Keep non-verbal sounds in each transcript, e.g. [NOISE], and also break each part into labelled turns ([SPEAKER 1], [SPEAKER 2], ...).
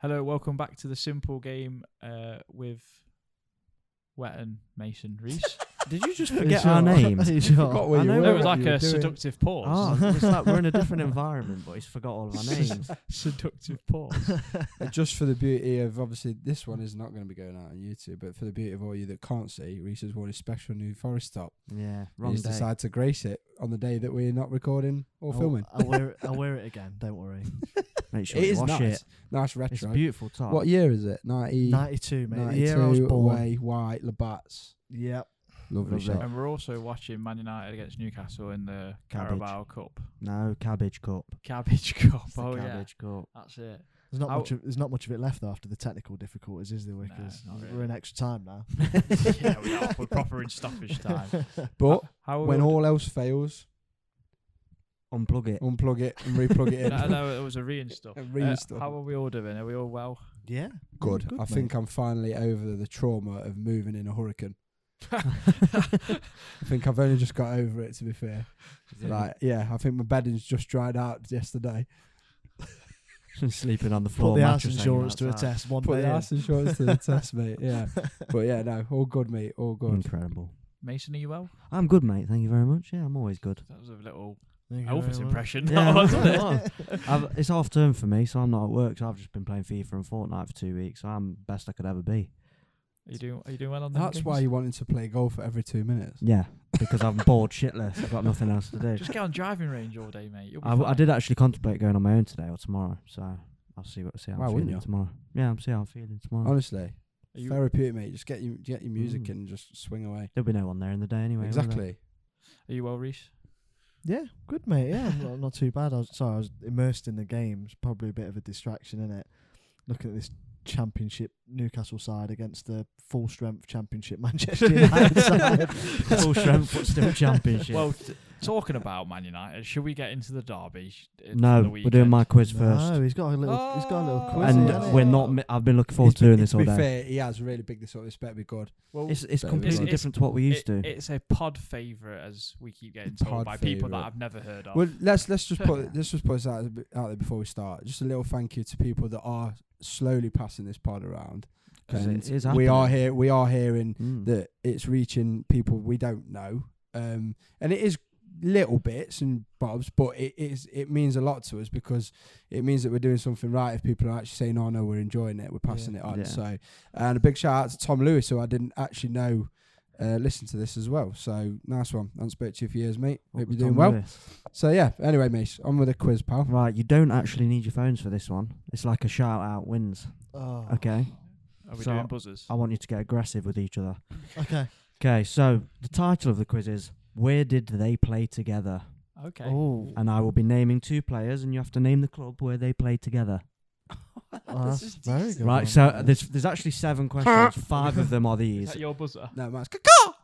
[SPEAKER 1] Hello, welcome back to the simple game uh, with Wet and Mason Reese.
[SPEAKER 2] Did you just
[SPEAKER 3] Are you
[SPEAKER 2] forget
[SPEAKER 3] sure?
[SPEAKER 2] our name?
[SPEAKER 3] Are you sure?
[SPEAKER 2] forgot what
[SPEAKER 3] I
[SPEAKER 2] you
[SPEAKER 3] know
[SPEAKER 2] were.
[SPEAKER 1] there
[SPEAKER 2] Where
[SPEAKER 1] was
[SPEAKER 2] were
[SPEAKER 1] like
[SPEAKER 3] you were
[SPEAKER 1] a
[SPEAKER 3] doing.
[SPEAKER 1] seductive pause. [LAUGHS]
[SPEAKER 2] [LAUGHS] Oh, it's like we're in a different environment, but he's forgot all of our names.
[SPEAKER 1] Seductive
[SPEAKER 2] [LAUGHS]
[SPEAKER 1] pause.
[SPEAKER 3] But
[SPEAKER 2] Just
[SPEAKER 3] Uh, just [LAUGHS]
[SPEAKER 2] for
[SPEAKER 3] for the beauty of obviously this one is not going to be going out on YouTube, but for the beauty of all you that can't see, Reese has worn his special new forest top.
[SPEAKER 2] yeah, wrong
[SPEAKER 3] He's
[SPEAKER 2] day.
[SPEAKER 3] decided to grace it on the day that we're not recording or
[SPEAKER 4] I'll-
[SPEAKER 3] filming.
[SPEAKER 4] I'll wear
[SPEAKER 3] [LAUGHS]
[SPEAKER 4] it. I'll wear it again. Don't worry.
[SPEAKER 2] Make sure
[SPEAKER 3] It
[SPEAKER 2] you
[SPEAKER 3] is
[SPEAKER 2] wash
[SPEAKER 3] nice,
[SPEAKER 2] it.
[SPEAKER 3] nice
[SPEAKER 2] It's a
[SPEAKER 3] retro.
[SPEAKER 2] beautiful top.
[SPEAKER 3] What year is it? 90,
[SPEAKER 4] Ninety-two, mate. The
[SPEAKER 3] 92
[SPEAKER 4] year I was born.
[SPEAKER 3] away, white Labats.
[SPEAKER 4] Yep.
[SPEAKER 3] Lovely,
[SPEAKER 2] Lovely.
[SPEAKER 3] shot.
[SPEAKER 1] and we're also watching Man United against Newcastle in the
[SPEAKER 2] Cabbage.
[SPEAKER 1] Carabao Cup.
[SPEAKER 2] No cabbage cup.
[SPEAKER 1] Cabbage [LAUGHS] Cup.
[SPEAKER 2] It's the
[SPEAKER 1] Oh, yeah.
[SPEAKER 2] cabbage cup.
[SPEAKER 1] That's it.
[SPEAKER 4] There's not
[SPEAKER 1] How-
[SPEAKER 4] much. Of, there's not much of it left after the technical difficulties, is there?
[SPEAKER 1] Nah,
[SPEAKER 4] Because
[SPEAKER 1] not really.
[SPEAKER 4] we're in extra time now.
[SPEAKER 1] [LAUGHS] yeah, we are. We're proper in stoppage time.
[SPEAKER 3] But
[SPEAKER 1] How
[SPEAKER 3] when [LAUGHS] all else fails,
[SPEAKER 2] Unplug it.
[SPEAKER 3] unplug it and replug it in.
[SPEAKER 1] No, no, it was a reinstall.
[SPEAKER 3] [LAUGHS] And
[SPEAKER 1] Uh,
[SPEAKER 3] reinstall.
[SPEAKER 1] how are we all doing? Are we all well?
[SPEAKER 4] yeah.
[SPEAKER 3] Good.
[SPEAKER 2] Good,
[SPEAKER 3] I
[SPEAKER 2] mate.
[SPEAKER 3] think I'm finally over the trauma of moving in a hurricane.
[SPEAKER 4] [LAUGHS]
[SPEAKER 3] I think I've only just got over it. To be fair, like yeah, I think my bedding's just dried out yesterday.
[SPEAKER 2] [LAUGHS] Sleeping on the floor.
[SPEAKER 4] Put the house
[SPEAKER 2] mattress hanging
[SPEAKER 4] insurance to a
[SPEAKER 2] outside.
[SPEAKER 4] test. One
[SPEAKER 3] Put
[SPEAKER 4] day.
[SPEAKER 3] the
[SPEAKER 4] in.
[SPEAKER 3] house insurance to
[SPEAKER 4] [LAUGHS]
[SPEAKER 3] the test, mate. [LAUGHS] Yeah, but yeah, no, all good, mate. All good.
[SPEAKER 2] Incredible.
[SPEAKER 1] Mason, are you well?
[SPEAKER 2] I'm good, mate. Thank you very much. Yeah, I'm always good.
[SPEAKER 1] That was a little
[SPEAKER 4] Thank you
[SPEAKER 1] Elvis
[SPEAKER 4] very
[SPEAKER 1] [LAUGHS]
[SPEAKER 4] much.
[SPEAKER 1] impression.
[SPEAKER 2] Yeah,
[SPEAKER 1] that wasn't
[SPEAKER 2] [LAUGHS]
[SPEAKER 1] it?
[SPEAKER 2] well, I've, it's half term for me, so I'm not at work. So I've just been playing FIFA and Fortnite for two weeks. So I'm best I could ever be.
[SPEAKER 1] Are you doing? Are you doing well on them
[SPEAKER 3] That's
[SPEAKER 1] games?
[SPEAKER 3] why you wanted to play golf every two minutes.
[SPEAKER 2] Yeah, because I'm bored shitless. I've got nothing else to do.
[SPEAKER 1] Just get on driving range all day, mate. You'll be
[SPEAKER 2] I, w- I
[SPEAKER 1] fine.
[SPEAKER 2] did actually contemplate going on my own today or tomorrow. So I'll see what see how
[SPEAKER 3] Why
[SPEAKER 2] I'm
[SPEAKER 3] wouldn't
[SPEAKER 2] feeling
[SPEAKER 3] you?
[SPEAKER 2] tomorrow. Yeah, I'll see how I'm feeling tomorrow.
[SPEAKER 3] Honestly,
[SPEAKER 1] Are you, are
[SPEAKER 3] therapeutic, mate. Just get you get your music
[SPEAKER 2] Mm.
[SPEAKER 3] in and just swing away.
[SPEAKER 2] There'll be no one there in the day anyway. will there?
[SPEAKER 3] exactly.
[SPEAKER 1] you well, Reese?
[SPEAKER 4] Yeah, good mate. Yeah, I'm not, not too bad. I was sorry, I was immersed in the games. Probably a bit of a distraction in it. Looking at this championship Newcastle side against the full strength championship [LAUGHS]
[SPEAKER 3] [LAUGHS]
[SPEAKER 4] Manchester United
[SPEAKER 2] [LAUGHS]
[SPEAKER 4] side.
[SPEAKER 2] Full strength footstep championship.
[SPEAKER 1] Well, t- talking about Man United, should we get into the derby? sh- uh, from
[SPEAKER 2] no,
[SPEAKER 1] the
[SPEAKER 2] we're doing my quiz
[SPEAKER 4] No,
[SPEAKER 2] first.
[SPEAKER 4] he's got a little. he's got a little
[SPEAKER 1] Oh.
[SPEAKER 4] quiz.
[SPEAKER 2] And
[SPEAKER 4] here, hasn't he?
[SPEAKER 2] we're not. Mi- I've been looking forward
[SPEAKER 3] It's
[SPEAKER 2] to doing
[SPEAKER 3] be-
[SPEAKER 2] this
[SPEAKER 3] to
[SPEAKER 2] all
[SPEAKER 3] be
[SPEAKER 2] day.
[SPEAKER 3] fair, he has really big this up. It's better be good.
[SPEAKER 1] Well,
[SPEAKER 2] It's it's
[SPEAKER 3] Very
[SPEAKER 2] completely
[SPEAKER 1] good.
[SPEAKER 2] different to what we used
[SPEAKER 1] it-
[SPEAKER 2] to.
[SPEAKER 1] It's a pod favourite, as we keep getting told
[SPEAKER 3] Pod
[SPEAKER 1] by people that
[SPEAKER 3] favourite.
[SPEAKER 1] I've never heard of.
[SPEAKER 3] Well, let's let's just
[SPEAKER 2] [LAUGHS]
[SPEAKER 3] put let's just put this out, out there before we start. Just a little thank you to people that are slowly passing this pod around.
[SPEAKER 2] 'Cause it
[SPEAKER 3] And
[SPEAKER 2] is
[SPEAKER 3] we are
[SPEAKER 2] happening.
[SPEAKER 3] here. We are hearing
[SPEAKER 2] Mm.
[SPEAKER 3] that it's reaching people we don't know, um, and it is little bits and bobs, but it is it means a lot to us because it means that we're doing something right. If people are actually saying, "Oh no, we're enjoying it, we're passing it on."
[SPEAKER 2] Yeah.
[SPEAKER 3] So, and a big shout out to Tom Lewis, who I didn't actually know. Uh, listen to this as well. So nice one. I haven't spoke to you for years, mate.
[SPEAKER 2] What
[SPEAKER 3] Hope
[SPEAKER 2] was
[SPEAKER 3] you're doing
[SPEAKER 2] Tom
[SPEAKER 3] well.
[SPEAKER 2] Lewis?
[SPEAKER 3] So yeah, anyway, mate, on with the quiz, pal.
[SPEAKER 2] Right, you don't actually need your phones for this one. It's like a shout out wins.
[SPEAKER 4] Oh,
[SPEAKER 2] Okay,
[SPEAKER 1] Are we
[SPEAKER 2] so-
[SPEAKER 1] doing buzzers?
[SPEAKER 2] I want you to get aggressive with each other.
[SPEAKER 4] Okay.
[SPEAKER 2] Okay, so the title of the quiz is Where Did They Play Together?
[SPEAKER 1] Okay.
[SPEAKER 4] Oh,
[SPEAKER 2] And I will be naming two players, and you have to name the club where they play together.
[SPEAKER 4] oh, that's very good.
[SPEAKER 2] right, so uh, there's
[SPEAKER 4] [LAUGHS]
[SPEAKER 2] there's actually seven questions. Five of them are
[SPEAKER 1] Is
[SPEAKER 2] these.
[SPEAKER 1] that your buzzer?
[SPEAKER 3] No, Matt's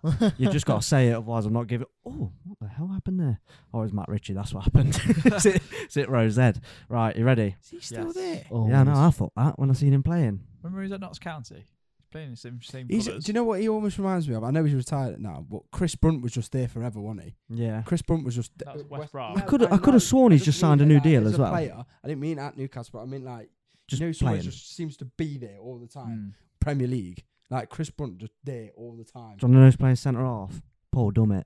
[SPEAKER 4] one.
[SPEAKER 2] You just got to say it, otherwise I'm not giving. Oh, what the hell happened there? Oh, it was Matt Ritchie. That's what happened. [LAUGHS] is, it, is it Rose Ed? Right, you ready?
[SPEAKER 3] Is he still
[SPEAKER 1] Yes.
[SPEAKER 3] there?
[SPEAKER 4] Oh,
[SPEAKER 2] Yeah, no, I thought that when I seen him playing.
[SPEAKER 1] Remember he was at Notts County? He's playing in the same, same
[SPEAKER 3] He's, do
[SPEAKER 1] colours.
[SPEAKER 3] you know what he almost reminds me of? I know he's retired now, but Chris Brunt was just there forever, wasn't he?
[SPEAKER 2] Yeah.
[SPEAKER 3] Chris Brunt was just.
[SPEAKER 1] That was West Brom.
[SPEAKER 3] No,
[SPEAKER 1] I
[SPEAKER 2] coulda- I coulda
[SPEAKER 3] know.
[SPEAKER 2] sworn
[SPEAKER 3] I
[SPEAKER 2] he's just signed a
[SPEAKER 3] mean
[SPEAKER 2] new
[SPEAKER 3] it, like,
[SPEAKER 2] deal as
[SPEAKER 3] a
[SPEAKER 2] well.
[SPEAKER 3] player. I didn't mean at Newcastle, but I mean like
[SPEAKER 2] Just
[SPEAKER 3] you know, someone
[SPEAKER 2] playing.
[SPEAKER 3] just seems to be there all the time.
[SPEAKER 1] Hmm.
[SPEAKER 3] Premier League, like Chris Brunt, just there all the time.
[SPEAKER 2] John Leno's playing centre off. Paul Dummett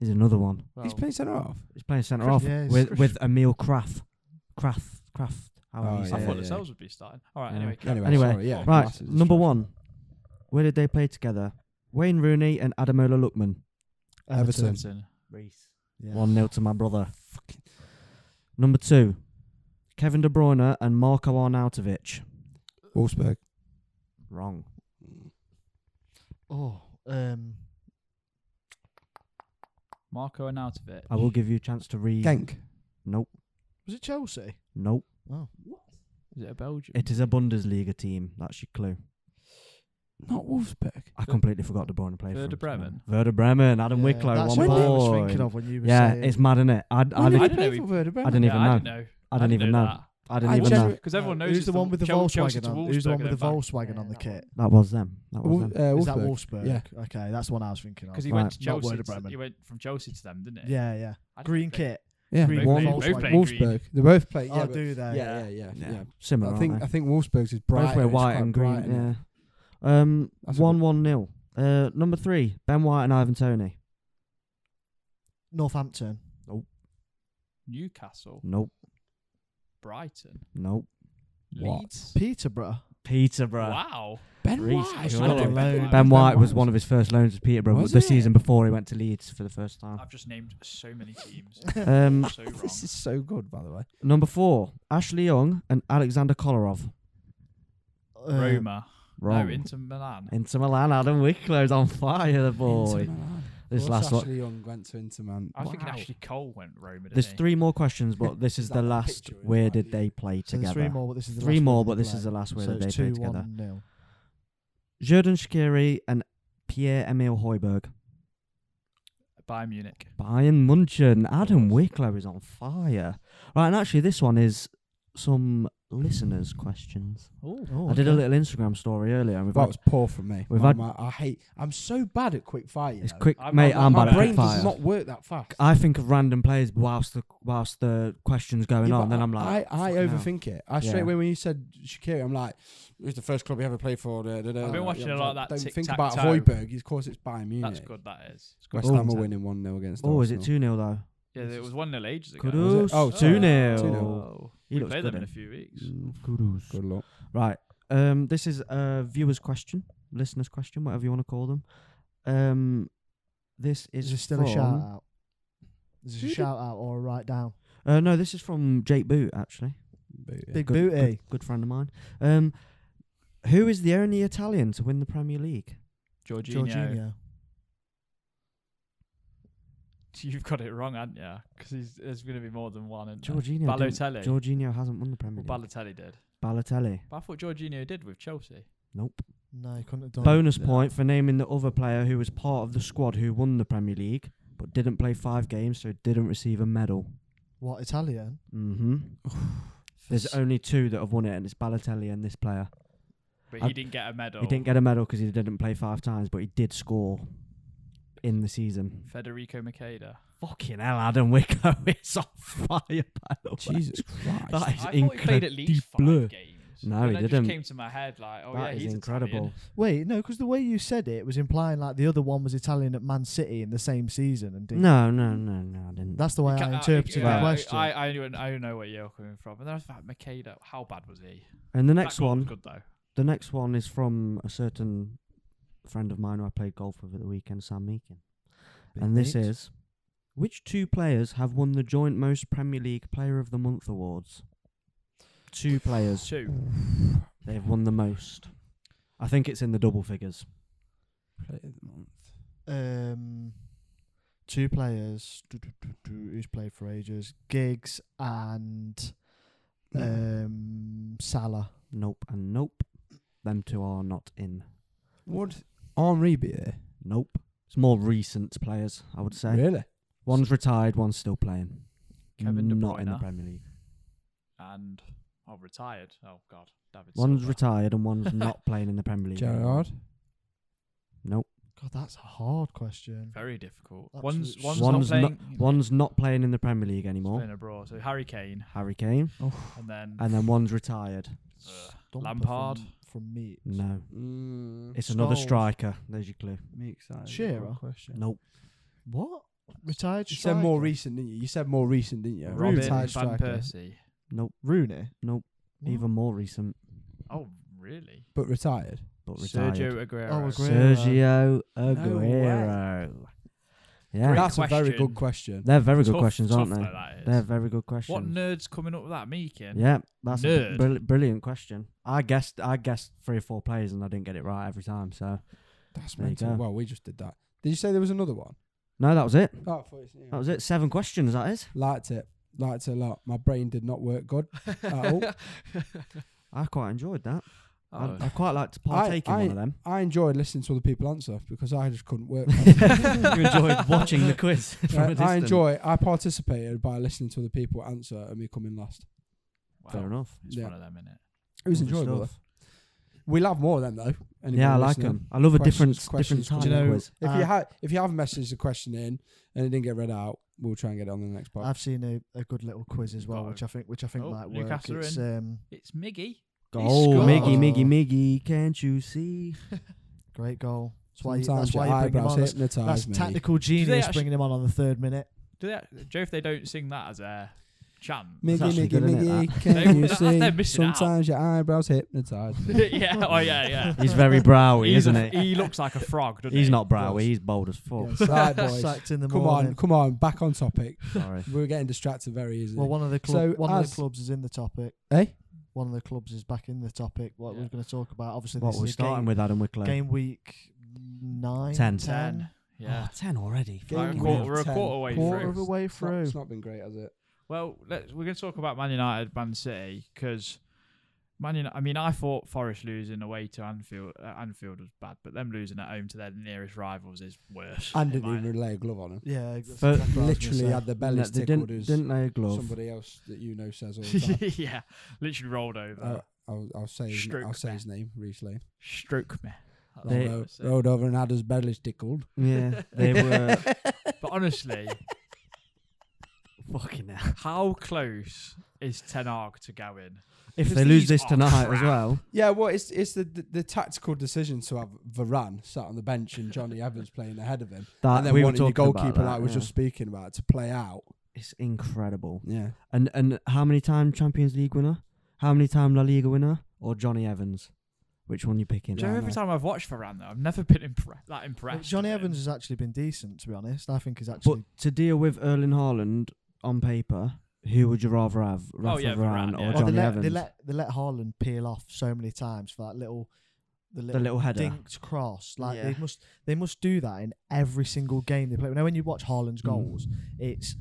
[SPEAKER 2] is another one.
[SPEAKER 3] he's
[SPEAKER 1] Well,
[SPEAKER 3] playing centre half.
[SPEAKER 2] He's playing centre
[SPEAKER 4] Chris-
[SPEAKER 2] off
[SPEAKER 4] yeah, he's
[SPEAKER 2] with
[SPEAKER 4] Chris-
[SPEAKER 2] with Emil Kraft. Kraft. Kraft. However
[SPEAKER 3] Oh,
[SPEAKER 2] you
[SPEAKER 1] I
[SPEAKER 2] say
[SPEAKER 1] thought
[SPEAKER 2] it.
[SPEAKER 3] Yeah,
[SPEAKER 1] the
[SPEAKER 3] yeah.
[SPEAKER 1] cells would be starting. All right.
[SPEAKER 2] Yeah.
[SPEAKER 1] Anyway. carry
[SPEAKER 3] Anyway,
[SPEAKER 1] on.
[SPEAKER 2] Anyway,
[SPEAKER 3] sorry, yeah,
[SPEAKER 1] Oh,
[SPEAKER 2] Right,
[SPEAKER 3] Massive
[SPEAKER 2] number
[SPEAKER 3] distraction.
[SPEAKER 2] one. Where did they play together? Wayne Rooney and Adamola Lookman.
[SPEAKER 3] Everton.
[SPEAKER 1] Everton.
[SPEAKER 2] Reese.
[SPEAKER 4] Yeah.
[SPEAKER 2] One 0 to my brother. Number two. Kevin De Bruyne and Marko Arnautovic.
[SPEAKER 3] Wolfsburg.
[SPEAKER 2] Wrong.
[SPEAKER 3] Hmm.
[SPEAKER 4] Oh, um,
[SPEAKER 1] Marco and out of it.
[SPEAKER 2] I will give you a chance to read.
[SPEAKER 3] Genk.
[SPEAKER 2] Nope.
[SPEAKER 4] was it Chelsea?
[SPEAKER 2] Nope.
[SPEAKER 4] Oh,
[SPEAKER 1] Is it a Belgium?
[SPEAKER 2] It is a Bundesliga team. That's your clue.
[SPEAKER 3] Not Wolfsburg.
[SPEAKER 2] I completely forgot De Bruyne played
[SPEAKER 1] Werder
[SPEAKER 2] for
[SPEAKER 1] Bremen?
[SPEAKER 2] Werder Bremen, Adam Wicklow,
[SPEAKER 4] That's
[SPEAKER 2] one
[SPEAKER 4] what I was
[SPEAKER 2] point.
[SPEAKER 4] thinking of when you were
[SPEAKER 2] yeah,
[SPEAKER 4] saying.
[SPEAKER 2] it's mad, innit? I, d- I,
[SPEAKER 3] When did he
[SPEAKER 2] did, I,
[SPEAKER 1] didn't
[SPEAKER 3] play
[SPEAKER 1] even-
[SPEAKER 3] for Werder Bremen?
[SPEAKER 2] didn't
[SPEAKER 1] Yeah,
[SPEAKER 2] even
[SPEAKER 1] I
[SPEAKER 2] know.
[SPEAKER 1] didn't know.
[SPEAKER 2] I didn't even know. I didn't
[SPEAKER 3] I
[SPEAKER 2] even
[SPEAKER 3] genuinely-
[SPEAKER 2] know.
[SPEAKER 3] know.
[SPEAKER 1] Because everyone knows
[SPEAKER 4] Who's
[SPEAKER 1] it's
[SPEAKER 4] the one with the
[SPEAKER 1] Chel- Chelsea
[SPEAKER 4] Volkswagen
[SPEAKER 1] to
[SPEAKER 4] on? Who's
[SPEAKER 1] Wolfsburg
[SPEAKER 4] the one with
[SPEAKER 1] and
[SPEAKER 4] the
[SPEAKER 1] then back.
[SPEAKER 4] Volkswagen on the kit?
[SPEAKER 2] That was them. That was
[SPEAKER 3] Wol-
[SPEAKER 2] them.
[SPEAKER 3] uh,
[SPEAKER 4] Is that
[SPEAKER 3] Wolfsburg.
[SPEAKER 4] Wolfsburg?
[SPEAKER 3] Yeah.
[SPEAKER 4] Okay, that's one I was thinking of.
[SPEAKER 1] Because he
[SPEAKER 2] Right.
[SPEAKER 1] went to
[SPEAKER 4] Not
[SPEAKER 1] Chelsea.
[SPEAKER 4] Werder
[SPEAKER 1] to-
[SPEAKER 4] Bremen.
[SPEAKER 1] He went from Chelsea to them, didn't he?
[SPEAKER 4] yeah, yeah.
[SPEAKER 1] I didn't
[SPEAKER 4] Green
[SPEAKER 1] think-
[SPEAKER 4] kit.
[SPEAKER 3] Yeah,
[SPEAKER 4] Green
[SPEAKER 3] Wolf-
[SPEAKER 4] Bay, both
[SPEAKER 3] Wolfsburg.
[SPEAKER 4] play
[SPEAKER 1] green.
[SPEAKER 3] They both play. Yeah,
[SPEAKER 4] oh,
[SPEAKER 3] but-
[SPEAKER 4] do they?
[SPEAKER 3] yeah, yeah, yeah, yeah.
[SPEAKER 2] Similar.
[SPEAKER 3] I think
[SPEAKER 2] aren't
[SPEAKER 3] I
[SPEAKER 2] they?
[SPEAKER 3] think Wolfsburg's is bright.
[SPEAKER 2] both wear white and green. yeah. Um,
[SPEAKER 3] That's a good-
[SPEAKER 2] one one nil. Uh, number three, Ben White and Ivan Tony.
[SPEAKER 4] Northampton.
[SPEAKER 1] Newcastle,
[SPEAKER 2] Nope,
[SPEAKER 1] Brighton,
[SPEAKER 2] nope.
[SPEAKER 3] What?
[SPEAKER 1] Leeds.
[SPEAKER 4] [LAUGHS] Peterborough.
[SPEAKER 2] Peterborough.
[SPEAKER 1] Wow.
[SPEAKER 3] Ben
[SPEAKER 2] Reece
[SPEAKER 3] White.
[SPEAKER 2] Jordan.
[SPEAKER 1] I don't know
[SPEAKER 4] Ben
[SPEAKER 1] White.
[SPEAKER 2] Ben
[SPEAKER 3] Ben
[SPEAKER 2] White was
[SPEAKER 3] White.
[SPEAKER 2] one of his first loans to Peterborough
[SPEAKER 3] Was
[SPEAKER 2] the
[SPEAKER 3] it?
[SPEAKER 2] season before he went to Leeds for the first time.
[SPEAKER 1] I've just named so many
[SPEAKER 4] [LAUGHS]
[SPEAKER 1] teams.
[SPEAKER 3] Oh,
[SPEAKER 2] Um,
[SPEAKER 1] so wrong.
[SPEAKER 3] This is so good, by the way.
[SPEAKER 2] number four, Ashley Young and Alexander Kolarov.
[SPEAKER 4] Uh,
[SPEAKER 1] Roma.
[SPEAKER 2] Wrong.
[SPEAKER 1] No, Inter Milan.
[SPEAKER 2] Inter Milan, Adam Wicklow's on fire, the boy.
[SPEAKER 3] Inter Milan.
[SPEAKER 2] This
[SPEAKER 3] What's
[SPEAKER 2] last one.
[SPEAKER 3] Ashley Young went to Inter Milan.
[SPEAKER 1] I think
[SPEAKER 3] Wow.
[SPEAKER 1] Ashley Cole went Roma. Didn't
[SPEAKER 2] There's
[SPEAKER 1] he?
[SPEAKER 2] three more questions,
[SPEAKER 3] [LAUGHS]
[SPEAKER 2] but this is
[SPEAKER 3] Is
[SPEAKER 2] the
[SPEAKER 3] that the
[SPEAKER 2] last.
[SPEAKER 3] picture in
[SPEAKER 2] Where
[SPEAKER 3] front
[SPEAKER 2] did
[SPEAKER 3] of
[SPEAKER 2] they
[SPEAKER 3] you?
[SPEAKER 2] play
[SPEAKER 4] So there's
[SPEAKER 2] together?
[SPEAKER 4] three more, but this is the
[SPEAKER 2] Three
[SPEAKER 4] last
[SPEAKER 2] more,
[SPEAKER 4] one
[SPEAKER 2] but
[SPEAKER 4] they
[SPEAKER 2] this is the
[SPEAKER 4] play.
[SPEAKER 2] last where
[SPEAKER 4] so
[SPEAKER 2] they
[SPEAKER 4] it's
[SPEAKER 2] played
[SPEAKER 4] two
[SPEAKER 2] together.
[SPEAKER 4] one nil.
[SPEAKER 2] Jordan Shakiri and Pierre Emil Hoiberg.
[SPEAKER 1] Bayern Munich.
[SPEAKER 2] Bayern Munchen. Adam
[SPEAKER 1] Yes.
[SPEAKER 2] Wicklow is on fire. Right, and actually, this one is some listeners' questions.
[SPEAKER 4] Oh,
[SPEAKER 2] I did a
[SPEAKER 4] okay.
[SPEAKER 2] little Instagram story earlier, and we've
[SPEAKER 3] That
[SPEAKER 2] had
[SPEAKER 3] was poor from me.
[SPEAKER 2] We've
[SPEAKER 3] My-
[SPEAKER 2] had-
[SPEAKER 3] my- I hate. I'm so bad at quick fire. you
[SPEAKER 2] It's
[SPEAKER 3] know.
[SPEAKER 2] quick,
[SPEAKER 1] I'm-
[SPEAKER 2] mate.
[SPEAKER 1] I'm-
[SPEAKER 2] I'm,
[SPEAKER 3] my
[SPEAKER 2] bad at
[SPEAKER 3] brain
[SPEAKER 2] quick
[SPEAKER 3] does
[SPEAKER 2] fire.
[SPEAKER 3] not work that fast.
[SPEAKER 2] I think of random players whilst the whilst the questions going
[SPEAKER 3] Yeah,
[SPEAKER 2] on.
[SPEAKER 3] but
[SPEAKER 2] Then I'm like,
[SPEAKER 3] I, I
[SPEAKER 2] fucking hell.
[SPEAKER 3] overthink it. I
[SPEAKER 2] Yeah.
[SPEAKER 3] straight away when you said Shakiri, I'm like, who's the first club he ever played for? Da, da, da.
[SPEAKER 1] I've been watching a lot of that
[SPEAKER 3] Don't think about
[SPEAKER 1] tic-tac-toe.
[SPEAKER 3] Hoiberg. Of course, it's Bayern Munich.
[SPEAKER 1] That's good. That is. It's good.
[SPEAKER 3] West
[SPEAKER 2] Oh,
[SPEAKER 3] Ham
[SPEAKER 2] is
[SPEAKER 3] are
[SPEAKER 2] it?
[SPEAKER 3] winning one 0 against.
[SPEAKER 2] Oh, is it
[SPEAKER 3] Arsenal.
[SPEAKER 2] two 0 though?
[SPEAKER 1] Yeah, it was one 0 ages ago.
[SPEAKER 2] Kudos.
[SPEAKER 3] Oh,
[SPEAKER 2] two 0
[SPEAKER 3] 2-0.
[SPEAKER 2] He
[SPEAKER 1] We
[SPEAKER 2] looks
[SPEAKER 1] play
[SPEAKER 2] good.
[SPEAKER 1] them in a
[SPEAKER 2] then.
[SPEAKER 1] few weeks.
[SPEAKER 3] Mm,
[SPEAKER 2] Kudos.
[SPEAKER 3] Good luck.
[SPEAKER 2] Right. Um, this is a viewer's question, listener's question, whatever you want to call them. Um, this is
[SPEAKER 4] Is this still
[SPEAKER 2] from,
[SPEAKER 4] a shout out? Is this
[SPEAKER 2] Who
[SPEAKER 4] a
[SPEAKER 2] did-
[SPEAKER 4] shout out or a write down?
[SPEAKER 2] Uh, no, this is from Jake Boot actually.
[SPEAKER 4] Big
[SPEAKER 2] Good-
[SPEAKER 4] booty.
[SPEAKER 2] Good friend of mine. Um, who is the only Italian to win the Premier League?
[SPEAKER 1] Jorginho.
[SPEAKER 4] Jorginho.
[SPEAKER 1] [LAUGHS] You've got it wrong, haven't you? Because there's going to be more than one. Isn't
[SPEAKER 4] Uh,
[SPEAKER 1] there?
[SPEAKER 2] Jorginho. didn't-
[SPEAKER 1] Balotelli.
[SPEAKER 2] Jorginho hasn't won the Premier
[SPEAKER 1] Well,
[SPEAKER 2] League.
[SPEAKER 1] Balotelli did.
[SPEAKER 2] Balotelli.
[SPEAKER 1] But I thought Jorginho did with Chelsea.
[SPEAKER 2] Nope.
[SPEAKER 4] No, you couldn't have done.
[SPEAKER 2] Bonus
[SPEAKER 3] yeah.
[SPEAKER 2] point for naming the other player who was part of the squad who won the Premier League but didn't play five games, so didn't receive a medal.
[SPEAKER 4] What Italian?
[SPEAKER 2] hmm There's
[SPEAKER 1] Fis-
[SPEAKER 2] only two that have won it, and it's Balotelli and this player.
[SPEAKER 1] But
[SPEAKER 2] I-
[SPEAKER 1] he didn't get a medal.
[SPEAKER 2] He didn't get a medal because he didn't play five times, but he did score in the season.
[SPEAKER 1] Federico
[SPEAKER 2] [LAUGHS]
[SPEAKER 1] Makeda.
[SPEAKER 2] Fucking hell, Adam Wicklow [LAUGHS] is on fire, by the way.
[SPEAKER 3] [LAUGHS] Jesus Christ.
[SPEAKER 2] That is
[SPEAKER 1] I thought he played at least five
[SPEAKER 2] incredible.
[SPEAKER 1] games.
[SPEAKER 2] No,
[SPEAKER 1] but
[SPEAKER 2] he
[SPEAKER 1] then it
[SPEAKER 2] didn't.
[SPEAKER 1] Just came to my head like, oh
[SPEAKER 2] That
[SPEAKER 1] yeah,
[SPEAKER 2] is
[SPEAKER 1] he's
[SPEAKER 2] incredible.
[SPEAKER 1] Italian.
[SPEAKER 4] Wait, no, because the way you said it was implying like the other one was Italian at Man City in the same season, and didn't-
[SPEAKER 2] No, no, no, no, I didn't.
[SPEAKER 4] that's the way
[SPEAKER 1] Ca-
[SPEAKER 4] I
[SPEAKER 1] uh,
[SPEAKER 4] interpreted
[SPEAKER 1] yeah,
[SPEAKER 4] the question.
[SPEAKER 1] I, I, knew- I know where you're coming from. And then I was like, Makeda, how bad was he?
[SPEAKER 2] and the
[SPEAKER 1] That
[SPEAKER 2] next
[SPEAKER 1] goal was
[SPEAKER 2] one,
[SPEAKER 1] good though.
[SPEAKER 2] the next one is from a certain friend of mine who I played golf with at the weekend, Sam Meakin.
[SPEAKER 4] Big
[SPEAKER 2] and this
[SPEAKER 4] names.
[SPEAKER 2] is which two players have won the joint most Premier League Player of the Month awards? Two players.
[SPEAKER 1] Two.
[SPEAKER 2] They've won the most. I think it's in the double figures.
[SPEAKER 4] um, two players do, do, do, do, who's played for ages: Giggs and
[SPEAKER 3] Uh, Mm.
[SPEAKER 4] um, Salah.
[SPEAKER 2] Nope and nope. Them two are not in.
[SPEAKER 3] Would Henri be there?
[SPEAKER 2] Nope. It's more recent players, I would say.
[SPEAKER 3] Really?
[SPEAKER 2] One's retired, one's still playing.
[SPEAKER 1] Kevin De
[SPEAKER 2] not in the
[SPEAKER 1] Bruyne.
[SPEAKER 2] Premier League.
[SPEAKER 1] And oh retired. Oh god. David
[SPEAKER 2] One's
[SPEAKER 1] Silva.
[SPEAKER 2] retired
[SPEAKER 1] [LAUGHS]
[SPEAKER 2] and one's not playing in the Premier League.
[SPEAKER 3] Gerard.
[SPEAKER 2] Nope.
[SPEAKER 4] God, that's a hard question.
[SPEAKER 1] Very difficult.
[SPEAKER 4] Absolute
[SPEAKER 1] One's
[SPEAKER 4] shit.
[SPEAKER 1] one's,
[SPEAKER 2] One's
[SPEAKER 1] not
[SPEAKER 2] not-
[SPEAKER 1] playing.
[SPEAKER 2] One's not playing in the Premier League
[SPEAKER 1] he's
[SPEAKER 2] anymore.
[SPEAKER 1] playing abroad. So Harry Kane,
[SPEAKER 2] Harry Kane.
[SPEAKER 3] Oh.
[SPEAKER 1] and then
[SPEAKER 2] And then one's retired.
[SPEAKER 1] Ugh.
[SPEAKER 4] Stumper
[SPEAKER 1] Uh, Lampard.
[SPEAKER 4] from, from me.
[SPEAKER 2] No.
[SPEAKER 3] Mm,
[SPEAKER 2] It's another
[SPEAKER 4] Scholes.
[SPEAKER 2] striker. There's your clue.
[SPEAKER 3] me excited.
[SPEAKER 4] Shearer?
[SPEAKER 3] Question.
[SPEAKER 2] Nope.
[SPEAKER 4] What retired?
[SPEAKER 3] You said more
[SPEAKER 4] striker?
[SPEAKER 3] recent, didn't you? You said more recent, didn't you?
[SPEAKER 1] Robin
[SPEAKER 4] Retired
[SPEAKER 1] Van
[SPEAKER 4] striker.
[SPEAKER 1] Persie.
[SPEAKER 2] Nope.
[SPEAKER 4] Rooney. What?
[SPEAKER 2] Even more recent,
[SPEAKER 1] Oh really?
[SPEAKER 3] But retired.
[SPEAKER 2] but retired.
[SPEAKER 1] Sergio Aguero.
[SPEAKER 4] Oh, Aguero.
[SPEAKER 2] Sergio
[SPEAKER 3] way.
[SPEAKER 2] Aguero. yeah.
[SPEAKER 1] Great
[SPEAKER 3] That's a very
[SPEAKER 1] question.
[SPEAKER 3] good question.
[SPEAKER 2] They're very
[SPEAKER 1] Tough-
[SPEAKER 2] good questions, aren't
[SPEAKER 1] tough
[SPEAKER 2] they?
[SPEAKER 1] though that is.
[SPEAKER 2] They're very good
[SPEAKER 1] What
[SPEAKER 2] questions.
[SPEAKER 1] nerds coming up with that meeking?
[SPEAKER 2] yeah, that's a
[SPEAKER 1] Nerd.
[SPEAKER 2] br- brilliant question. I guessed I guessed three or four players and I didn't get it right every time. So
[SPEAKER 3] That's
[SPEAKER 2] There you
[SPEAKER 3] mental.
[SPEAKER 2] go.
[SPEAKER 3] Well, we just did that. Did you say there was another one?
[SPEAKER 2] no, that was it.
[SPEAKER 3] Oh, I thought it's- yeah.
[SPEAKER 2] That was it. Seven questions. That is.
[SPEAKER 3] Liked it. Liked it a lot. My brain did not work good.
[SPEAKER 1] [LAUGHS]
[SPEAKER 2] Uh,
[SPEAKER 3] Oh.
[SPEAKER 2] I quite enjoyed that.
[SPEAKER 1] Oh,
[SPEAKER 2] I, I quite like to partake in
[SPEAKER 3] I-
[SPEAKER 2] one
[SPEAKER 1] [LAUGHS]
[SPEAKER 2] of them.
[SPEAKER 3] I enjoyed listening to other people answer because I just couldn't work.
[SPEAKER 2] you enjoyed watching the quiz. [LAUGHS] from a
[SPEAKER 3] I, I
[SPEAKER 2] distance.
[SPEAKER 3] enjoy. I participated by listening to other people answer and me coming last.
[SPEAKER 1] wow.
[SPEAKER 2] [LAUGHS] Fair enough.
[SPEAKER 1] It's
[SPEAKER 3] Yeah.
[SPEAKER 1] one of them, innit?
[SPEAKER 3] It was
[SPEAKER 2] Lovely
[SPEAKER 3] enjoyable.
[SPEAKER 2] stuff.
[SPEAKER 3] We'll have more of them though. Anyone
[SPEAKER 2] yeah, I like
[SPEAKER 3] listening?
[SPEAKER 2] them. I love a different
[SPEAKER 3] Questions- questions,
[SPEAKER 2] different
[SPEAKER 3] do
[SPEAKER 2] type
[SPEAKER 3] you
[SPEAKER 2] of
[SPEAKER 3] know-
[SPEAKER 2] quiz.
[SPEAKER 3] If
[SPEAKER 4] Uh,
[SPEAKER 3] you have if you have messaged the question in and it didn't get read out, we'll try and get it on the next podcast.
[SPEAKER 4] I've seen a, a good little quiz as well,
[SPEAKER 1] Got
[SPEAKER 4] which I think which I think
[SPEAKER 1] Oh,
[SPEAKER 4] might work.
[SPEAKER 1] Newcastle are
[SPEAKER 4] it's
[SPEAKER 1] in.
[SPEAKER 4] um,
[SPEAKER 1] It's Miggy. [LAUGHS]
[SPEAKER 2] Oh,
[SPEAKER 1] scored.
[SPEAKER 2] Miggy, Miggy, Miggy, can't you see?
[SPEAKER 1] [LAUGHS]
[SPEAKER 4] great goal. That's why you,
[SPEAKER 3] Sometimes
[SPEAKER 4] that's why
[SPEAKER 3] your
[SPEAKER 4] you bring him
[SPEAKER 3] eyebrows
[SPEAKER 4] on. That's,
[SPEAKER 3] hypnotise
[SPEAKER 4] that's
[SPEAKER 3] me.
[SPEAKER 4] tactical genius
[SPEAKER 1] actu-
[SPEAKER 4] bringing him on on the third minute.
[SPEAKER 1] Do they, Joe, if they don't sing that as a chant.
[SPEAKER 2] [LAUGHS]
[SPEAKER 1] [LAUGHS]
[SPEAKER 3] Miggy,
[SPEAKER 2] actually
[SPEAKER 3] Miggy,
[SPEAKER 2] good, isn't it,
[SPEAKER 3] Miggy,
[SPEAKER 2] that?
[SPEAKER 1] They-
[SPEAKER 3] can you
[SPEAKER 1] that's- they're
[SPEAKER 3] see?
[SPEAKER 1] missing out.
[SPEAKER 3] Sometimes your eyebrows hypnotise me.
[SPEAKER 1] yeah, oh yeah, yeah.
[SPEAKER 2] [LAUGHS] He's very browy,
[SPEAKER 1] He's a-
[SPEAKER 2] isn't Oh, he?
[SPEAKER 1] He looks like a frog, doesn't
[SPEAKER 2] He's
[SPEAKER 1] he?
[SPEAKER 2] not browy.
[SPEAKER 3] Yes.
[SPEAKER 2] He's bold as fuck.
[SPEAKER 3] Yes. Right, boys.
[SPEAKER 4] Sacked in the
[SPEAKER 3] Come
[SPEAKER 4] morning.
[SPEAKER 3] on, come on, back on topic.
[SPEAKER 2] Sorry.
[SPEAKER 3] We're getting distracted very easily.
[SPEAKER 4] Well, one of the
[SPEAKER 3] So
[SPEAKER 4] club, one of
[SPEAKER 3] as-
[SPEAKER 4] the clubs is in the topic.
[SPEAKER 3] Eh?
[SPEAKER 4] One of the clubs is back in the topic. What
[SPEAKER 1] Yeah.
[SPEAKER 4] we're going to talk about, obviously,
[SPEAKER 2] What
[SPEAKER 4] this
[SPEAKER 2] we're
[SPEAKER 4] is
[SPEAKER 2] starting
[SPEAKER 4] game,
[SPEAKER 2] with Adam Wicklow.
[SPEAKER 4] game week nine,
[SPEAKER 2] Ten.
[SPEAKER 1] Ten. Yeah.
[SPEAKER 2] Oh, 10 already.
[SPEAKER 3] Game
[SPEAKER 1] Like a
[SPEAKER 2] Fucking
[SPEAKER 1] quarter-
[SPEAKER 2] hell.
[SPEAKER 1] we're a
[SPEAKER 3] ten.
[SPEAKER 1] quarter way
[SPEAKER 4] quarter
[SPEAKER 1] through.
[SPEAKER 4] of a way
[SPEAKER 3] It's not,
[SPEAKER 4] through.
[SPEAKER 3] it's not been great, has it?
[SPEAKER 1] Well, let's, we're going to talk about Man United, Man City, because Man United. I mean, I thought Forest losing away to Anfield, uh, Anfield was bad, but them losing at home to their nearest rivals is worse.
[SPEAKER 3] And
[SPEAKER 1] in [LAUGHS]
[SPEAKER 3] didn't
[SPEAKER 1] my-
[SPEAKER 3] even lay a glove on him.
[SPEAKER 4] Yeah, that's
[SPEAKER 2] But
[SPEAKER 4] exactly what I was gonna
[SPEAKER 3] Literally
[SPEAKER 4] say.
[SPEAKER 3] had the
[SPEAKER 2] No,
[SPEAKER 3] bellies
[SPEAKER 2] they
[SPEAKER 3] tickled
[SPEAKER 2] didn't,
[SPEAKER 3] as
[SPEAKER 2] didn't they glove?
[SPEAKER 3] somebody else that you know says all
[SPEAKER 2] [LAUGHS]
[SPEAKER 3] the time.
[SPEAKER 1] yeah, literally rolled over.
[SPEAKER 3] Uh, I'll, I'll say his,
[SPEAKER 1] Stroke
[SPEAKER 3] I'll say
[SPEAKER 1] there.
[SPEAKER 3] his name recently.
[SPEAKER 1] Stroke me. That's
[SPEAKER 2] They-
[SPEAKER 1] what I would say.
[SPEAKER 3] Rolled over and had his bellies tickled.
[SPEAKER 2] [LAUGHS] Yeah, they were
[SPEAKER 1] But honestly,
[SPEAKER 2] fucking hell.
[SPEAKER 1] how close is Ten Hag to going?
[SPEAKER 2] [LAUGHS] If
[SPEAKER 1] Because
[SPEAKER 2] they lose
[SPEAKER 1] these
[SPEAKER 2] this
[SPEAKER 1] are
[SPEAKER 2] tonight as
[SPEAKER 1] crap.
[SPEAKER 2] well,
[SPEAKER 3] Yeah, well, it's it's the, the the tactical decision to have Varane sat on the bench and [LAUGHS] Johnny Evans playing ahead of him,
[SPEAKER 2] that
[SPEAKER 3] and then
[SPEAKER 2] Uh, we were
[SPEAKER 3] wanting
[SPEAKER 2] talking
[SPEAKER 3] your goalkeeper
[SPEAKER 2] about that,
[SPEAKER 3] like we're
[SPEAKER 2] yeah.
[SPEAKER 3] just speaking about to play out.
[SPEAKER 2] It's incredible.
[SPEAKER 3] Yeah,
[SPEAKER 2] And and how many time Champions League winner? How many time La Liga winner? Or Johnny Evans? Which one you picking?
[SPEAKER 1] Joe,
[SPEAKER 3] Yeah, I
[SPEAKER 1] every
[SPEAKER 3] know.
[SPEAKER 1] time I've watched Varane, though, I've never been impre- that impressed.
[SPEAKER 4] But Johnny
[SPEAKER 1] with him.
[SPEAKER 4] Evans has actually been decent, to be honest. I think he's
[SPEAKER 2] But
[SPEAKER 4] actually
[SPEAKER 2] to deal with Erling Haaland on paper, who would you rather have, Rafa
[SPEAKER 1] Oh, yeah,
[SPEAKER 2] Varane,
[SPEAKER 1] Varane,
[SPEAKER 2] or
[SPEAKER 1] yeah.
[SPEAKER 4] Well,
[SPEAKER 2] Johnny
[SPEAKER 4] Oh, they let,
[SPEAKER 2] Evans?
[SPEAKER 4] They let they let Haaland peel off so many times for that little the
[SPEAKER 2] the
[SPEAKER 4] little,
[SPEAKER 2] little header.
[SPEAKER 4] dinked cross. Like
[SPEAKER 2] Yeah.
[SPEAKER 4] they must they must do that in every single game they play. Now when you watch Haaland's
[SPEAKER 2] Mm.
[SPEAKER 4] goals, it's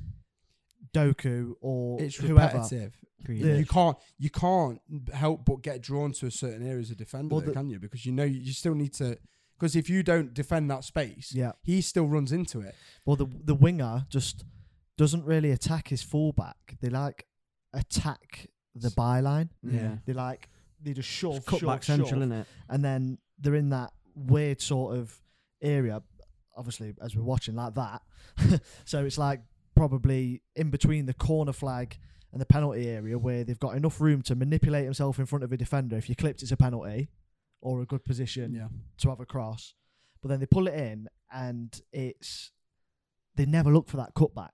[SPEAKER 4] Doku or
[SPEAKER 3] it's
[SPEAKER 4] whoever.
[SPEAKER 3] repetitive.
[SPEAKER 2] Grealish.
[SPEAKER 3] You can't you can't help but get drawn to a certain area as a defender,
[SPEAKER 4] Well,
[SPEAKER 3] though,
[SPEAKER 4] the-
[SPEAKER 3] can you? Because you know you still need to. Because if you don't defend that space,
[SPEAKER 4] Yeah.
[SPEAKER 3] he still runs into it.
[SPEAKER 4] Well the the winger just doesn't really attack his fullback. They like attack the byline.
[SPEAKER 2] Yeah.
[SPEAKER 4] They like they just shove,
[SPEAKER 2] Cut
[SPEAKER 4] shove,
[SPEAKER 2] back central,
[SPEAKER 4] shove.
[SPEAKER 2] innit?
[SPEAKER 4] and then they're in that weird sort of area obviously as we're watching like that [LAUGHS] so it's like probably in between the corner flag and the penalty area where they've got enough room to manipulate himself in front of a defender if you clipped it's a penalty or a good position to have a cross but then they pull it in and it's they never look for that cutback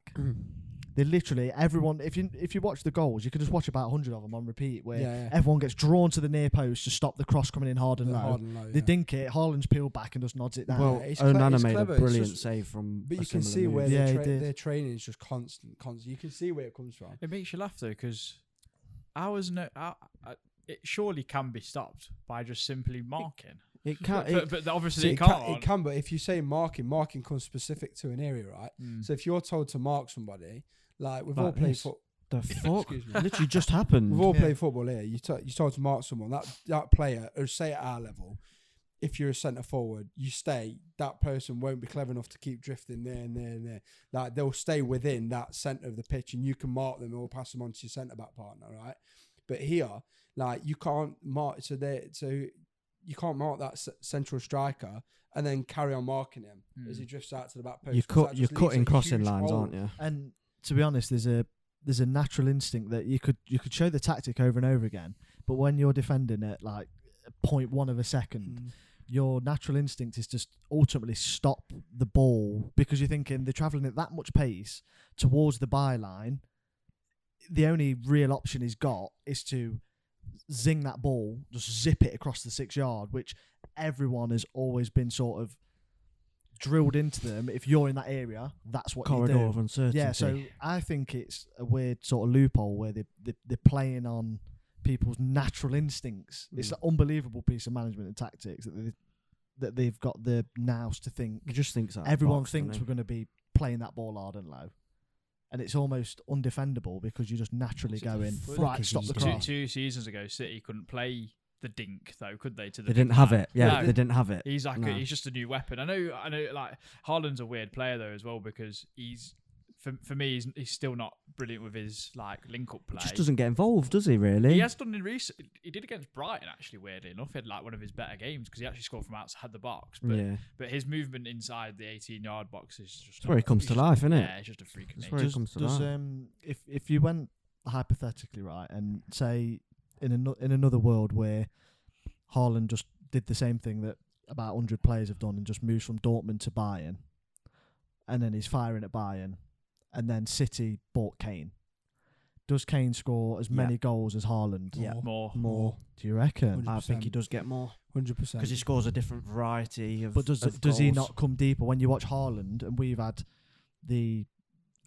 [SPEAKER 4] they literally everyone if you if you watch the goals you can just watch about 100 of them on repeat where
[SPEAKER 3] Yeah, yeah.
[SPEAKER 4] everyone gets drawn to the near post to stop the cross coming in hard and
[SPEAKER 3] The
[SPEAKER 4] low
[SPEAKER 3] hard and low,
[SPEAKER 4] they
[SPEAKER 3] yeah.
[SPEAKER 4] dink it. Haaland's peeled back and just nods it down.
[SPEAKER 3] Well,
[SPEAKER 2] Well,
[SPEAKER 3] it's cle-
[SPEAKER 2] Onana
[SPEAKER 3] it's
[SPEAKER 2] made
[SPEAKER 3] clever,
[SPEAKER 2] a
[SPEAKER 3] it's
[SPEAKER 2] brilliant
[SPEAKER 3] just-
[SPEAKER 2] save from.
[SPEAKER 3] But
[SPEAKER 2] a
[SPEAKER 3] you can
[SPEAKER 2] similar
[SPEAKER 3] see
[SPEAKER 2] move.
[SPEAKER 3] where
[SPEAKER 4] Yeah,
[SPEAKER 3] their,
[SPEAKER 4] he
[SPEAKER 3] tra-
[SPEAKER 4] did.
[SPEAKER 3] their training is just constant, constant. You can see where it comes from.
[SPEAKER 1] It makes you laugh though, because ours no, uh, uh, it surely can be stopped by just simply marking.
[SPEAKER 2] it can.
[SPEAKER 1] but,
[SPEAKER 2] It,
[SPEAKER 1] but
[SPEAKER 3] So
[SPEAKER 1] obviously
[SPEAKER 3] it,
[SPEAKER 1] it
[SPEAKER 3] can,
[SPEAKER 1] can't.
[SPEAKER 3] it can, but if you say marking, marking comes specific to an area, right?
[SPEAKER 1] Mm.
[SPEAKER 3] So if you're told to mark somebody, like we've all
[SPEAKER 2] Hmm. Like
[SPEAKER 3] played
[SPEAKER 2] this.
[SPEAKER 3] football,
[SPEAKER 2] the fuck
[SPEAKER 3] excuse me,
[SPEAKER 2] literally just
[SPEAKER 3] we've
[SPEAKER 2] happened.
[SPEAKER 3] all
[SPEAKER 4] Yeah.
[SPEAKER 3] played football here. You t- you're told to mark someone. That that player, or say at our level, if you're a centre forward, you stay. That person won't be clever enough to keep drifting there and there and there. Like they'll stay within that centre of the pitch, and you can mark them or pass them on to your centre back partner, right? But here, like you can't mark. So they so you can't mark that s- central striker and then carry on marking him as he drifts out to the back post.
[SPEAKER 2] You
[SPEAKER 3] 'cause that
[SPEAKER 2] cut. Hmm. You're
[SPEAKER 3] just leaves
[SPEAKER 2] cutting
[SPEAKER 3] a
[SPEAKER 2] crossing
[SPEAKER 3] huge
[SPEAKER 2] lines,
[SPEAKER 3] hole.
[SPEAKER 2] aren't you?
[SPEAKER 4] and to be honest, there's a there's a natural instinct that you could you could show the tactic over and over again, but when you're defending at like 0.1 of a second,
[SPEAKER 3] Mm.
[SPEAKER 4] your natural instinct is just ultimately stop the ball because you're thinking they're travelling at that much pace towards the byline. The only real option he's got is to zing that ball, just zip it across the six yard, which everyone has always been sort of drilled into them. If you're in that area, that's what you
[SPEAKER 2] Corridor
[SPEAKER 4] do.
[SPEAKER 2] of uncertainty.
[SPEAKER 4] Yeah, so I think it's a weird sort of loophole where they, they they're playing on people's natural instincts. It's
[SPEAKER 3] Mm.
[SPEAKER 2] Hmm.
[SPEAKER 4] an unbelievable piece of management and tactics that they, that they've got the nous to think.
[SPEAKER 2] he just thinks that
[SPEAKER 4] Everyone thinks we're going to be playing that ball hard and low, and it's almost undefendable because you're just naturally
[SPEAKER 1] What the
[SPEAKER 4] going
[SPEAKER 1] fuck
[SPEAKER 4] right.
[SPEAKER 2] is
[SPEAKER 4] Stop
[SPEAKER 2] he
[SPEAKER 4] the
[SPEAKER 2] doing?
[SPEAKER 1] Two,
[SPEAKER 4] cross.
[SPEAKER 1] two seasons ago, City couldn't play the dink though, could they? To the
[SPEAKER 2] They didn't
[SPEAKER 1] big
[SPEAKER 2] have
[SPEAKER 1] man?
[SPEAKER 2] it. Yeah,
[SPEAKER 1] No.
[SPEAKER 2] they didn't have it.
[SPEAKER 1] He's like a,
[SPEAKER 2] No.
[SPEAKER 1] he's just a new weapon. I know. I know. Like Haaland's a weird player though as well because he's for for me, he's, he's still not brilliant with his like link up play.
[SPEAKER 2] Just doesn't get involved, does he? Really?
[SPEAKER 1] He has done in recent. He did against Brighton actually. Weirdly enough, he had like one of his better games because he actually scored from outside the box. But
[SPEAKER 2] yeah.
[SPEAKER 1] but his movement inside the 18 yard box is just
[SPEAKER 2] It's where he comes
[SPEAKER 1] he's
[SPEAKER 2] to
[SPEAKER 1] just-
[SPEAKER 2] life, isn't it?
[SPEAKER 1] Yeah, it's just a freak of
[SPEAKER 2] That's
[SPEAKER 1] nature.
[SPEAKER 2] where it
[SPEAKER 4] does,
[SPEAKER 2] comes to
[SPEAKER 4] does,
[SPEAKER 2] life.
[SPEAKER 4] um, if if you went hypothetically right and say in ano- in another world where Haaland just did the same thing that about hundred players have done and just moves from Dortmund to Bayern, and then he's firing at Bayern, and then City bought Kane. Does Kane score as
[SPEAKER 2] Yeah.
[SPEAKER 4] many goals as Haaland?
[SPEAKER 2] Yeah.
[SPEAKER 1] More.
[SPEAKER 2] More.
[SPEAKER 4] Do you reckon?
[SPEAKER 2] I think he
[SPEAKER 3] 100%.
[SPEAKER 2] does get more
[SPEAKER 3] hundred
[SPEAKER 2] because he
[SPEAKER 3] percent.
[SPEAKER 2] scores a different variety of.
[SPEAKER 4] But does
[SPEAKER 2] of
[SPEAKER 4] does he
[SPEAKER 2] goals.
[SPEAKER 4] not come deeper when you watch Haaland and we've had the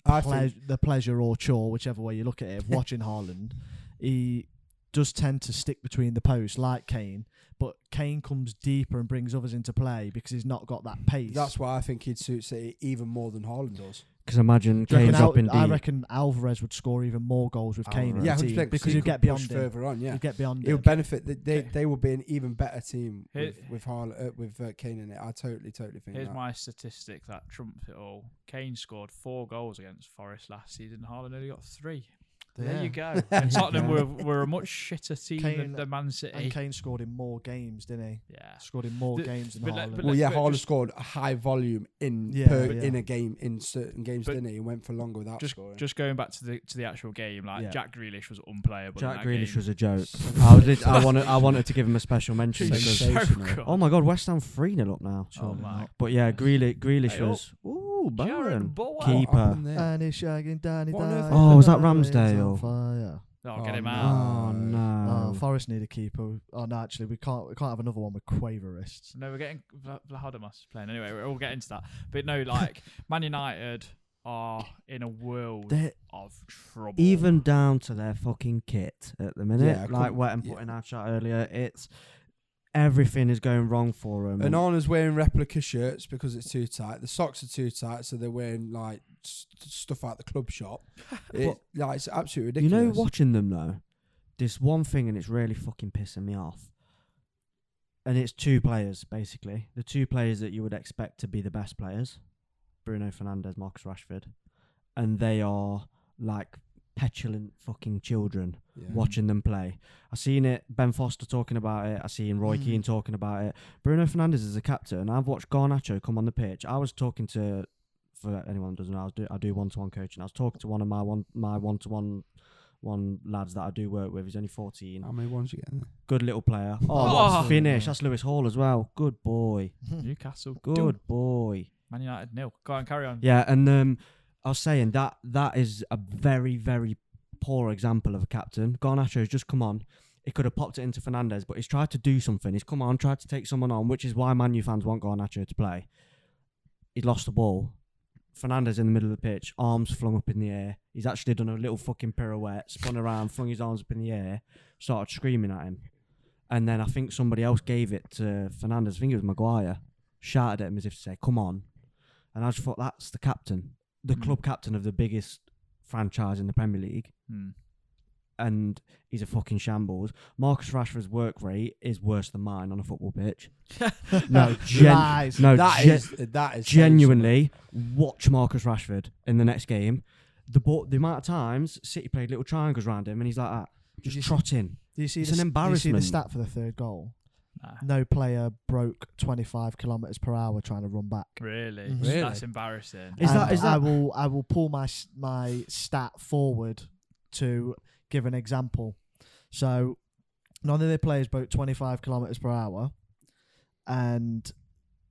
[SPEAKER 3] I
[SPEAKER 4] pleas-
[SPEAKER 3] think
[SPEAKER 4] the pleasure or chore, whichever way you look
[SPEAKER 3] [LAUGHS]
[SPEAKER 4] at it, watching Haaland, he does tend to stick between the posts like Kane, but Kane comes deeper and brings others into play because he's not got that pace.
[SPEAKER 3] that's why I think he'd suit City even more than Haaland does.
[SPEAKER 2] Because imagine
[SPEAKER 4] Do you reckon
[SPEAKER 2] Kane's
[SPEAKER 4] Al-
[SPEAKER 2] up in deep.
[SPEAKER 4] I reckon Alvarez would score even more goals with Kane. in
[SPEAKER 2] Alvarez.
[SPEAKER 4] the
[SPEAKER 3] Yeah,
[SPEAKER 4] team
[SPEAKER 3] 100%
[SPEAKER 4] because
[SPEAKER 3] he
[SPEAKER 4] you
[SPEAKER 3] could
[SPEAKER 4] get
[SPEAKER 3] push
[SPEAKER 4] beyond him.
[SPEAKER 3] further on. Yeah,
[SPEAKER 4] You get beyond
[SPEAKER 3] it
[SPEAKER 4] him.
[SPEAKER 3] would benefit. They they,
[SPEAKER 1] Okay.
[SPEAKER 3] they will be an even better team
[SPEAKER 1] Here-
[SPEAKER 3] with with Harl- uh, with uh, Kane in it. I totally totally think
[SPEAKER 1] Here's
[SPEAKER 3] that.
[SPEAKER 1] my statistic that trumps it all. Kane scored four goals against Forest last season. Haaland only got three. There you go. And Tottenham were, were a much shitter team
[SPEAKER 4] Kane
[SPEAKER 1] than the Man City.
[SPEAKER 4] And Kane scored in more games, didn't he?
[SPEAKER 1] Yeah.
[SPEAKER 4] Scored in more
[SPEAKER 1] Ah. The-
[SPEAKER 4] games than
[SPEAKER 1] but let-
[SPEAKER 4] Haaland.
[SPEAKER 1] but
[SPEAKER 3] well,
[SPEAKER 1] let-
[SPEAKER 3] yeah,
[SPEAKER 1] but
[SPEAKER 3] Haaland
[SPEAKER 1] just-
[SPEAKER 3] scored a high volume in
[SPEAKER 4] Yeah,
[SPEAKER 3] per,
[SPEAKER 4] but-
[SPEAKER 3] in a game in certain games,
[SPEAKER 1] But
[SPEAKER 3] didn't he? He went for longer without
[SPEAKER 1] Just
[SPEAKER 3] scoring.
[SPEAKER 1] just going back to the to the actual game, like
[SPEAKER 4] Yeah.
[SPEAKER 1] Jack Grealish was unplayable. in
[SPEAKER 2] Jack
[SPEAKER 1] that
[SPEAKER 2] Grealish
[SPEAKER 1] game. [LAUGHS]
[SPEAKER 2] was a joke. [LAUGHS] I did. I wanted. I wanted to give him a special mention
[SPEAKER 1] He's
[SPEAKER 2] because.
[SPEAKER 1] so
[SPEAKER 3] sensational.
[SPEAKER 1] good.
[SPEAKER 2] Oh my God, West Ham three 0 up now.
[SPEAKER 1] Oh
[SPEAKER 4] Surely
[SPEAKER 1] my.
[SPEAKER 4] not.
[SPEAKER 2] But yeah, Grealish, Grealish
[SPEAKER 1] Hey, oh.
[SPEAKER 2] was. Ooh,
[SPEAKER 1] Jared
[SPEAKER 2] Baron.
[SPEAKER 1] Bowen.
[SPEAKER 2] Keep-
[SPEAKER 3] What
[SPEAKER 2] keeper.
[SPEAKER 3] happened there?
[SPEAKER 4] And he's shagging Danny
[SPEAKER 3] Oh, What on
[SPEAKER 4] Danny
[SPEAKER 3] earth
[SPEAKER 2] Oh, was that
[SPEAKER 4] Danny, he's on
[SPEAKER 2] Ramsdale?
[SPEAKER 4] fire.
[SPEAKER 1] Oh,
[SPEAKER 4] Oh,
[SPEAKER 1] get him
[SPEAKER 4] no.
[SPEAKER 1] out.
[SPEAKER 2] Oh no.
[SPEAKER 4] Oh, Forest need a keeper. Oh no, actually we can't we can't have another one with Quaverists.
[SPEAKER 1] So no, we're getting Vla- Vlahodamas playing anyway. We're all getting to that, but no, like [LAUGHS] Man United are in a world
[SPEAKER 2] They're
[SPEAKER 1] of trouble.
[SPEAKER 2] even down to their fucking kit at the minute.
[SPEAKER 3] Yeah, I
[SPEAKER 2] like
[SPEAKER 3] couldn't-
[SPEAKER 2] what I'm
[SPEAKER 3] yeah.
[SPEAKER 2] putting our chat earlier, it's everything is going wrong for them.
[SPEAKER 3] And Arna's wearing replica shirts because it's too tight. The socks are too tight, so they're wearing like st- stuff out the club shop.
[SPEAKER 4] [LAUGHS]
[SPEAKER 3] It, like it's absolutely
[SPEAKER 2] you
[SPEAKER 3] ridiculous.
[SPEAKER 2] know, watching them though, this one thing, and it's really fucking pissing me off. And it's two players basically, the two players that you would expect to be the best players, Bruno Fernandez, Marcus Rashford, and they are like petulant fucking children.
[SPEAKER 3] Yeah.
[SPEAKER 2] watching them play. I seen it. Ben Foster talking about it. I seen Roy
[SPEAKER 4] Mm.
[SPEAKER 2] Keane talking about it. Bruno Fernandez is a captain. I've watched Garnacho come on the pitch. I was talking to, for anyone who doesn't know, I do I do one to one coaching. I was talking to one of my one my one to one one lads that I do work with. He's only fourteen.
[SPEAKER 3] How many ones you getting?
[SPEAKER 2] Good little player. Oh,
[SPEAKER 1] Oh.
[SPEAKER 2] what a finish! That's Lewis Hall as well. Good boy.
[SPEAKER 4] [LAUGHS]
[SPEAKER 1] Newcastle.
[SPEAKER 2] Good boy.
[SPEAKER 1] Man United nil. Go on, carry on.
[SPEAKER 2] Yeah, and um, I was saying that that is a very very poor example of a captain. Garnacho has just come on. He could have popped it into Fernandez, but he's tried to do something. He's come on, tried to take someone on, which is why Man U fans want Garnacho to play. He lost the ball. Fernandez in the middle of the pitch, arms flung up in the air. He's actually done a little fucking pirouette, spun around, flung his arms up in the air, started screaming at him. And then I think somebody else gave it to Fernandez. I think it was Maguire. Shouted at him as if to say, come on. And I just thought, that's the captain, the
[SPEAKER 1] Mm.
[SPEAKER 2] club captain of the biggest franchise in the Premier League.
[SPEAKER 1] Hmm.
[SPEAKER 2] And he's a fucking shambles. Marcus Rashford's work rate is worse than mine on a football pitch. no, gen-
[SPEAKER 4] Lies.
[SPEAKER 2] no,
[SPEAKER 3] That
[SPEAKER 2] gen-
[SPEAKER 3] is that is
[SPEAKER 2] genuinely watch Marcus Rashford in the next game. The ball, the amount of times City played little triangles around him, and he's like that, just
[SPEAKER 4] you see-
[SPEAKER 2] trotting.
[SPEAKER 4] Do you see
[SPEAKER 2] It's
[SPEAKER 4] the,
[SPEAKER 2] an
[SPEAKER 4] s- Do you see the
[SPEAKER 2] embarrassment.
[SPEAKER 4] stat for the third goal?
[SPEAKER 1] Nah.
[SPEAKER 4] No player broke 25 kilometers per hour trying to run back.
[SPEAKER 1] Really?
[SPEAKER 4] Mhm.
[SPEAKER 3] Really?
[SPEAKER 1] That's embarrassing.
[SPEAKER 2] Is that-
[SPEAKER 4] And
[SPEAKER 2] is
[SPEAKER 4] I
[SPEAKER 2] that-
[SPEAKER 4] will I will pull my s- my stat forward to give an example. So none of their players broke 25 kilometers per hour, and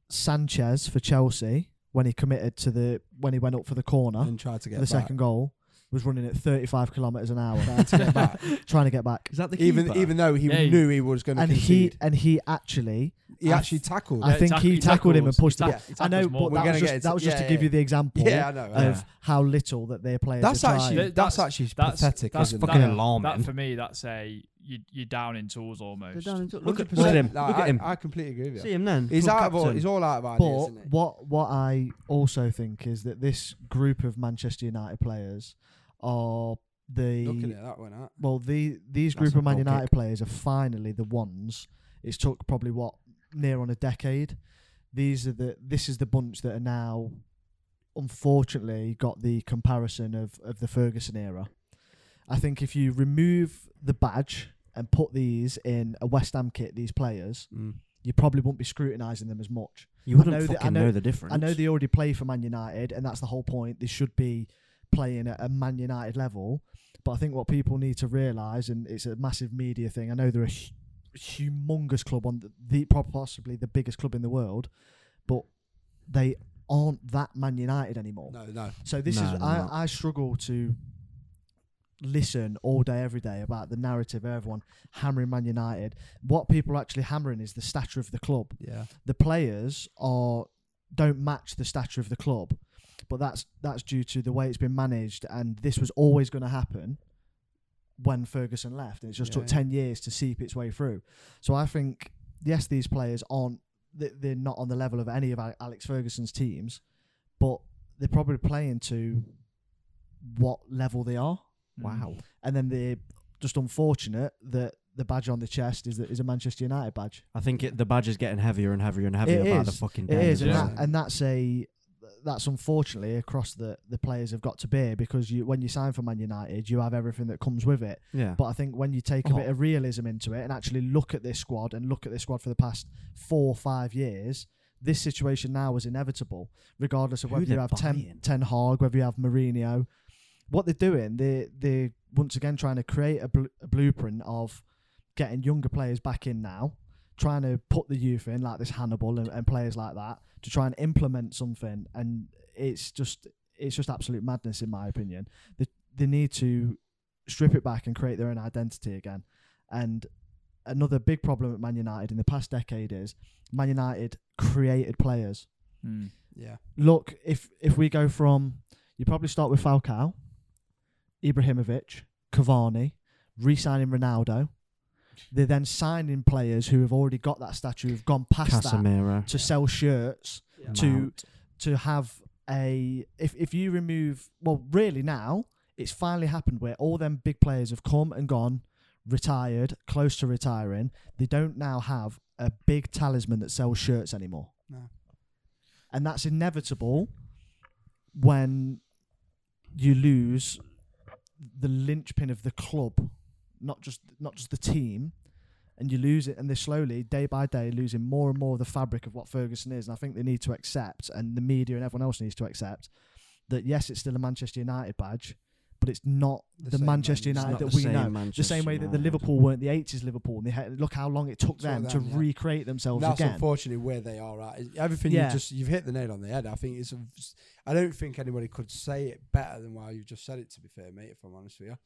[SPEAKER 4] Sanchez for Chelsea when he committed to the when he went up for the corner
[SPEAKER 3] and tried to
[SPEAKER 4] for
[SPEAKER 3] get
[SPEAKER 4] the
[SPEAKER 3] back.
[SPEAKER 4] second goal was running at 35 kilometers an hour
[SPEAKER 3] Tried
[SPEAKER 2] [LAUGHS]
[SPEAKER 3] to
[SPEAKER 4] [LAUGHS]
[SPEAKER 3] get back.
[SPEAKER 4] trying [LAUGHS] to get back.
[SPEAKER 2] Is that the
[SPEAKER 3] even even though he
[SPEAKER 1] Yeah, he-
[SPEAKER 3] knew he was going to
[SPEAKER 4] And he
[SPEAKER 3] concede,
[SPEAKER 4] and he actually
[SPEAKER 3] he,
[SPEAKER 4] I-
[SPEAKER 3] actually tackled.
[SPEAKER 4] I
[SPEAKER 1] Yeah,
[SPEAKER 4] think
[SPEAKER 1] tack-
[SPEAKER 4] he tackled him and pushed
[SPEAKER 1] he
[SPEAKER 4] the
[SPEAKER 1] tack- he
[SPEAKER 4] I know,
[SPEAKER 1] tackles more
[SPEAKER 4] but
[SPEAKER 3] We're
[SPEAKER 1] than-
[SPEAKER 4] that
[SPEAKER 3] gonna get
[SPEAKER 4] was, just,
[SPEAKER 3] into-
[SPEAKER 4] that was just
[SPEAKER 3] yeah,
[SPEAKER 4] to give
[SPEAKER 3] yeah.
[SPEAKER 4] you the example
[SPEAKER 3] yeah, I know. I know.
[SPEAKER 4] of how little that their players
[SPEAKER 3] That's
[SPEAKER 4] are
[SPEAKER 3] actually
[SPEAKER 4] trying.
[SPEAKER 1] Th-
[SPEAKER 3] that's,
[SPEAKER 1] that's-
[SPEAKER 3] actually
[SPEAKER 1] that's-
[SPEAKER 3] pathetic,
[SPEAKER 1] that's
[SPEAKER 3] isn't
[SPEAKER 2] fucking
[SPEAKER 3] it?
[SPEAKER 1] that-
[SPEAKER 2] alarming.
[SPEAKER 1] That for me, that's a you you're down in tools almost.
[SPEAKER 2] look, at,
[SPEAKER 3] 100%.
[SPEAKER 2] look at him.
[SPEAKER 3] Like,
[SPEAKER 2] Look at him.
[SPEAKER 3] I, I completely agree with you.
[SPEAKER 2] See him then.
[SPEAKER 3] He's
[SPEAKER 2] Club
[SPEAKER 3] out of all,
[SPEAKER 2] captain.
[SPEAKER 3] he's all out of ideas,
[SPEAKER 4] But
[SPEAKER 3] isn't he?
[SPEAKER 4] what what I also think is that this group of Manchester United players are
[SPEAKER 3] Looking
[SPEAKER 4] the
[SPEAKER 3] at that one, huh?
[SPEAKER 4] well the these
[SPEAKER 2] That's
[SPEAKER 4] group
[SPEAKER 2] a
[SPEAKER 4] of Man
[SPEAKER 2] goal
[SPEAKER 4] United
[SPEAKER 2] kick.
[SPEAKER 4] players are finally the ones. It's took probably what near on a decade. These are the this is the bunch that are now unfortunately got the comparison of, of the Ferguson era. I think if you remove the badge and put these in a West Ham kit, these players,
[SPEAKER 2] Mm.
[SPEAKER 4] you probably won't be scrutinising them as much.
[SPEAKER 2] You wouldn't
[SPEAKER 4] know the- I
[SPEAKER 2] fucking know,
[SPEAKER 4] know-
[SPEAKER 2] the difference.
[SPEAKER 4] I know they already play for Man United, and that's the whole point. They should be playing at a Man United level. But I think what people need to realise, and it's a massive media thing. I know they're a hu- humongous club on the, the prob- possibly the biggest club in the world, but they aren't that Man United anymore.
[SPEAKER 3] No, no.
[SPEAKER 4] So this
[SPEAKER 2] No,
[SPEAKER 4] is
[SPEAKER 2] they're
[SPEAKER 4] I,
[SPEAKER 2] not.
[SPEAKER 4] I struggle to listen all day every day about the narrative of everyone hammering Man United. What people are actually hammering is the stature of the club
[SPEAKER 3] Yeah.
[SPEAKER 4] the players are don't match the stature of the club, but that's that's due to the way it's been managed, and this was always going to happen when Ferguson left, and it just
[SPEAKER 3] Yeah,
[SPEAKER 4] took
[SPEAKER 3] yeah.
[SPEAKER 4] ten years to seep its way through. So I think yes, these players aren't th- they're not on the level of any of Ale- Alex Ferguson's teams, but they're probably playing to what level they are
[SPEAKER 1] Mm.
[SPEAKER 2] Wow.
[SPEAKER 4] and then they're just unfortunate that the badge on the chest is, the, is a Manchester United badge.
[SPEAKER 2] I think it, the badge is getting heavier and heavier and heavier
[SPEAKER 4] It
[SPEAKER 2] by the
[SPEAKER 4] is.
[SPEAKER 2] fucking
[SPEAKER 4] It
[SPEAKER 2] day.
[SPEAKER 4] is,
[SPEAKER 2] as
[SPEAKER 4] and,
[SPEAKER 2] well.
[SPEAKER 4] that, and that's a that's unfortunately across the the players have got to bear because you when you sign for Man United, you have everything that comes with it.
[SPEAKER 2] Yeah.
[SPEAKER 4] But I think when you take a bit
[SPEAKER 2] Oh.
[SPEAKER 4] of realism into it and actually look at this squad and look at this squad for the past four or five years, this situation now is inevitable, regardless of
[SPEAKER 2] Who
[SPEAKER 4] whether you
[SPEAKER 2] they're
[SPEAKER 4] have ten,
[SPEAKER 2] buying.
[SPEAKER 4] ten Hag, whether you have Mourinho. What they're doing, they they're once again trying to create a, bl- a blueprint of getting younger players back in now, trying to put the youth in, like this Hannibal and, and players like that, to try and implement something. And it's just it's just absolute madness, in my opinion. They, they need to strip it back and create their own identity again. And another big problem at Man United in the past decade is Man United created players.
[SPEAKER 1] Mm.
[SPEAKER 3] Yeah.
[SPEAKER 4] Look, if if we go from you probably start with Falcao, Ibrahimovic, Cavani, re-signing Ronaldo. They're then signing players who have already got that statue, who've gone past
[SPEAKER 2] Casemiro.
[SPEAKER 4] that to sell shirts to
[SPEAKER 2] Mount.
[SPEAKER 4] to have a if if you remove well really now it's finally happened where all them big players have come and gone retired close to retiring they don't now have a big talisman that sells shirts anymore
[SPEAKER 3] No.
[SPEAKER 4] and that's inevitable when you lose the linchpin of the club not just not just the team and you lose it and they're slowly day by day losing more and more of the fabric of what Ferguson is and I think they need to accept and the media and everyone else needs to accept that yes it's still a Manchester United badge but it's not
[SPEAKER 3] The
[SPEAKER 4] the,
[SPEAKER 3] same
[SPEAKER 4] Manchester
[SPEAKER 3] Man- it's
[SPEAKER 4] United
[SPEAKER 2] It's not
[SPEAKER 4] that
[SPEAKER 2] the
[SPEAKER 4] we
[SPEAKER 2] same
[SPEAKER 4] know
[SPEAKER 2] Manchester
[SPEAKER 4] the same way that the
[SPEAKER 2] United.
[SPEAKER 4] Liverpool weren't the 80s Liverpool and they had, look how long it took
[SPEAKER 3] Took
[SPEAKER 4] them to
[SPEAKER 3] them, yeah.
[SPEAKER 4] recreate themselves
[SPEAKER 3] That's
[SPEAKER 4] again
[SPEAKER 3] unfortunately where they are at. It's- Everything
[SPEAKER 4] Yeah.
[SPEAKER 3] you just you've hit the nail on the head. I think it's. a- I don't think anybody could say it better than how you've just said it. To be fair, mate, if I'm honest with you,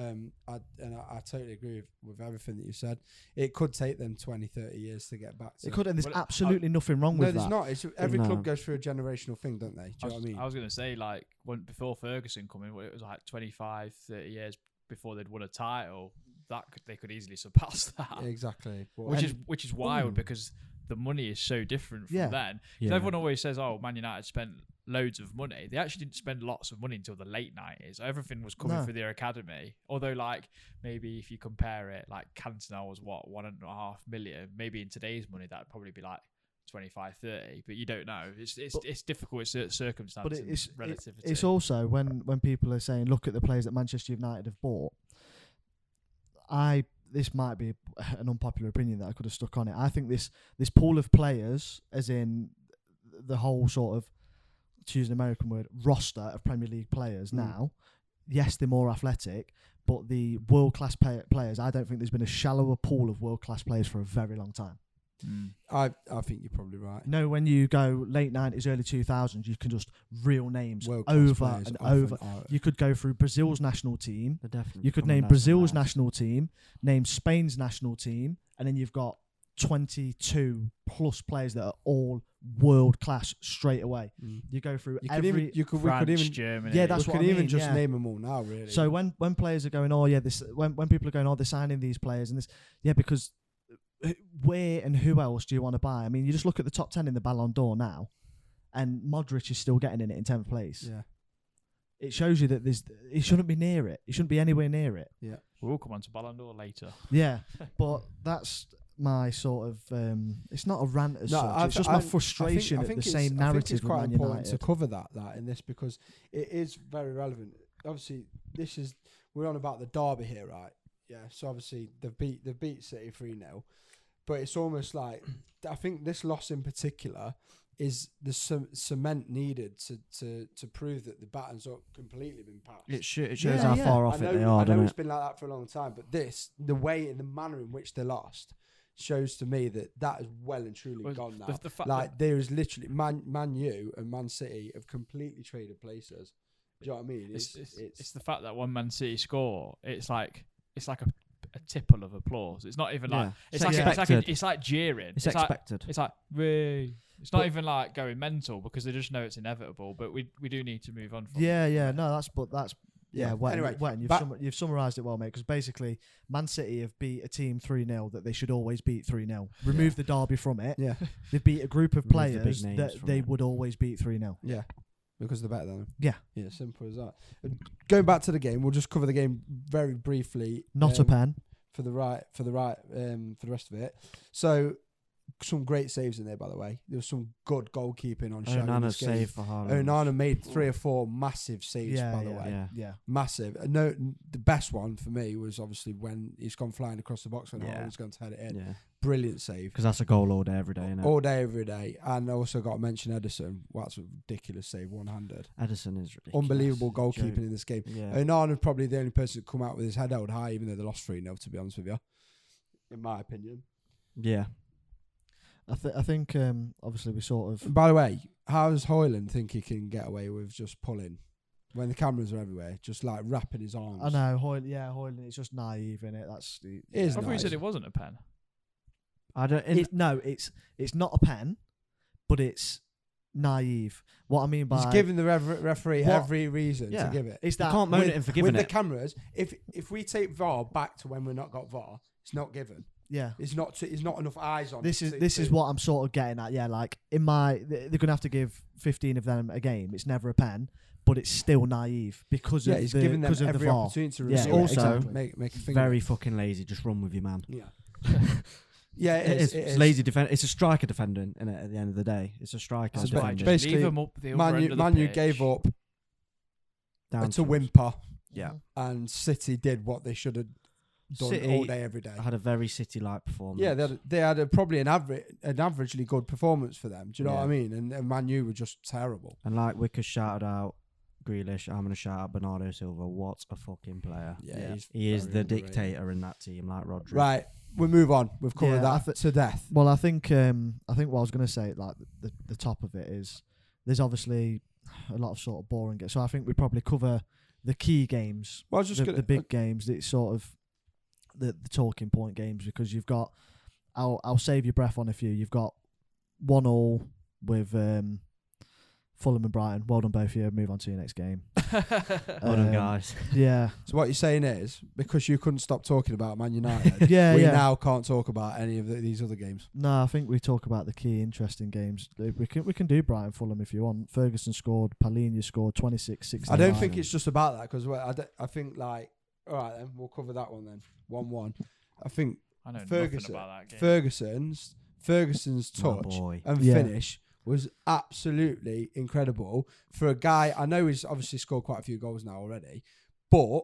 [SPEAKER 3] um, I and I, I totally agree with, with everything that you said. It could take them 20, 30 years to get back to.
[SPEAKER 4] it could and there's
[SPEAKER 1] Well, I-
[SPEAKER 4] absolutely nothing wrong
[SPEAKER 3] No,
[SPEAKER 4] with
[SPEAKER 3] there's
[SPEAKER 4] that um,
[SPEAKER 3] not. It's every
[SPEAKER 2] No.
[SPEAKER 3] club goes through a generational thing, don't they?
[SPEAKER 1] I
[SPEAKER 3] Do you
[SPEAKER 1] was,
[SPEAKER 3] know what I mean?
[SPEAKER 1] I was gonna say like when before Ferguson coming, it was like 25, 30 years before they'd won a title. That could, they could easily [LAUGHS] surpass that,
[SPEAKER 3] Yeah, exactly. But-
[SPEAKER 1] which
[SPEAKER 3] and-
[SPEAKER 1] is which is wild because the money is so different from
[SPEAKER 4] Yeah.
[SPEAKER 1] then. 'Cause
[SPEAKER 2] Yeah.
[SPEAKER 1] everyone always says, "Oh, Man United spent loads of money." They actually didn't spend lots of money until the late nineties. Everything was coming
[SPEAKER 4] No.
[SPEAKER 1] through their academy. Although, like maybe if you compare it, like Cantona was what one and a half million. Maybe in today's money, that'd probably be like. 25 30 but you don't know it's it's,
[SPEAKER 4] But-
[SPEAKER 1] it's difficult it's cir- circumstances
[SPEAKER 4] but it-
[SPEAKER 1] and
[SPEAKER 4] it's it-
[SPEAKER 1] relativity
[SPEAKER 4] it's also when when people are saying look at the players that Manchester United have bought. I this might be an unpopular opinion that I could have stuck on it. I think this this pool of players, as in the whole sort of to use an American word roster of Premier League players
[SPEAKER 3] Mm.
[SPEAKER 4] now. Yes, they're more athletic, but the world class play- players. I don't think there's been a shallower pool of world class players for a very long time.
[SPEAKER 1] Mm.
[SPEAKER 3] I I think you're probably right.
[SPEAKER 4] No, when you go late nineties, early two thousands, you can just real names
[SPEAKER 3] World-class
[SPEAKER 4] over
[SPEAKER 3] players
[SPEAKER 4] and
[SPEAKER 3] often
[SPEAKER 4] over.
[SPEAKER 3] are-
[SPEAKER 4] You could go through Brazil's national team.
[SPEAKER 2] They're definitely
[SPEAKER 4] You could
[SPEAKER 2] becoming
[SPEAKER 4] name
[SPEAKER 2] less and
[SPEAKER 4] Brazil's
[SPEAKER 2] less.
[SPEAKER 4] national team, name Spain's national team, and then you've got 22 plus players that are all world class straight away.
[SPEAKER 3] Mm.
[SPEAKER 4] You go through
[SPEAKER 3] You could
[SPEAKER 4] every.
[SPEAKER 3] even you could
[SPEAKER 1] France,
[SPEAKER 3] we could even
[SPEAKER 1] Germany
[SPEAKER 4] Yeah, that's
[SPEAKER 3] we
[SPEAKER 4] what
[SPEAKER 3] could
[SPEAKER 4] I
[SPEAKER 3] even
[SPEAKER 4] mean,
[SPEAKER 3] just
[SPEAKER 4] yeah.
[SPEAKER 3] name them all now, really.
[SPEAKER 4] so when when players are going, oh yeah, this when when people are going, oh they're signing these players and this, yeah, because uh, where and who else do you want to buy? I mean, you just look at the top ten in the Ballon d'Or now, and Modric is still getting in it in tenth place.
[SPEAKER 3] yeah,
[SPEAKER 4] It shows you that there's it shouldn't be near it. It shouldn't be anywhere near it.
[SPEAKER 3] [LAUGHS]
[SPEAKER 1] we'll come on to Ballon d'Or later
[SPEAKER 4] Yeah, but that's my sort of um, it's not a rant as such.
[SPEAKER 3] I
[SPEAKER 4] it's
[SPEAKER 3] th-
[SPEAKER 4] just my
[SPEAKER 3] I- I think-
[SPEAKER 4] frustration
[SPEAKER 3] I
[SPEAKER 4] at
[SPEAKER 3] think
[SPEAKER 4] the
[SPEAKER 3] it's-
[SPEAKER 4] same
[SPEAKER 3] I think
[SPEAKER 4] narrative
[SPEAKER 3] it's quite
[SPEAKER 4] with Man
[SPEAKER 3] important
[SPEAKER 4] United.
[SPEAKER 3] to cover that that in this because it is very relevant. Obviously, this is we're on about the derby here, right? Yeah. So obviously they've beat they've beat City three 0 but it's almost like [CLEARS THROAT] I think this loss in particular is the ce- cement needed to to to prove that the baton's up completely been passed.
[SPEAKER 2] It, sho- it shows
[SPEAKER 4] Yeah,
[SPEAKER 2] how
[SPEAKER 4] yeah.
[SPEAKER 2] far off
[SPEAKER 3] I know,
[SPEAKER 2] it they are,
[SPEAKER 3] I know
[SPEAKER 2] doesn't
[SPEAKER 3] it's
[SPEAKER 2] it?
[SPEAKER 3] been like that for a long time, but this, the way and the manner in which they lost, shows to me that that is well and truly
[SPEAKER 1] Well,
[SPEAKER 3] gone now.
[SPEAKER 1] The, the fact
[SPEAKER 3] like there is literally Man, Man U and Man City have completely traded places. Do you know what I mean?
[SPEAKER 1] that it's, it's, it's the fact that one Man City score, it's like it's like a, a tipple of applause. It's not even like
[SPEAKER 2] Yeah.
[SPEAKER 1] it's, like a, it's like
[SPEAKER 2] expected.
[SPEAKER 1] a, it's like jeering.
[SPEAKER 2] It's
[SPEAKER 1] like
[SPEAKER 2] expected.
[SPEAKER 1] it's like "Whey." It's not
[SPEAKER 2] But-
[SPEAKER 1] even like going mental because they just know it's inevitable. But we we do need to move on from.
[SPEAKER 4] Yeah, yeah, no, that's but that's yeah.
[SPEAKER 3] Yeah,
[SPEAKER 4] Wet,
[SPEAKER 3] anyway,
[SPEAKER 4] wet, you've
[SPEAKER 3] back-
[SPEAKER 4] summa- you've summarised it well, mate. Because basically, Man City have beat a team three 0 that they should always beat three 0 Remove the derby from it. [LAUGHS]
[SPEAKER 3] yeah,
[SPEAKER 4] They beat a group of
[SPEAKER 2] Remove the big
[SPEAKER 4] players
[SPEAKER 2] names
[SPEAKER 4] that
[SPEAKER 2] from
[SPEAKER 4] they
[SPEAKER 2] it.
[SPEAKER 4] would always beat three 0
[SPEAKER 3] yeah, because they're better than them.
[SPEAKER 4] Yeah.
[SPEAKER 3] yeah, simple as that. And going back to the game, we'll just cover the game very briefly.
[SPEAKER 4] Not a
[SPEAKER 3] um,
[SPEAKER 4] pen.
[SPEAKER 3] for the right for the right um, for the rest of it. So some great saves in there, by the way. There was some good goalkeeping on show. in
[SPEAKER 2] Onana's
[SPEAKER 3] this game.
[SPEAKER 2] save for Haaland.
[SPEAKER 3] Onana made three or four massive saves,
[SPEAKER 4] Yeah,
[SPEAKER 3] by the
[SPEAKER 4] yeah,
[SPEAKER 3] way.
[SPEAKER 2] Yeah.
[SPEAKER 4] Yeah,
[SPEAKER 3] Massive. Uh, No, the best one for me was obviously when he's gone flying across the box when
[SPEAKER 2] Yeah.
[SPEAKER 3] Haaland's going to head it in.
[SPEAKER 2] Yeah.
[SPEAKER 3] Brilliant save.
[SPEAKER 2] Because that's a goal all day, every day, isn't it?
[SPEAKER 3] All day, every day. And I also got to mention Edison. Well, that's a ridiculous save, one handed.
[SPEAKER 2] Edison is ridiculous.
[SPEAKER 3] Unbelievable
[SPEAKER 2] It's a
[SPEAKER 3] goalkeeping
[SPEAKER 2] joke.
[SPEAKER 3] in this game.
[SPEAKER 2] Yeah.
[SPEAKER 3] Onana's probably the only person to come out with his head held high, even though they lost 3 0, to be honest with you, in my opinion.
[SPEAKER 2] Yeah.
[SPEAKER 4] I, th- I think um, obviously we sort of
[SPEAKER 3] And by the way, how does Hoyland think he can get away with just pulling when the cameras are everywhere, just like wrapping his arms?
[SPEAKER 4] I know Hoyle, yeah, Hoyle, it's just naive in it. That's the,
[SPEAKER 3] It is
[SPEAKER 1] I thought you
[SPEAKER 3] nice.
[SPEAKER 1] said it wasn't a pen.
[SPEAKER 2] I don't. In,
[SPEAKER 4] It, no, it's it's not a pen, but it's naive. What I mean by
[SPEAKER 3] He's giving the rev- referee
[SPEAKER 4] What?
[SPEAKER 3] every reason
[SPEAKER 2] Yeah.
[SPEAKER 3] to give it.
[SPEAKER 4] is
[SPEAKER 2] you
[SPEAKER 4] that
[SPEAKER 2] can't moan
[SPEAKER 3] with-
[SPEAKER 2] it and
[SPEAKER 3] With
[SPEAKER 2] forgive
[SPEAKER 3] the
[SPEAKER 2] it.
[SPEAKER 3] cameras, if if we take VAR back to when we're not got VAR, it's not given.
[SPEAKER 4] yeah.
[SPEAKER 3] It's not. To, it's not enough eyes on.
[SPEAKER 4] This
[SPEAKER 3] it
[SPEAKER 4] is
[SPEAKER 3] to-
[SPEAKER 4] this is
[SPEAKER 3] to-
[SPEAKER 4] what I'm sort of getting at. Yeah, like in my th- they're gonna have to give 15 of them a game. It's never a pen, but it's still naive because
[SPEAKER 3] Yeah,
[SPEAKER 4] of
[SPEAKER 3] he's
[SPEAKER 4] the
[SPEAKER 3] giving them
[SPEAKER 4] because of the
[SPEAKER 3] every
[SPEAKER 4] VAR.
[SPEAKER 3] opportunity to
[SPEAKER 4] Yeah,
[SPEAKER 3] review.
[SPEAKER 2] yeah,
[SPEAKER 3] it,
[SPEAKER 2] also-
[SPEAKER 3] exactly. make make a finger.
[SPEAKER 2] Very fucking lazy. Just run with your man.
[SPEAKER 3] Yeah.
[SPEAKER 4] [LAUGHS]
[SPEAKER 3] yeah,
[SPEAKER 2] It is. It's lazy defend. It's a striker defender, and at the end of the day, it's a striker.
[SPEAKER 3] It's a
[SPEAKER 1] That's why
[SPEAKER 3] bit-
[SPEAKER 2] defender.
[SPEAKER 1] just leave
[SPEAKER 3] basically,
[SPEAKER 1] 'em up the other
[SPEAKER 3] Man,
[SPEAKER 1] end
[SPEAKER 3] U,
[SPEAKER 1] of the
[SPEAKER 3] Man U
[SPEAKER 1] pitch. [LAUGHS]
[SPEAKER 3] gave up
[SPEAKER 2] Down
[SPEAKER 3] to
[SPEAKER 2] us.
[SPEAKER 3] whimper,
[SPEAKER 2] Yeah.
[SPEAKER 3] and City did what they should have done all
[SPEAKER 2] City
[SPEAKER 3] day, every day.
[SPEAKER 2] had a very city-like performance.
[SPEAKER 3] Yeah, they had, they had a, probably an average, an averagely good performance for them. Do you know what I
[SPEAKER 2] Yeah.
[SPEAKER 3] mean? And, and Man U were just terrible.
[SPEAKER 2] and like Wicker shouted out Grealish, I'm gonna shout out Bernardo Silva. What a fucking player!
[SPEAKER 3] Yeah, he's
[SPEAKER 2] he is
[SPEAKER 3] very
[SPEAKER 2] the
[SPEAKER 3] underrated.
[SPEAKER 2] dictator in that team, like Rodri.
[SPEAKER 3] Right, we move on. We've covered
[SPEAKER 4] Yeah, I
[SPEAKER 3] that to death.
[SPEAKER 4] Well, I think um, I think what I was gonna say, like the, the top of it is there's obviously a lot of sort of boring. ga- So I think we probably cover the key games
[SPEAKER 3] Well, I was just
[SPEAKER 4] the,
[SPEAKER 3] gonna,
[SPEAKER 4] the big games, it's sort of the, the talking point games because you've got. I'll I'll save your breath on a few. You've got one all with um, Fulham and Brighton. Well done both of you. Move on to your
[SPEAKER 3] [LAUGHS]
[SPEAKER 4] next game.
[SPEAKER 3] Uh,
[SPEAKER 2] Well done,
[SPEAKER 4] Um,
[SPEAKER 2] guys.
[SPEAKER 4] Yeah,
[SPEAKER 3] So what you're saying is because you couldn't stop talking about Man United,
[SPEAKER 4] yeah,
[SPEAKER 3] we
[SPEAKER 4] yeah.
[SPEAKER 3] now can't talk about any of the, these other games.
[SPEAKER 4] No, I think we talk about the key interesting games. Uh, We can we can do Brighton Fulham if you want. Ferguson scored. Palina scored 26
[SPEAKER 3] I
[SPEAKER 4] 69.
[SPEAKER 3] don't think it's just about that because I, don't- I think like all right then we'll cover that one then one one. I think
[SPEAKER 1] I know
[SPEAKER 3] Ferguson.
[SPEAKER 1] nothing about that game.
[SPEAKER 3] Ferguson's Ferguson's
[SPEAKER 2] My
[SPEAKER 3] touch Uh,
[SPEAKER 2] boy.
[SPEAKER 3] and
[SPEAKER 4] Yeah.
[SPEAKER 3] finish was absolutely incredible for a guy. I know he's obviously scored quite a few goals now already, but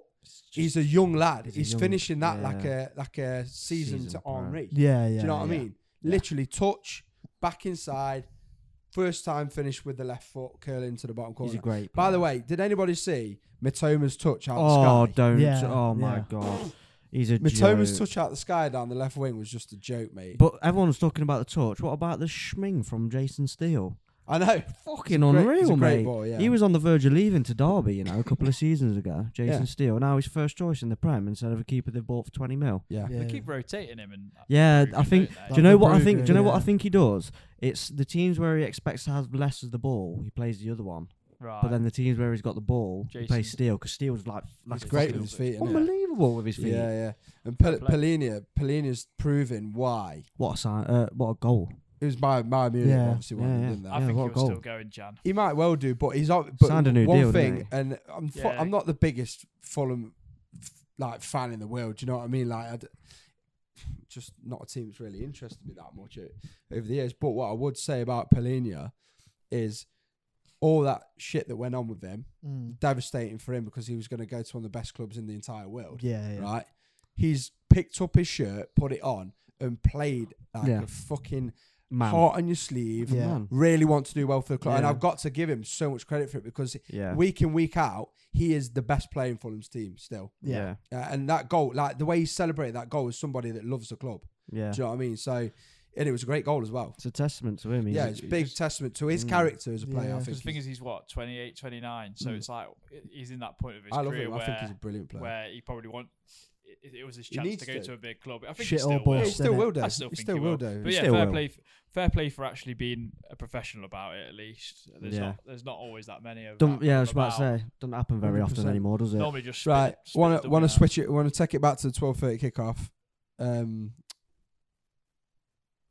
[SPEAKER 3] he's a young lad.
[SPEAKER 2] he's
[SPEAKER 3] He's,
[SPEAKER 2] a young-
[SPEAKER 3] finishing that
[SPEAKER 2] yeah.
[SPEAKER 3] like a like a season,
[SPEAKER 2] Season
[SPEAKER 3] to
[SPEAKER 2] pro.
[SPEAKER 3] Henri.
[SPEAKER 4] Yeah, yeah.
[SPEAKER 3] Do you know what
[SPEAKER 4] yeah.
[SPEAKER 3] I mean? Literally touch back inside, first time finish with the left foot curl into the bottom
[SPEAKER 2] He's
[SPEAKER 3] corner.
[SPEAKER 2] a great.
[SPEAKER 3] By the
[SPEAKER 2] player.
[SPEAKER 3] way, did anybody see Mitoma's touch out
[SPEAKER 2] oh
[SPEAKER 3] the sky?
[SPEAKER 2] don't.
[SPEAKER 4] Yeah,
[SPEAKER 2] oh my
[SPEAKER 4] yeah.
[SPEAKER 2] god, he's a
[SPEAKER 3] Mitoma's
[SPEAKER 2] joke.
[SPEAKER 3] touch out the sky down the left wing was just a joke, mate.
[SPEAKER 2] But everyone was talking about the touch. What about the schming from Jason Steele?
[SPEAKER 3] I know. [LAUGHS]
[SPEAKER 2] Fucking
[SPEAKER 3] He's a great-
[SPEAKER 2] unreal,
[SPEAKER 3] he's a great
[SPEAKER 2] mate.
[SPEAKER 3] boy, yeah.
[SPEAKER 2] He was on the verge of leaving to Derby, you know, a [LAUGHS] couple of seasons ago. Jason
[SPEAKER 3] Yeah.
[SPEAKER 2] Steele. Now he's first choice in the Prem instead of a keeper they bought for twenty mil.
[SPEAKER 3] Yeah.
[SPEAKER 1] They
[SPEAKER 4] Yeah.
[SPEAKER 1] keep rotating him and
[SPEAKER 2] Yeah,
[SPEAKER 1] improving,
[SPEAKER 2] I think.
[SPEAKER 1] don't
[SPEAKER 2] Do
[SPEAKER 1] they?
[SPEAKER 2] you
[SPEAKER 4] Like
[SPEAKER 2] know
[SPEAKER 4] the
[SPEAKER 2] what I think?
[SPEAKER 4] Brugge,
[SPEAKER 2] Do you know what I
[SPEAKER 4] yeah.
[SPEAKER 2] think he does? It's the teams where he expects to have less of the ball. He plays the other one,
[SPEAKER 1] right.
[SPEAKER 2] but then the teams where he's got the ball, he plays
[SPEAKER 1] Jason-
[SPEAKER 2] Steele because Steele's like like
[SPEAKER 3] He's
[SPEAKER 2] a
[SPEAKER 3] great
[SPEAKER 2] fucking-
[SPEAKER 3] with his feet. innit?
[SPEAKER 2] unbelievable with his feet.
[SPEAKER 3] Yeah, yeah. And Pel-
[SPEAKER 1] play.
[SPEAKER 3] Polina, Polina's proven why.
[SPEAKER 2] What a sign! Uh, what a goal!
[SPEAKER 3] It was my my Munich
[SPEAKER 4] Yeah.
[SPEAKER 3] obviously won
[SPEAKER 2] Yeah,
[SPEAKER 3] it,
[SPEAKER 2] yeah.
[SPEAKER 3] didn't they?
[SPEAKER 1] I
[SPEAKER 2] Yeah,
[SPEAKER 1] think
[SPEAKER 2] what a
[SPEAKER 1] he'll still
[SPEAKER 2] goal.
[SPEAKER 1] go in Jan.
[SPEAKER 3] He might well do, but he's not. But
[SPEAKER 2] Signed a new
[SPEAKER 3] one
[SPEAKER 2] deal, didn't
[SPEAKER 3] thing,
[SPEAKER 2] he?
[SPEAKER 3] and I'm fu-
[SPEAKER 1] Yeah.
[SPEAKER 3] I'm not the biggest Fulham f- like fan in the world. Do you know what I mean? Like, I d- just not a team that's really interested me that much o- over the years. But what I would say about Polina is all that shit that went on with him,
[SPEAKER 4] Mm.
[SPEAKER 3] devastating for him because he was going to go to one of the best clubs in the entire world
[SPEAKER 4] Yeah, yeah.
[SPEAKER 3] right? He's picked up his shirt, put it on, and played like
[SPEAKER 2] Yeah.
[SPEAKER 3] a fucking
[SPEAKER 2] Man.
[SPEAKER 3] heart on your sleeve.
[SPEAKER 4] Yeah.
[SPEAKER 2] Man.
[SPEAKER 3] Really want to do well for the club, and
[SPEAKER 4] Yeah.
[SPEAKER 3] I've got to give him so much credit for it because
[SPEAKER 2] Yeah.
[SPEAKER 3] week in week out, he is the best player in Fulham's team still.
[SPEAKER 2] yeah.
[SPEAKER 3] Uh, and that goal, like the way he celebrated that goal, is somebody that loves the club.
[SPEAKER 2] Yeah.
[SPEAKER 3] Do you know what I mean? So, and it was a great goal as well.
[SPEAKER 2] It's a testament to him. He's
[SPEAKER 3] yeah,
[SPEAKER 2] a-
[SPEAKER 3] it's a
[SPEAKER 2] he's
[SPEAKER 3] big
[SPEAKER 2] just-
[SPEAKER 3] testament to his
[SPEAKER 2] Mm.
[SPEAKER 3] character as a player.
[SPEAKER 4] Yeah.
[SPEAKER 3] I
[SPEAKER 4] 'Cause
[SPEAKER 1] Because the
[SPEAKER 3] think
[SPEAKER 1] thing
[SPEAKER 3] he's-
[SPEAKER 1] is, he's what 28, 29, so
[SPEAKER 3] Mm.
[SPEAKER 1] it's like he's in that point of his
[SPEAKER 3] I love
[SPEAKER 1] career
[SPEAKER 3] him.
[SPEAKER 1] where
[SPEAKER 3] I think he's a brilliant player.
[SPEAKER 1] where he probably want it, it was his
[SPEAKER 3] He
[SPEAKER 1] chance
[SPEAKER 3] needs
[SPEAKER 1] to go
[SPEAKER 3] to.
[SPEAKER 1] to a big club. I think he
[SPEAKER 4] Shit
[SPEAKER 1] still
[SPEAKER 4] or bust.
[SPEAKER 3] Yeah,
[SPEAKER 1] will.
[SPEAKER 3] he
[SPEAKER 4] Boston,
[SPEAKER 3] still
[SPEAKER 4] innit?
[SPEAKER 3] will do.
[SPEAKER 1] I still
[SPEAKER 3] he
[SPEAKER 1] think
[SPEAKER 3] still
[SPEAKER 1] he
[SPEAKER 3] will
[SPEAKER 1] will.
[SPEAKER 3] do.
[SPEAKER 1] But yeah,
[SPEAKER 2] still
[SPEAKER 1] fair
[SPEAKER 2] will.
[SPEAKER 1] play, f- fair play for actually being a professional about it. At least there's
[SPEAKER 2] Yeah.
[SPEAKER 1] not there's not always that many of.
[SPEAKER 2] Don't,
[SPEAKER 1] that
[SPEAKER 2] yeah, I
[SPEAKER 1] come
[SPEAKER 2] was about to
[SPEAKER 1] about.
[SPEAKER 2] say, doesn't happen very often
[SPEAKER 3] 100%.
[SPEAKER 2] anymore, does it?
[SPEAKER 1] Normally just spin,
[SPEAKER 3] Right.
[SPEAKER 1] spin
[SPEAKER 3] Want to
[SPEAKER 1] double
[SPEAKER 3] want to
[SPEAKER 1] out.
[SPEAKER 3] switch it? Want to take it back to the twelve thirty kickoff? Um,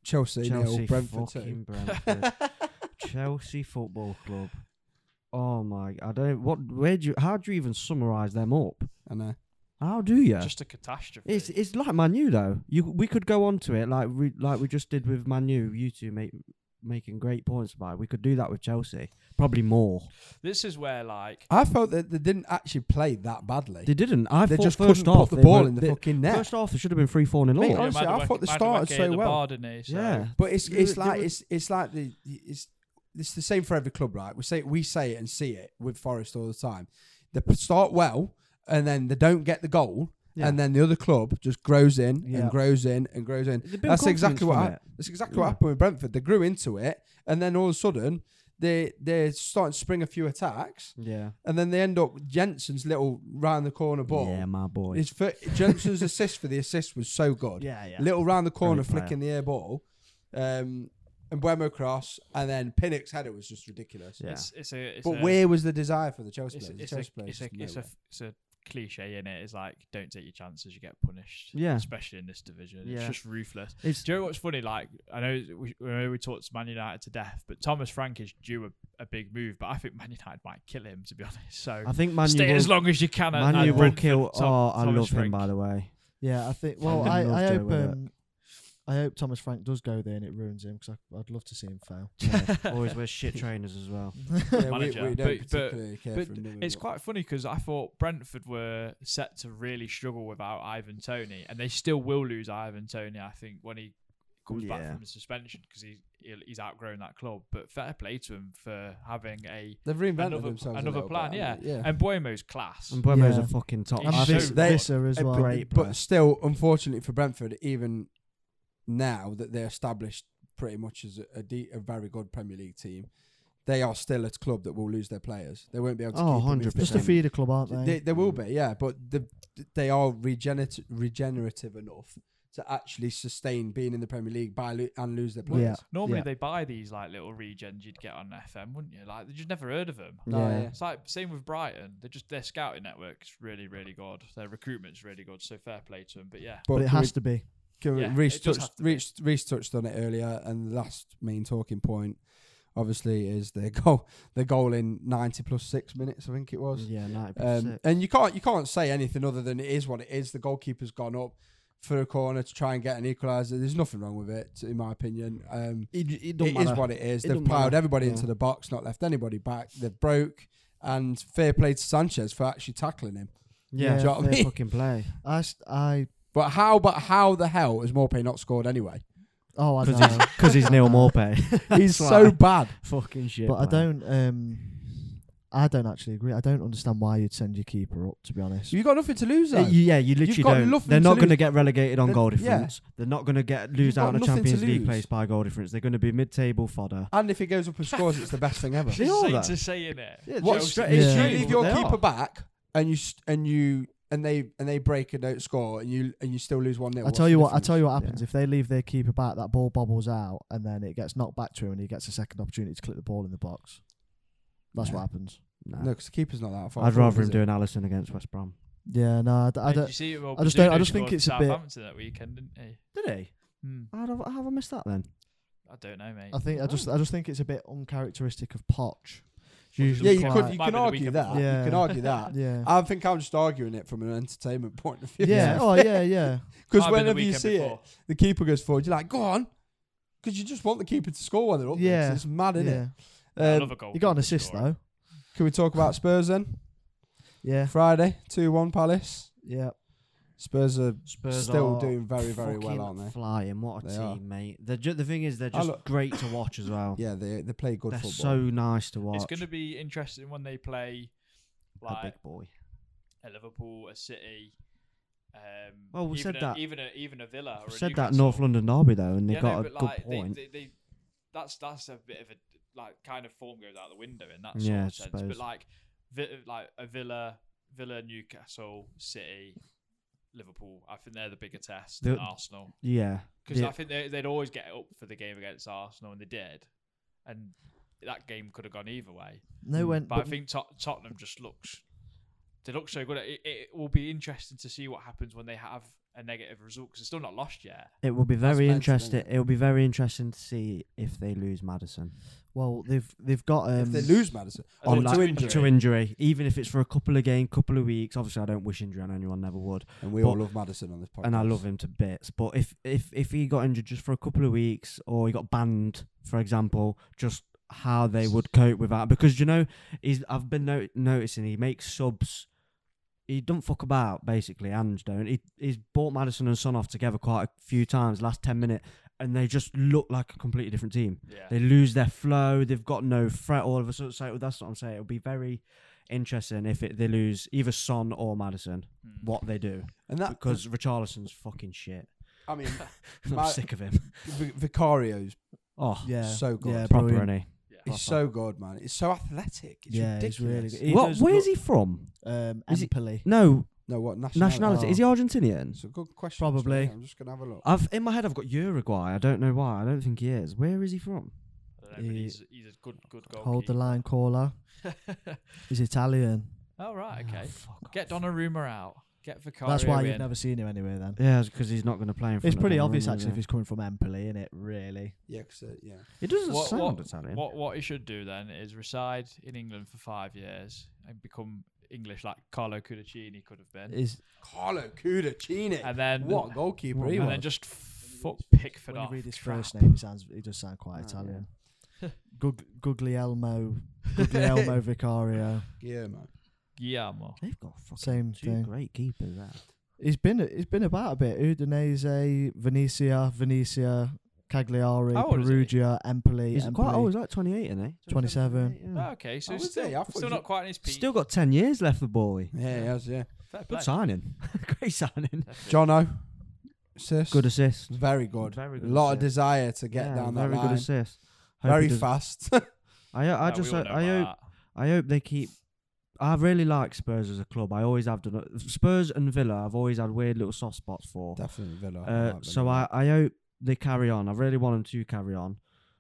[SPEAKER 3] Chelsea, nil, Brentford
[SPEAKER 1] [LAUGHS]
[SPEAKER 3] [LAUGHS] two.
[SPEAKER 2] fucking Brentford. Chelsea Football Club. Oh my! I don't. What? Where do you? How do you even summarize them up?
[SPEAKER 3] I know.
[SPEAKER 2] How do you?
[SPEAKER 1] Just a catastrophe.
[SPEAKER 2] It's it's like Manu though. You we could go on to it like we like we just did with Manu. You two make making great points about. It. We could do that with Chelsea. Probably more.
[SPEAKER 1] this is where like
[SPEAKER 3] I felt that they didn't actually play that badly.
[SPEAKER 2] They didn't. I
[SPEAKER 3] they
[SPEAKER 2] thought
[SPEAKER 3] just
[SPEAKER 2] first
[SPEAKER 3] couldn't
[SPEAKER 2] off
[SPEAKER 3] put the
[SPEAKER 2] they
[SPEAKER 3] ball
[SPEAKER 2] were-
[SPEAKER 3] in the
[SPEAKER 2] they-
[SPEAKER 3] fucking net.
[SPEAKER 2] First off, they should have been three four nil.
[SPEAKER 3] Mate,
[SPEAKER 2] up.
[SPEAKER 3] honestly, I thought they started so
[SPEAKER 1] the
[SPEAKER 3] well.
[SPEAKER 1] Bar, didn't he? So
[SPEAKER 2] Yeah.
[SPEAKER 3] But it's
[SPEAKER 2] They
[SPEAKER 3] it's
[SPEAKER 2] were- they
[SPEAKER 3] like
[SPEAKER 2] were-
[SPEAKER 3] it's it's like the it's it's the same for every club, right? We say we say it and see it with Forest all the time. They p- start well and then they don't get the goal,
[SPEAKER 2] Yeah.
[SPEAKER 3] and then the other club just grows in
[SPEAKER 4] Yeah.
[SPEAKER 3] and grows in and grows in.
[SPEAKER 2] They build
[SPEAKER 3] That's exactly
[SPEAKER 2] confidence
[SPEAKER 3] what
[SPEAKER 2] from
[SPEAKER 3] hap-
[SPEAKER 2] it.
[SPEAKER 3] that's exactly
[SPEAKER 2] Yeah.
[SPEAKER 3] what happened with Brentford. They grew into it, and then all of a sudden they they're starting to spring a few attacks,
[SPEAKER 2] Yeah.
[SPEAKER 3] and then they end up Jensen's little round the corner ball.
[SPEAKER 2] Yeah, my boy.
[SPEAKER 3] His foot, Jensen's assist for the assist was so
[SPEAKER 2] [LAUGHS]
[SPEAKER 3] good.
[SPEAKER 4] Yeah, yeah.
[SPEAKER 3] Little round the corner,
[SPEAKER 2] Great player.
[SPEAKER 3] flicking the air ball, um, and Buemo cross, and then Pinnock's header was just ridiculous.
[SPEAKER 2] yeah.
[SPEAKER 1] It's, it's a. It's
[SPEAKER 3] But
[SPEAKER 1] a,
[SPEAKER 3] where was the desire for the Chelsea
[SPEAKER 1] It's,
[SPEAKER 3] players? The
[SPEAKER 1] it's,
[SPEAKER 3] Chelsea
[SPEAKER 1] a,
[SPEAKER 3] players
[SPEAKER 1] it's, a,
[SPEAKER 3] just
[SPEAKER 1] it's, a,
[SPEAKER 3] nowhere.
[SPEAKER 1] it's a cliche in it. It's like don't take your chances, you get punished.
[SPEAKER 2] Yeah.
[SPEAKER 1] especially in this division, it's
[SPEAKER 2] Yeah.
[SPEAKER 1] just ruthless.
[SPEAKER 2] It's-
[SPEAKER 1] Do you know what's funny? Like I know we, we know we talked Man United to death, but Thomas Frank is due a, a big move. But I think Man United might kill him to be [LAUGHS] honest. So
[SPEAKER 2] I think Manu
[SPEAKER 1] stay
[SPEAKER 2] will,
[SPEAKER 1] as long as you can. at-
[SPEAKER 2] Manu
[SPEAKER 1] at
[SPEAKER 2] will
[SPEAKER 1] Brentford,
[SPEAKER 2] kill.
[SPEAKER 1] Tom-
[SPEAKER 2] oh, I
[SPEAKER 1] Thomas
[SPEAKER 2] love him
[SPEAKER 1] Frank.
[SPEAKER 2] by the way.
[SPEAKER 4] Yeah, I think. Well,
[SPEAKER 2] I
[SPEAKER 4] I,
[SPEAKER 2] love
[SPEAKER 4] I
[SPEAKER 2] Joe
[SPEAKER 4] hope
[SPEAKER 2] with it.
[SPEAKER 4] um, I hope Thomas Frank does go there and it ruins him because I'd love to see him fail. [LAUGHS]
[SPEAKER 2] Yeah,
[SPEAKER 3] [LAUGHS]
[SPEAKER 2] always wears shit trainers as well.
[SPEAKER 3] yeah, we,
[SPEAKER 1] manager.
[SPEAKER 3] we don't
[SPEAKER 1] But- but-
[SPEAKER 3] particularly care
[SPEAKER 1] but
[SPEAKER 3] for him. do we?
[SPEAKER 1] It's quite funny because I thought Brentford were set to really struggle without Ivan Tony, and they still will lose Ivan Tony. I think when he comes back
[SPEAKER 2] Yeah.
[SPEAKER 1] from his suspension because he's he'll- he's outgrown that club. But fair play to him for having a
[SPEAKER 3] They've reinvented
[SPEAKER 1] another,
[SPEAKER 3] themselves. a
[SPEAKER 1] another
[SPEAKER 3] little bit,
[SPEAKER 1] plan. yeah.
[SPEAKER 3] haven't they?
[SPEAKER 1] and Boemo's class.
[SPEAKER 2] And Buemo's
[SPEAKER 4] Yeah.
[SPEAKER 2] a fucking top.
[SPEAKER 1] He's
[SPEAKER 2] I
[SPEAKER 4] And
[SPEAKER 1] so
[SPEAKER 2] think
[SPEAKER 4] Vis-
[SPEAKER 3] they-
[SPEAKER 4] Visser as
[SPEAKER 3] Uh,
[SPEAKER 4] well.
[SPEAKER 3] but,
[SPEAKER 2] Great
[SPEAKER 3] but
[SPEAKER 2] player.
[SPEAKER 3] still, unfortunately for Brentford, even now that they're established pretty much as a, a, de- a very good Premier League team, they are still a club that will lose their players. They won't be able to
[SPEAKER 2] Oh,
[SPEAKER 3] keep them if they
[SPEAKER 2] 100%.
[SPEAKER 4] Just a
[SPEAKER 3] don't.
[SPEAKER 4] feeder club, aren't they? Mm.
[SPEAKER 3] They, they will be, yeah, but the, they are regenerative, regenerative enough to actually sustain being in the Premier League by lo- and lose their players.
[SPEAKER 4] yeah.
[SPEAKER 1] Normally
[SPEAKER 4] Yeah.
[SPEAKER 1] they buy these like little regens you'd get on FM, wouldn't you? Like you just never heard of them.
[SPEAKER 3] No,
[SPEAKER 4] Yeah.
[SPEAKER 3] yeah.
[SPEAKER 1] It's like same with Brighton. They just their scouting network's really really good. Their recruitment's really good. So fair play to them. But yeah,
[SPEAKER 4] But it
[SPEAKER 3] can we-
[SPEAKER 4] has to be.
[SPEAKER 3] can we-
[SPEAKER 1] yeah,
[SPEAKER 3] Reece
[SPEAKER 1] it does
[SPEAKER 3] touched,
[SPEAKER 1] have to be.
[SPEAKER 3] Reece, Reece touched on it earlier, and the last main talking point, obviously, is their [LAUGHS] goal. Their goal in ninety plus six minutes, I think it was.
[SPEAKER 2] Yeah, ninety
[SPEAKER 3] Um, and you can't you can't say anything other than it is what it is. The goalkeeper's gone up for a corner to try and get an equaliser. There's nothing wrong with it, in my opinion. Um,
[SPEAKER 2] it,
[SPEAKER 3] it is what it is.
[SPEAKER 2] It
[SPEAKER 3] They've
[SPEAKER 2] don't
[SPEAKER 3] piled
[SPEAKER 2] matter.
[SPEAKER 3] everybody
[SPEAKER 2] Yeah.
[SPEAKER 3] into the box, not left anybody back. They've broke. And fair play to Sanchez for actually tackling him.
[SPEAKER 2] Yeah,
[SPEAKER 3] Do you know what I
[SPEAKER 2] fair
[SPEAKER 3] mean? [LAUGHS]
[SPEAKER 2] fucking play.
[SPEAKER 4] I, s- I
[SPEAKER 3] But how? But how the hell has Morpay not scored [LAUGHS] anyway?
[SPEAKER 4] oh I
[SPEAKER 2] Because
[SPEAKER 4] know,
[SPEAKER 2] he's, 'cause he's Neil Morpay.
[SPEAKER 3] He's
[SPEAKER 2] That's
[SPEAKER 3] so
[SPEAKER 2] why.
[SPEAKER 3] bad.
[SPEAKER 2] [LAUGHS] fucking shit.
[SPEAKER 4] but I
[SPEAKER 2] man.
[SPEAKER 4] don't. Um, I don't actually agree. I don't understand why you'd send your keeper up. To be honest,
[SPEAKER 3] You got nothing to lose.
[SPEAKER 2] Uh,
[SPEAKER 3] Though.
[SPEAKER 2] you- yeah, you literally
[SPEAKER 3] got
[SPEAKER 2] don't.
[SPEAKER 3] nothing
[SPEAKER 2] They're
[SPEAKER 3] to
[SPEAKER 2] not going to
[SPEAKER 3] lose.
[SPEAKER 2] get relegated on
[SPEAKER 3] Then-
[SPEAKER 2] goal
[SPEAKER 3] yeah.
[SPEAKER 2] difference. They're not going to get lose
[SPEAKER 3] You've got
[SPEAKER 2] out on a
[SPEAKER 3] nothing to
[SPEAKER 2] Champions League
[SPEAKER 3] lose.
[SPEAKER 2] place by goal difference. They're going to be mid-table fodder.
[SPEAKER 3] and if he goes up and scores, it's the best thing [LAUGHS] ever.
[SPEAKER 2] They are
[SPEAKER 1] Say-
[SPEAKER 2] that.
[SPEAKER 1] to say in it.
[SPEAKER 2] Yeah,
[SPEAKER 3] What?
[SPEAKER 2] Chelsea-
[SPEAKER 3] stra-
[SPEAKER 2] it's
[SPEAKER 3] if you
[SPEAKER 4] Yeah.
[SPEAKER 2] truly
[SPEAKER 3] leave
[SPEAKER 2] what
[SPEAKER 3] your
[SPEAKER 2] they
[SPEAKER 3] keeper
[SPEAKER 2] are.
[SPEAKER 3] back and you st- and you and they and they break and don't score and you and you still lose one 0
[SPEAKER 4] I tell you what. I tell you what happens if they leave their keeper back. That ball bobbles out, and then it gets knocked back to him, and he gets a second opportunity to clip the ball in the box. That's
[SPEAKER 3] Yeah.
[SPEAKER 4] what happens.
[SPEAKER 2] Nah.
[SPEAKER 3] No, because the keeper's not that far.
[SPEAKER 2] I'd
[SPEAKER 3] forward,
[SPEAKER 2] rather
[SPEAKER 3] is
[SPEAKER 2] him
[SPEAKER 3] it?
[SPEAKER 2] doing Allison against West Brom.
[SPEAKER 4] Yeah, no, I, d- I
[SPEAKER 1] Did you
[SPEAKER 4] don't.
[SPEAKER 1] see it? Well,
[SPEAKER 4] I just don't- I
[SPEAKER 1] Bruno
[SPEAKER 4] just think
[SPEAKER 1] scored
[SPEAKER 4] it's a bit-
[SPEAKER 1] Southampton that weekend, didn't he?
[SPEAKER 2] Did he?
[SPEAKER 1] Hmm.
[SPEAKER 2] I'd have, have I missed that then?
[SPEAKER 1] I don't know, mate.
[SPEAKER 4] I think I just I just think it's a bit uncharacteristic of Poch
[SPEAKER 2] usually
[SPEAKER 3] yeah, you
[SPEAKER 1] quite-
[SPEAKER 3] could you
[SPEAKER 1] might
[SPEAKER 3] can
[SPEAKER 1] be the
[SPEAKER 3] argue
[SPEAKER 1] weekend
[SPEAKER 3] that.
[SPEAKER 1] before.
[SPEAKER 3] You can
[SPEAKER 4] Yeah.
[SPEAKER 3] argue [LAUGHS] that.
[SPEAKER 4] Yeah.
[SPEAKER 3] I think I'm just arguing it from an entertainment point of view.
[SPEAKER 4] yeah. Oh yeah. Yeah.
[SPEAKER 1] Might have been
[SPEAKER 3] Because
[SPEAKER 1] the
[SPEAKER 3] whenever you
[SPEAKER 1] weekend
[SPEAKER 3] see it,
[SPEAKER 1] before.
[SPEAKER 3] the keeper goes forward. You're like, go on, because you just want the keeper to score while they're up. Yeah,
[SPEAKER 4] Yeah.
[SPEAKER 3] it's mad, isn't
[SPEAKER 4] yeah.
[SPEAKER 1] I
[SPEAKER 3] it?
[SPEAKER 1] love
[SPEAKER 3] Um,
[SPEAKER 1] a goal.
[SPEAKER 4] You got an assist though.
[SPEAKER 3] can we talk about Spurs then?
[SPEAKER 4] Yeah.
[SPEAKER 3] Friday, two-one Palace.
[SPEAKER 4] Yeah.
[SPEAKER 3] Spurs are
[SPEAKER 2] Spurs
[SPEAKER 3] still
[SPEAKER 2] are
[SPEAKER 3] doing very, very well,
[SPEAKER 2] fucking
[SPEAKER 3] aren't they?
[SPEAKER 2] Flying, what a
[SPEAKER 3] They
[SPEAKER 2] team,
[SPEAKER 3] are.
[SPEAKER 2] mate. They're ju- the thing is, they're
[SPEAKER 3] I
[SPEAKER 2] just
[SPEAKER 3] look-
[SPEAKER 2] great to watch as well.
[SPEAKER 3] [LAUGHS] Yeah, they they play good
[SPEAKER 2] they're
[SPEAKER 3] football.
[SPEAKER 2] so nice to watch.
[SPEAKER 1] It's going to be interesting when they play
[SPEAKER 2] a
[SPEAKER 1] like
[SPEAKER 2] big boy.
[SPEAKER 1] a Liverpool, a City. Um,
[SPEAKER 2] Well, we
[SPEAKER 1] even
[SPEAKER 2] said
[SPEAKER 1] a,
[SPEAKER 2] that-
[SPEAKER 1] Even a even a Villa. Or a
[SPEAKER 2] Said that
[SPEAKER 1] Newcastle.
[SPEAKER 2] North London derby though, and they
[SPEAKER 1] Yeah, no,
[SPEAKER 2] got a
[SPEAKER 1] but,
[SPEAKER 2] good
[SPEAKER 1] like, they-
[SPEAKER 2] point.
[SPEAKER 1] They, they, that's that's a bit of a like kind of form goes out the window in that
[SPEAKER 2] Yeah,
[SPEAKER 1] sort
[SPEAKER 2] I
[SPEAKER 1] of sense.
[SPEAKER 2] suppose.
[SPEAKER 1] But like, vi- like a Villa, Villa, Newcastle, City, Liverpool. I think they're the bigger test. than
[SPEAKER 2] The-
[SPEAKER 1] Arsenal
[SPEAKER 2] yeah,
[SPEAKER 1] because
[SPEAKER 2] Yeah.
[SPEAKER 1] I think they, they'd always get up for the game against Arsenal, and they did. And that game could have gone either way.
[SPEAKER 4] No went.
[SPEAKER 1] But I think Tot- Tottenham just looks. They look so good. It, it will be interesting to see what happens when they have a negative result because it's still not lost yet.
[SPEAKER 2] it will be very
[SPEAKER 3] meant to, isn't
[SPEAKER 2] interesting. It will be very interesting to see if they lose Madison
[SPEAKER 4] well, they've they've got um,
[SPEAKER 3] if they lose Madison,
[SPEAKER 1] I
[SPEAKER 2] on
[SPEAKER 1] think
[SPEAKER 2] Oh, like,
[SPEAKER 1] to
[SPEAKER 2] to,
[SPEAKER 1] injury.
[SPEAKER 2] injury. even if it's for a couple of game, couple of weeks. Obviously, I don't wish injury on anyone, never would.
[SPEAKER 3] and we
[SPEAKER 2] But-
[SPEAKER 3] all love Madison on this podcast,
[SPEAKER 2] and I love him to bits. But if if if he got injured just for a couple of weeks, or he got banned, for example, just how they would cope with that, because you know, he's I've been no- noticing he makes subs. He don't fuck about basically. Ange don't. He he's bought Madison and Son off together quite a few times last ten minute, and they just look like a completely different team.
[SPEAKER 1] Yeah.
[SPEAKER 2] They lose their flow. They've got no threat all of a sudden. So that's what I'm saying. It'll be very interesting if it, they lose either Son or Madison.
[SPEAKER 1] Hmm.
[SPEAKER 2] What they do
[SPEAKER 3] and that
[SPEAKER 2] because Richarlison's fucking shit. [LAUGHS]
[SPEAKER 3] I mean,
[SPEAKER 2] I'm
[SPEAKER 3] My-
[SPEAKER 2] sick of him.
[SPEAKER 3] Vi- Vicario's
[SPEAKER 2] Oh,
[SPEAKER 4] yeah,
[SPEAKER 3] so good.
[SPEAKER 4] Yeah,
[SPEAKER 2] proper,
[SPEAKER 4] brilliant.
[SPEAKER 2] isn't he?
[SPEAKER 3] he's so good, man. He's so athletic. It's
[SPEAKER 4] Yeah, he's really
[SPEAKER 3] ridiculous.
[SPEAKER 4] good. He
[SPEAKER 2] what?
[SPEAKER 4] does
[SPEAKER 2] Where's
[SPEAKER 4] look-
[SPEAKER 2] he from?
[SPEAKER 4] Um,
[SPEAKER 2] Is it-
[SPEAKER 4] Empoli.
[SPEAKER 2] No
[SPEAKER 3] No, what nationality?
[SPEAKER 2] nationality. Is he Argentinian?
[SPEAKER 3] It's a good question.
[SPEAKER 4] Probably.
[SPEAKER 3] actually. I'm just gonna have a look.
[SPEAKER 2] I've in my head I've got Uruguay. I don't know why. I don't think he is. Where is he from?
[SPEAKER 1] I don't know, but
[SPEAKER 4] He-
[SPEAKER 1] he's, he's a good, good goalkeeper.
[SPEAKER 4] Hold the line, caller.
[SPEAKER 1] [LAUGHS]
[SPEAKER 4] He's Italian.
[SPEAKER 1] oh right,
[SPEAKER 2] Oh,
[SPEAKER 1] okay.
[SPEAKER 2] fuck off.
[SPEAKER 1] Get Donnarumma out. Get Vicario.
[SPEAKER 4] That's why
[SPEAKER 1] in.
[SPEAKER 4] you've never seen him anywhere. Then
[SPEAKER 2] Yeah, because he's not going to play in front.
[SPEAKER 4] it's
[SPEAKER 2] of
[SPEAKER 4] pretty
[SPEAKER 2] Donnarumma,
[SPEAKER 4] obvious
[SPEAKER 2] is
[SPEAKER 4] actually if
[SPEAKER 2] it?
[SPEAKER 4] he's coming from Empoli, isn't it? Really.
[SPEAKER 3] Yeah, 'cause, uh, yeah.
[SPEAKER 2] It doesn't
[SPEAKER 1] What-
[SPEAKER 2] sound
[SPEAKER 1] what-
[SPEAKER 2] Italian.
[SPEAKER 1] What what he should do then is reside in England for five years and become English like Carlo Cudicini could have been,
[SPEAKER 4] Is
[SPEAKER 3] Carlo Cudicini.
[SPEAKER 1] and then
[SPEAKER 3] what a goalkeeper
[SPEAKER 2] What
[SPEAKER 3] he
[SPEAKER 1] and
[SPEAKER 3] was.
[SPEAKER 1] then just fuck Pickford
[SPEAKER 4] when you
[SPEAKER 1] off.
[SPEAKER 4] read his
[SPEAKER 1] Crap.
[SPEAKER 4] first name, he sounds he does sound quite
[SPEAKER 2] Oh,
[SPEAKER 4] Italian. Gug- Guglielmo, Guglielmo Vicario,
[SPEAKER 3] yeah, man.
[SPEAKER 1] Yeah, mo.
[SPEAKER 2] They've got fucking
[SPEAKER 4] same
[SPEAKER 2] two
[SPEAKER 4] thing.
[SPEAKER 2] great keepers there.
[SPEAKER 4] He's been he's been about a bit. Udinese, Venezia, Venezia, Cagliari,
[SPEAKER 1] How old is he?
[SPEAKER 4] Perugia, Empoli.
[SPEAKER 2] He's
[SPEAKER 4] Empoli.
[SPEAKER 2] quite old. He's like 28, isn't he?
[SPEAKER 4] 27.
[SPEAKER 1] Oh, okay, so
[SPEAKER 3] I
[SPEAKER 1] he's
[SPEAKER 3] would say, I
[SPEAKER 1] still,
[SPEAKER 3] thought
[SPEAKER 1] still
[SPEAKER 3] you-
[SPEAKER 1] not quite in his peak.
[SPEAKER 2] Hmm. Still got 10 years left, the boy.
[SPEAKER 3] Yeah, he has, yeah.
[SPEAKER 1] Fair play.
[SPEAKER 2] Good signing. [LAUGHS] great signing.
[SPEAKER 1] Fair play.
[SPEAKER 3] Jono, assist.
[SPEAKER 2] Good assist.
[SPEAKER 3] Very good.
[SPEAKER 2] Very
[SPEAKER 3] a
[SPEAKER 2] good
[SPEAKER 3] lot of
[SPEAKER 2] assist.
[SPEAKER 3] desire to get
[SPEAKER 2] Yeah,
[SPEAKER 3] down that
[SPEAKER 2] very
[SPEAKER 3] line.
[SPEAKER 2] good assist. Hope
[SPEAKER 3] Very
[SPEAKER 2] he does-
[SPEAKER 3] fast. [LAUGHS]
[SPEAKER 2] I I
[SPEAKER 1] Nah, we
[SPEAKER 2] just
[SPEAKER 1] all
[SPEAKER 2] hope,
[SPEAKER 1] know
[SPEAKER 2] I
[SPEAKER 1] about
[SPEAKER 2] hope I hope they keep. I really like Spurs as a club. I always have done. Spurs and Villa. I've always had weird little soft spots for.
[SPEAKER 3] Definitely Villa.
[SPEAKER 2] Uh, so I, I hope they carry on. I really want them to carry on.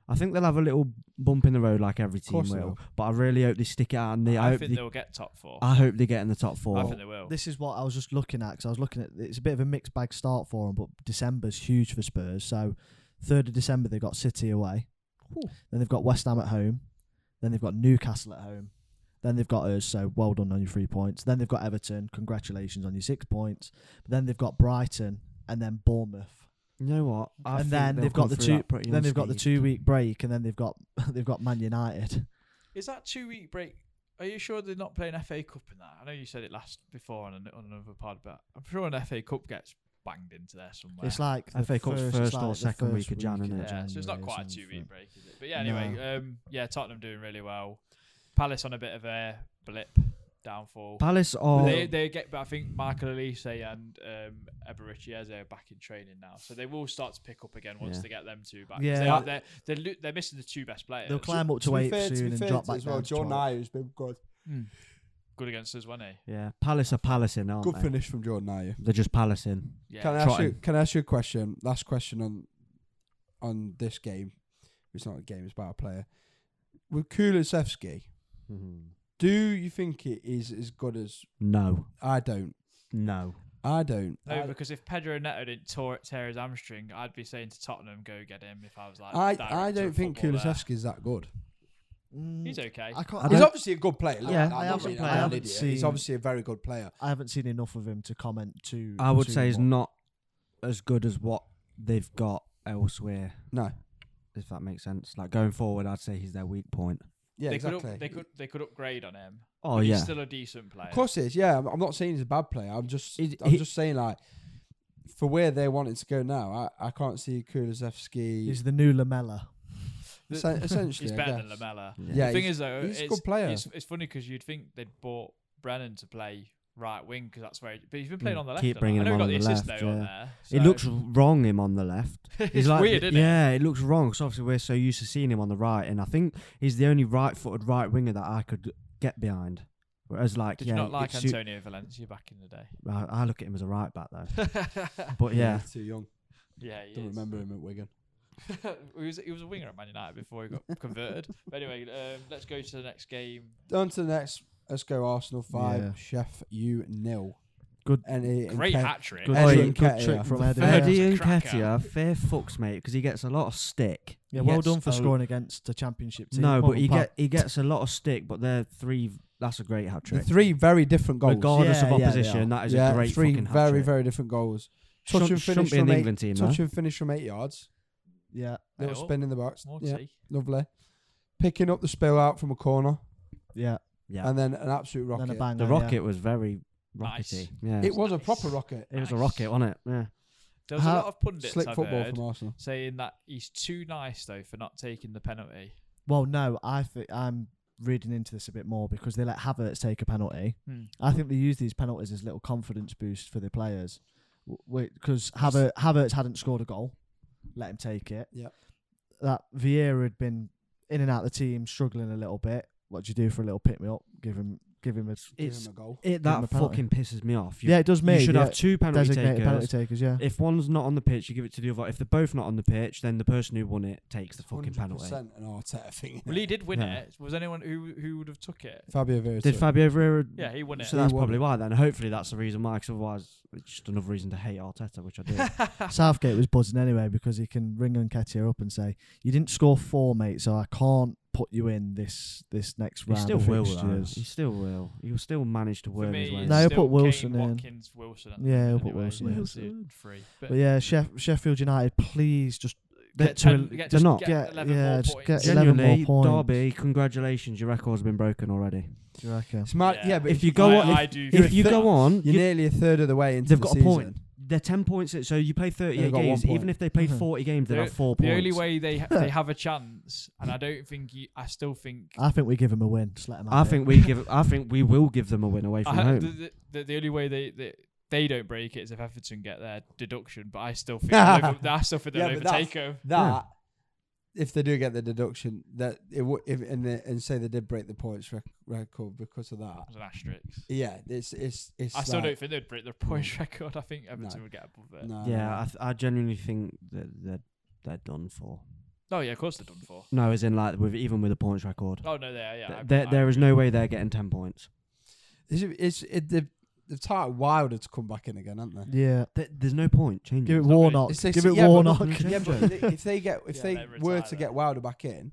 [SPEAKER 2] I think they'll have a little bump in the road like every team
[SPEAKER 3] course
[SPEAKER 2] will,
[SPEAKER 3] they will.
[SPEAKER 2] but I really hope they stick it out and
[SPEAKER 1] that.
[SPEAKER 2] they. I,
[SPEAKER 1] I
[SPEAKER 2] hope Oh.
[SPEAKER 1] think
[SPEAKER 2] they,
[SPEAKER 1] they'll get top four.
[SPEAKER 2] I hope they get in the top
[SPEAKER 1] I
[SPEAKER 2] four.
[SPEAKER 1] think they will.
[SPEAKER 4] This is what I was just looking at because I was looking at it's a bit of a mixed bag start for them, but December's huge for Spurs. So, third of December they've got City away, then they've got West Ham at home, then they've got Newcastle at home, then they've got us. So well done on your three points. Then they've got Everton. Congratulations on your six points. then they've got Brighton and then Bournemouth.
[SPEAKER 2] You know what? I
[SPEAKER 4] and
[SPEAKER 2] think
[SPEAKER 4] then
[SPEAKER 2] they'll
[SPEAKER 4] they've
[SPEAKER 2] come
[SPEAKER 4] got the
[SPEAKER 2] through
[SPEAKER 4] two.
[SPEAKER 2] that pretty
[SPEAKER 4] Then they've got the
[SPEAKER 2] unscathed.
[SPEAKER 4] two week break, and then they've got [LAUGHS] they've got Man United.
[SPEAKER 1] Is that two week break? Are you sure they're not playing FA Cup in that? I know you said it last before on, an, on another pod, but I'm sure an FA Cup gets banged into there somewhere.
[SPEAKER 4] It's like the
[SPEAKER 2] FA Cup's
[SPEAKER 4] it's
[SPEAKER 2] first
[SPEAKER 4] like
[SPEAKER 2] or
[SPEAKER 4] the
[SPEAKER 2] second
[SPEAKER 4] first
[SPEAKER 2] week of Jan,
[SPEAKER 4] week
[SPEAKER 2] innit?
[SPEAKER 1] yeah, so it's not
[SPEAKER 4] January or
[SPEAKER 1] quite a
[SPEAKER 4] something.
[SPEAKER 1] two week break, is it? But yeah, anyway,
[SPEAKER 4] No.
[SPEAKER 1] um, yeah, Tottenham doing really well. Palace on a bit of a blip, downfall.
[SPEAKER 2] Palace
[SPEAKER 1] But
[SPEAKER 2] or
[SPEAKER 1] They, they get, but I think Michael Elise and um, Eberichieze are back in training now, so they will start to pick up again once
[SPEAKER 2] Yeah.
[SPEAKER 1] they get them two back. 'Cause
[SPEAKER 4] Yeah.
[SPEAKER 1] they are, they're, they're, lo- they're missing the two best players.
[SPEAKER 4] They'll climb up
[SPEAKER 3] To
[SPEAKER 4] to
[SPEAKER 3] be
[SPEAKER 4] eight
[SPEAKER 3] fair- to be
[SPEAKER 4] soon and
[SPEAKER 3] fair
[SPEAKER 4] drop
[SPEAKER 3] to
[SPEAKER 4] back
[SPEAKER 3] as well.
[SPEAKER 4] down to
[SPEAKER 3] John
[SPEAKER 4] 12.
[SPEAKER 3] Nayo's been good.
[SPEAKER 1] Hmm. good against us, wasn't he?
[SPEAKER 2] yeah, Palace are palacing, aren't
[SPEAKER 3] Good
[SPEAKER 2] they?
[SPEAKER 3] finish from John Nayo.
[SPEAKER 2] They're just palacing.
[SPEAKER 1] Yeah,
[SPEAKER 3] Can I ask you?
[SPEAKER 2] Trotting.
[SPEAKER 3] Can I ask you a question? Last question on on this game. It's not a game. It's about a player. With Kulusevski, do you think it is as good as?
[SPEAKER 2] No,
[SPEAKER 3] I don't.
[SPEAKER 2] no.
[SPEAKER 3] I don't.
[SPEAKER 1] No,
[SPEAKER 3] I-
[SPEAKER 1] because if Pedro Neto didn't tore, tear his hamstring, I'd be saying to Tottenham, go get him. If I was like,
[SPEAKER 3] I,
[SPEAKER 1] director
[SPEAKER 3] I don't
[SPEAKER 1] of
[SPEAKER 3] think
[SPEAKER 1] football there.
[SPEAKER 3] Kulusevski is that good.
[SPEAKER 4] Mm,
[SPEAKER 1] He's okay.
[SPEAKER 4] I can't.
[SPEAKER 2] I
[SPEAKER 4] I,
[SPEAKER 3] He's
[SPEAKER 4] don't-
[SPEAKER 3] obviously a good player. Look,
[SPEAKER 4] Yeah,
[SPEAKER 3] I'm
[SPEAKER 4] I
[SPEAKER 3] not
[SPEAKER 4] haven't
[SPEAKER 3] being
[SPEAKER 4] played-
[SPEAKER 3] an
[SPEAKER 4] I haven't
[SPEAKER 3] idiot. He's
[SPEAKER 4] seen-
[SPEAKER 3] obviously a very good player.
[SPEAKER 4] I haven't seen enough of him to comment too.
[SPEAKER 2] I would
[SPEAKER 4] too
[SPEAKER 2] say he's
[SPEAKER 4] much.
[SPEAKER 2] not as good as what they've got elsewhere.
[SPEAKER 3] No.
[SPEAKER 2] If that makes sense. Like going forward, I'd say he's their weak point.
[SPEAKER 3] Yeah,
[SPEAKER 1] they
[SPEAKER 3] exactly.
[SPEAKER 1] could up, they could they could upgrade on him.
[SPEAKER 2] Oh
[SPEAKER 1] but
[SPEAKER 2] yeah,
[SPEAKER 1] he's still a decent player.
[SPEAKER 3] Of course, he is. Yeah, I'm I'm not saying he's a bad player. I'm just,
[SPEAKER 2] Is-
[SPEAKER 3] I'm
[SPEAKER 2] he-
[SPEAKER 3] just saying like, for where they wanted to go now, I, I can't see Kulusevski.
[SPEAKER 4] He's the new Lamella.
[SPEAKER 1] the-
[SPEAKER 3] essen- essentially,
[SPEAKER 1] [LAUGHS] he's
[SPEAKER 3] I
[SPEAKER 1] better than
[SPEAKER 3] guess.
[SPEAKER 1] Lamella.
[SPEAKER 3] Yeah,
[SPEAKER 1] the thing
[SPEAKER 3] he's-
[SPEAKER 1] is though,
[SPEAKER 3] he's a
[SPEAKER 1] it's,
[SPEAKER 3] good player.
[SPEAKER 1] It's, it's funny because you'd think they'd bought Brennan to play right wing because that's where, he, but he's been playing
[SPEAKER 2] Mm,
[SPEAKER 1] on the left. a
[SPEAKER 2] keep
[SPEAKER 1] lot.
[SPEAKER 2] bringing
[SPEAKER 1] I know he
[SPEAKER 2] him
[SPEAKER 1] got
[SPEAKER 2] on
[SPEAKER 1] the
[SPEAKER 2] the
[SPEAKER 1] assist
[SPEAKER 2] left,
[SPEAKER 1] note on
[SPEAKER 2] yeah.
[SPEAKER 1] there.
[SPEAKER 2] it
[SPEAKER 1] so-
[SPEAKER 2] looks wrong him on the left.
[SPEAKER 1] [LAUGHS] it's
[SPEAKER 2] He's like,
[SPEAKER 1] weird, isn't it?
[SPEAKER 2] yeah, it? looks wrong. Because obviously we're so used to seeing him on the right, and I think he's the only right-footed right winger that I could get behind. Whereas, like,
[SPEAKER 1] Did
[SPEAKER 2] yeah,
[SPEAKER 1] you not like
[SPEAKER 2] it suit-
[SPEAKER 1] Antonio Valencia back in the day?
[SPEAKER 2] I, I look at him as a right back though. [LAUGHS] But yeah,
[SPEAKER 3] he's too young.
[SPEAKER 1] yeah, he
[SPEAKER 3] Don't
[SPEAKER 1] is.
[SPEAKER 3] remember him at Wigan.
[SPEAKER 1] [LAUGHS] he was he was a winger at Man United before he got
[SPEAKER 3] [LAUGHS]
[SPEAKER 1] converted. But anyway, um, let's go to the next game.
[SPEAKER 3] On to the next. Let's go Arsenal five.
[SPEAKER 4] Yeah.
[SPEAKER 3] Chef you nil.
[SPEAKER 4] Good-
[SPEAKER 3] And he-
[SPEAKER 1] Great
[SPEAKER 3] Nke-
[SPEAKER 1] hat trick.
[SPEAKER 4] Good,
[SPEAKER 3] Eddie
[SPEAKER 4] trick-
[SPEAKER 3] and
[SPEAKER 4] good
[SPEAKER 3] Nketiah.
[SPEAKER 4] trick from
[SPEAKER 1] The
[SPEAKER 4] Eddie.
[SPEAKER 1] Yeah. third-
[SPEAKER 2] Eddie
[SPEAKER 1] Yeah.
[SPEAKER 2] and
[SPEAKER 1] Cracker.
[SPEAKER 2] Nketiah, fair fucks, mate, because he gets a lot of stick.
[SPEAKER 4] Yeah,
[SPEAKER 2] He
[SPEAKER 4] well
[SPEAKER 2] gets
[SPEAKER 4] done for
[SPEAKER 2] a-
[SPEAKER 4] scoring against a championship team.
[SPEAKER 2] No,
[SPEAKER 4] Well
[SPEAKER 2] but
[SPEAKER 4] done,
[SPEAKER 2] he
[SPEAKER 4] pal.
[SPEAKER 2] get he gets a lot of stick. But they're three. That's a great hat
[SPEAKER 3] The
[SPEAKER 2] trick.
[SPEAKER 3] three very different goals.
[SPEAKER 2] Regardless
[SPEAKER 4] Yeah,
[SPEAKER 2] of
[SPEAKER 4] yeah, they
[SPEAKER 2] opposition, that is
[SPEAKER 3] yeah,
[SPEAKER 2] a great
[SPEAKER 3] three
[SPEAKER 2] fucking hat
[SPEAKER 3] very
[SPEAKER 2] trick.
[SPEAKER 3] very different goals. Touch
[SPEAKER 2] Shouldn't-
[SPEAKER 3] and
[SPEAKER 2] shouldn't
[SPEAKER 3] finish
[SPEAKER 2] be an
[SPEAKER 3] from eight.
[SPEAKER 2] England team,
[SPEAKER 3] touch
[SPEAKER 2] though.
[SPEAKER 3] and finish from eight yards.
[SPEAKER 4] Yeah,
[SPEAKER 3] Little
[SPEAKER 1] Hey, oh,
[SPEAKER 3] spin in the box.
[SPEAKER 1] More
[SPEAKER 3] Yeah,
[SPEAKER 1] tea.
[SPEAKER 3] lovely. Picking up the spill out from a corner,
[SPEAKER 4] yeah.
[SPEAKER 2] Yeah.
[SPEAKER 3] and then an absolute rocket.
[SPEAKER 4] Then a banger.
[SPEAKER 2] The
[SPEAKER 4] yeah.
[SPEAKER 2] rocket was very
[SPEAKER 1] Nice.
[SPEAKER 2] rockety. Yeah,
[SPEAKER 3] It was a
[SPEAKER 1] Nice.
[SPEAKER 3] proper rocket.
[SPEAKER 2] it was a
[SPEAKER 1] nice.
[SPEAKER 2] rocket, wasn't it? Yeah.
[SPEAKER 1] There was a
[SPEAKER 4] How-
[SPEAKER 1] lot of pundits
[SPEAKER 3] Slick
[SPEAKER 1] I've
[SPEAKER 3] football
[SPEAKER 1] heard
[SPEAKER 3] from Arsenal.
[SPEAKER 1] saying that he's too nice though for not taking the penalty.
[SPEAKER 4] Well, no, I think I'm reading into this a bit more because they let Havertz take a penalty.
[SPEAKER 1] Hmm.
[SPEAKER 4] I think they use these penalties as little confidence boosts for their players. Because Havertz, Havertz hadn't scored a goal, let him take it.
[SPEAKER 3] Yep.
[SPEAKER 4] That Vieira had been in and out of the team, struggling a little bit. What do you do for a little pick me up? Give him, give him a.
[SPEAKER 3] Give
[SPEAKER 2] It's
[SPEAKER 3] him a goal.
[SPEAKER 2] it
[SPEAKER 4] him a
[SPEAKER 2] that
[SPEAKER 4] penalty.
[SPEAKER 2] fucking pisses me off. You,
[SPEAKER 4] yeah, it does
[SPEAKER 2] you
[SPEAKER 4] me.
[SPEAKER 2] should
[SPEAKER 4] yeah,
[SPEAKER 2] have two penalty
[SPEAKER 4] designated
[SPEAKER 2] takers.
[SPEAKER 4] penalty takers. Yeah,
[SPEAKER 2] If one's not on the pitch, you give it to the other. If they're both not on the pitch, then the person who won it takes the fucking penalty.
[SPEAKER 3] 100% An Arteta thing. [LAUGHS]
[SPEAKER 1] Well, he did win
[SPEAKER 2] Yeah.
[SPEAKER 1] it. Was anyone who who would have took it?
[SPEAKER 3] Fabio Vieira.
[SPEAKER 2] Did
[SPEAKER 3] took-
[SPEAKER 2] Fabio Vieira?
[SPEAKER 1] Yeah, he won it.
[SPEAKER 2] So that's
[SPEAKER 3] He won
[SPEAKER 2] probably
[SPEAKER 3] it.
[SPEAKER 2] why then. Hopefully that's the reason why, because otherwise it's just another reason to hate Arteta, which
[SPEAKER 1] [LAUGHS]
[SPEAKER 2] I do.
[SPEAKER 4] Southgate was buzzing anyway because he can ring Nketiah up and say, "You didn't score four, mate, so I can't put you in this this next
[SPEAKER 2] he
[SPEAKER 4] round
[SPEAKER 2] still
[SPEAKER 4] of
[SPEAKER 2] will. though.
[SPEAKER 4] fixtures."
[SPEAKER 2] He still will. He'll still manage to
[SPEAKER 1] For
[SPEAKER 2] worm
[SPEAKER 1] me,
[SPEAKER 2] his way.
[SPEAKER 1] it's
[SPEAKER 2] in.
[SPEAKER 4] No, he'll
[SPEAKER 1] still
[SPEAKER 4] put Wilson
[SPEAKER 1] Kane,
[SPEAKER 4] in.
[SPEAKER 1] Watkins, Wilson. at the
[SPEAKER 4] Yeah,
[SPEAKER 1] minute
[SPEAKER 4] he'll put
[SPEAKER 1] anyway.
[SPEAKER 4] Wilson
[SPEAKER 2] in.
[SPEAKER 1] Wilson free. But
[SPEAKER 4] But yeah, Shef- Sheffield United, please just
[SPEAKER 1] get
[SPEAKER 4] get to
[SPEAKER 1] ten-
[SPEAKER 4] el-
[SPEAKER 1] get-
[SPEAKER 2] they're
[SPEAKER 1] just
[SPEAKER 2] not.
[SPEAKER 1] Get,
[SPEAKER 4] Get-
[SPEAKER 1] 11
[SPEAKER 4] yeah,
[SPEAKER 1] more
[SPEAKER 4] just
[SPEAKER 1] points.
[SPEAKER 4] get 11 more
[SPEAKER 2] Genuinely,
[SPEAKER 4] points.
[SPEAKER 2] Derby, congratulations, your record's been broken already.
[SPEAKER 4] do you reckon?
[SPEAKER 3] It's mad- yeah, but
[SPEAKER 2] If you go
[SPEAKER 1] I,
[SPEAKER 2] on-
[SPEAKER 1] I do
[SPEAKER 3] You're
[SPEAKER 2] If you
[SPEAKER 3] thir-
[SPEAKER 2] go on,
[SPEAKER 3] you're
[SPEAKER 2] you-
[SPEAKER 3] nearly a third of the way into
[SPEAKER 2] they've
[SPEAKER 3] the
[SPEAKER 2] got a
[SPEAKER 3] season.
[SPEAKER 2] point. They're ten points. So you play thirty-eight
[SPEAKER 3] got one
[SPEAKER 2] games.
[SPEAKER 3] point.
[SPEAKER 2] Even if they play
[SPEAKER 4] Mhm.
[SPEAKER 2] forty games, they
[SPEAKER 1] The-
[SPEAKER 2] have four
[SPEAKER 1] The
[SPEAKER 2] points.
[SPEAKER 1] only way they ha-
[SPEAKER 2] [LAUGHS]
[SPEAKER 1] they have a chance, and I don't think you, I still think
[SPEAKER 4] I think we give him a win. Just let him.
[SPEAKER 2] I
[SPEAKER 4] have it.
[SPEAKER 2] think we give. I think we will give them a win away from
[SPEAKER 1] I, the,
[SPEAKER 2] home.
[SPEAKER 1] the, the, the only way they, they they don't break it is if Everton get their deduction. But I still think they'll over, I still think they'll
[SPEAKER 3] Yeah, but that's-
[SPEAKER 1] overtake 'em.
[SPEAKER 3] That if they do get the deduction, that it w- if and, the, and say they did break the points rec- record because of that.
[SPEAKER 1] As an asterisk.
[SPEAKER 3] Yeah, it's it's it's.
[SPEAKER 1] I still
[SPEAKER 3] like-
[SPEAKER 1] don't think they'd break the points record. I think Everton
[SPEAKER 3] No.
[SPEAKER 1] would get above it.
[SPEAKER 3] No,
[SPEAKER 2] Yeah, I, th- I genuinely think that they're they're done for.
[SPEAKER 1] No, Oh, yeah, of course they're done for.
[SPEAKER 2] No, as in like with even with a points record,
[SPEAKER 1] Oh no, they are. Yeah,
[SPEAKER 2] Th-
[SPEAKER 1] I-
[SPEAKER 2] there
[SPEAKER 1] I
[SPEAKER 2] there is
[SPEAKER 1] agree.
[SPEAKER 2] no way they're getting ten points.
[SPEAKER 3] it's it's it, they've, they've targeted Wilder to come back in again, haven't they?
[SPEAKER 4] Yeah,
[SPEAKER 2] Th- there's no point changing.
[SPEAKER 4] give it
[SPEAKER 1] not really-
[SPEAKER 4] Warnock.
[SPEAKER 3] It's- it's-
[SPEAKER 4] Give it
[SPEAKER 3] yeah, but- [LAUGHS]
[SPEAKER 4] Warnock.
[SPEAKER 3] Yeah,
[SPEAKER 4] [LAUGHS]
[SPEAKER 3] but if they- if they get if
[SPEAKER 1] Yeah,
[SPEAKER 3] they
[SPEAKER 1] they
[SPEAKER 3] were
[SPEAKER 1] retire
[SPEAKER 3] to
[SPEAKER 1] them.
[SPEAKER 3] get Wilder back in,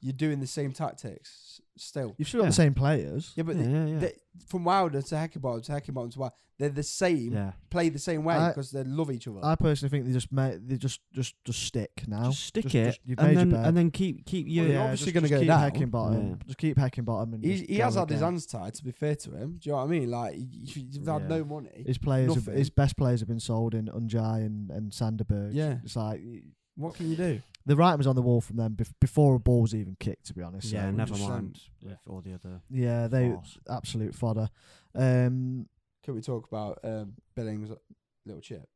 [SPEAKER 3] you're doing the same tactics s- still.
[SPEAKER 4] You've still got
[SPEAKER 2] Yeah.
[SPEAKER 4] the same players.
[SPEAKER 3] Yeah, but
[SPEAKER 2] yeah,
[SPEAKER 3] the-
[SPEAKER 2] yeah, yeah.
[SPEAKER 3] they- from Wilder to Heckenbottom to Heckenbottom to Wilder, they're the same.
[SPEAKER 2] yeah.
[SPEAKER 3] Play the same way
[SPEAKER 4] I-
[SPEAKER 3] because they love each other.
[SPEAKER 4] I personally think they just ma- they just just just stick now.
[SPEAKER 2] Just stick
[SPEAKER 4] Just-
[SPEAKER 2] it
[SPEAKER 4] just- you've
[SPEAKER 2] and
[SPEAKER 4] made your
[SPEAKER 2] then
[SPEAKER 4] bed.
[SPEAKER 2] and then keep keep your
[SPEAKER 3] you're obviously gonna go
[SPEAKER 4] keep
[SPEAKER 3] down.
[SPEAKER 4] Hacking bottom.
[SPEAKER 2] Yeah.
[SPEAKER 4] Just keep hacking bottom. And
[SPEAKER 3] he
[SPEAKER 4] just
[SPEAKER 3] he
[SPEAKER 4] go
[SPEAKER 3] has had his
[SPEAKER 4] again.
[SPEAKER 3] hands tied. To be fair to him, do you know what I mean? Like y- y- you've had
[SPEAKER 2] Yeah.
[SPEAKER 3] no money.
[SPEAKER 4] His players, have,
[SPEAKER 3] Nothing.
[SPEAKER 4] his best players have been sold in Unjai and and Sanderberg.
[SPEAKER 3] Yeah.
[SPEAKER 4] it's like
[SPEAKER 3] What can you do?
[SPEAKER 4] the writing was on the wall from them bef- before a ball was even kicked, to be honest.
[SPEAKER 2] yeah,
[SPEAKER 4] So-
[SPEAKER 2] never
[SPEAKER 3] 100%.
[SPEAKER 2] mind with all the other.
[SPEAKER 4] Yeah, they
[SPEAKER 2] farce.
[SPEAKER 4] absolute fodder. Um,
[SPEAKER 3] Can we talk about um, Billings' little chip?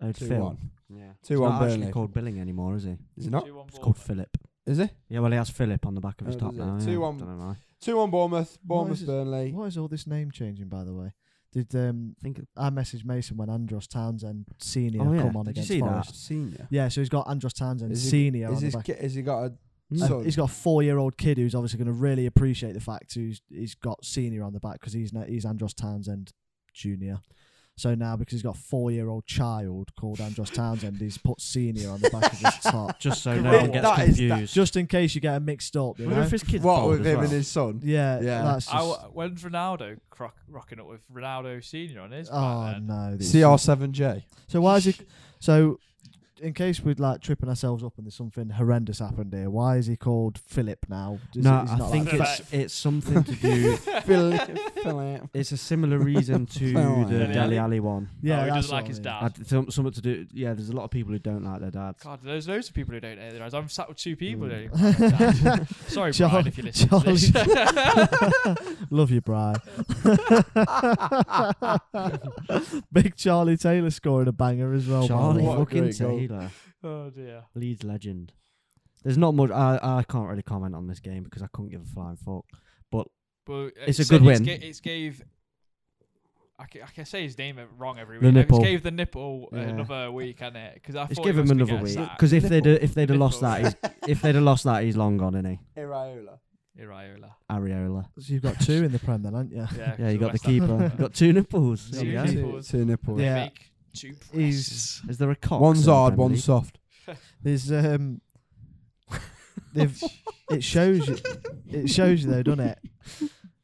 [SPEAKER 2] Oh,
[SPEAKER 3] Two
[SPEAKER 2] Phil.
[SPEAKER 3] one.
[SPEAKER 2] Yeah.
[SPEAKER 3] Two
[SPEAKER 2] He's
[SPEAKER 3] one
[SPEAKER 2] not
[SPEAKER 3] Burnley.
[SPEAKER 2] actually called Billing anymore, is he?
[SPEAKER 3] Is it not?
[SPEAKER 1] Two-one
[SPEAKER 2] It's
[SPEAKER 1] Bournemouth.
[SPEAKER 2] called Philip.
[SPEAKER 3] Is it?
[SPEAKER 2] Yeah, well, he has Philip on the back of his
[SPEAKER 3] Oh,
[SPEAKER 2] top
[SPEAKER 3] does he?
[SPEAKER 2] now.
[SPEAKER 3] Two
[SPEAKER 2] yeah.
[SPEAKER 3] one-
[SPEAKER 2] Dunno why.
[SPEAKER 3] Two on Bournemouth.
[SPEAKER 4] What is
[SPEAKER 3] Bournemouth
[SPEAKER 4] it-
[SPEAKER 3] Burnley.
[SPEAKER 4] what is all this name changing, by the way? Did um,
[SPEAKER 2] I think. it-
[SPEAKER 4] I messaged Mason when Andros Townsend senior
[SPEAKER 2] Oh, yeah.
[SPEAKER 4] come on
[SPEAKER 2] Did you
[SPEAKER 4] against
[SPEAKER 2] see that?
[SPEAKER 4] Forest?
[SPEAKER 3] Senior.
[SPEAKER 4] Yeah, so he's got Andros Townsend
[SPEAKER 3] Is he-
[SPEAKER 4] senior
[SPEAKER 3] Is
[SPEAKER 4] on the
[SPEAKER 3] his
[SPEAKER 4] back.
[SPEAKER 3] ki- has he got a
[SPEAKER 2] Mm.
[SPEAKER 4] Uh,
[SPEAKER 3] son?
[SPEAKER 4] he's got a four-year-old kid who's obviously going to really appreciate the fact who's he's got senior on the back because he's na- he's Andros Townsend junior. So now, because he's got a four-year-old child called Andros Townsend, he's put senior on the back
[SPEAKER 2] [LAUGHS]
[SPEAKER 4] of his top,
[SPEAKER 2] Just so no one
[SPEAKER 3] That
[SPEAKER 2] gets
[SPEAKER 3] is- that-
[SPEAKER 2] confused.
[SPEAKER 4] just in case you get him mixed up. You
[SPEAKER 2] Wonder
[SPEAKER 4] know?
[SPEAKER 2] if his kid's
[SPEAKER 3] What
[SPEAKER 2] bald
[SPEAKER 3] with
[SPEAKER 2] as
[SPEAKER 3] him
[SPEAKER 2] well.
[SPEAKER 3] and his son?
[SPEAKER 4] yeah,
[SPEAKER 3] Yeah.
[SPEAKER 4] That's just,
[SPEAKER 1] I w- when's Ronaldo croc- rocking up with Ronaldo Senior on his?
[SPEAKER 4] oh
[SPEAKER 1] back then?
[SPEAKER 4] no. this is-
[SPEAKER 3] CR7J.
[SPEAKER 4] So why is he? So, in case we're like tripping ourselves up and there's something horrendous happened here, why is he called Philip now? Is
[SPEAKER 2] No,
[SPEAKER 4] it- he's
[SPEAKER 2] I
[SPEAKER 4] not
[SPEAKER 2] think
[SPEAKER 1] like
[SPEAKER 2] it's
[SPEAKER 1] that.
[SPEAKER 2] it's something to
[SPEAKER 1] [LAUGHS]
[SPEAKER 2] do.
[SPEAKER 3] Philip.
[SPEAKER 2] It's a similar reason to
[SPEAKER 3] Oh,
[SPEAKER 2] the
[SPEAKER 1] yeah.
[SPEAKER 2] Deli Alley one.
[SPEAKER 1] oh,
[SPEAKER 4] yeah,
[SPEAKER 1] he
[SPEAKER 4] that's
[SPEAKER 1] doesn't like
[SPEAKER 4] what
[SPEAKER 1] his
[SPEAKER 4] I mean.
[SPEAKER 1] dad.
[SPEAKER 2] I th- some- something to do. Yeah, there's a lot of people who don't like their dads.
[SPEAKER 1] God, there's loads of people who don't know their dads. I'm sat with two people.
[SPEAKER 2] Mm.
[SPEAKER 1] who don't know their dads. Sorry,
[SPEAKER 4] Charlie-
[SPEAKER 1] Brian, if you listen to this.
[SPEAKER 4] [LAUGHS]
[SPEAKER 1] [LAUGHS]
[SPEAKER 4] Love you, Bri. [LAUGHS] Big Charlie Taylor scoring a banger as well. by the
[SPEAKER 2] Charlie
[SPEAKER 4] way.
[SPEAKER 3] What a
[SPEAKER 2] fucking
[SPEAKER 3] great goal.
[SPEAKER 2] Taylor,
[SPEAKER 1] oh dear.
[SPEAKER 2] Leeds legend. There's not much. I, I can't really comment on this game because I couldn't give a flying fuck.
[SPEAKER 1] But uh,
[SPEAKER 2] It's a
[SPEAKER 1] so
[SPEAKER 2] good
[SPEAKER 1] It's,
[SPEAKER 2] win.
[SPEAKER 1] ga- it's gave. I ca- I can, say his name wrong every
[SPEAKER 2] The
[SPEAKER 1] week. It's
[SPEAKER 2] nipple.
[SPEAKER 1] gave the nipple
[SPEAKER 2] Yeah.
[SPEAKER 1] another week, and it because I
[SPEAKER 2] Let's
[SPEAKER 1] thought
[SPEAKER 2] give
[SPEAKER 1] he
[SPEAKER 2] him
[SPEAKER 1] was gonna
[SPEAKER 2] another
[SPEAKER 1] get
[SPEAKER 2] week
[SPEAKER 1] sacked.
[SPEAKER 2] because if they'd
[SPEAKER 3] Nipple.
[SPEAKER 2] if they'd have lost that, he's, if they'd have lost that, he's long gone, isn't he?
[SPEAKER 3] Iriola.
[SPEAKER 1] Iriola.
[SPEAKER 2] Areola.
[SPEAKER 4] So you've got two in the Prem, then, haven't you?
[SPEAKER 1] [LAUGHS] Yeah,
[SPEAKER 2] Yeah, you
[SPEAKER 1] he's
[SPEAKER 2] got the
[SPEAKER 1] West Ham [LAUGHS]
[SPEAKER 2] keeper.
[SPEAKER 1] player.
[SPEAKER 2] got two nipples. There
[SPEAKER 1] Two
[SPEAKER 2] we go.
[SPEAKER 1] nipples.
[SPEAKER 3] Two, two nipples.
[SPEAKER 4] Yeah.
[SPEAKER 1] Make two
[SPEAKER 4] He's-
[SPEAKER 1] presses.
[SPEAKER 2] Is there a cock?
[SPEAKER 3] One's hard, one's soft.
[SPEAKER 4] There's um, they've, it shows you, it shows you though, doesn't it?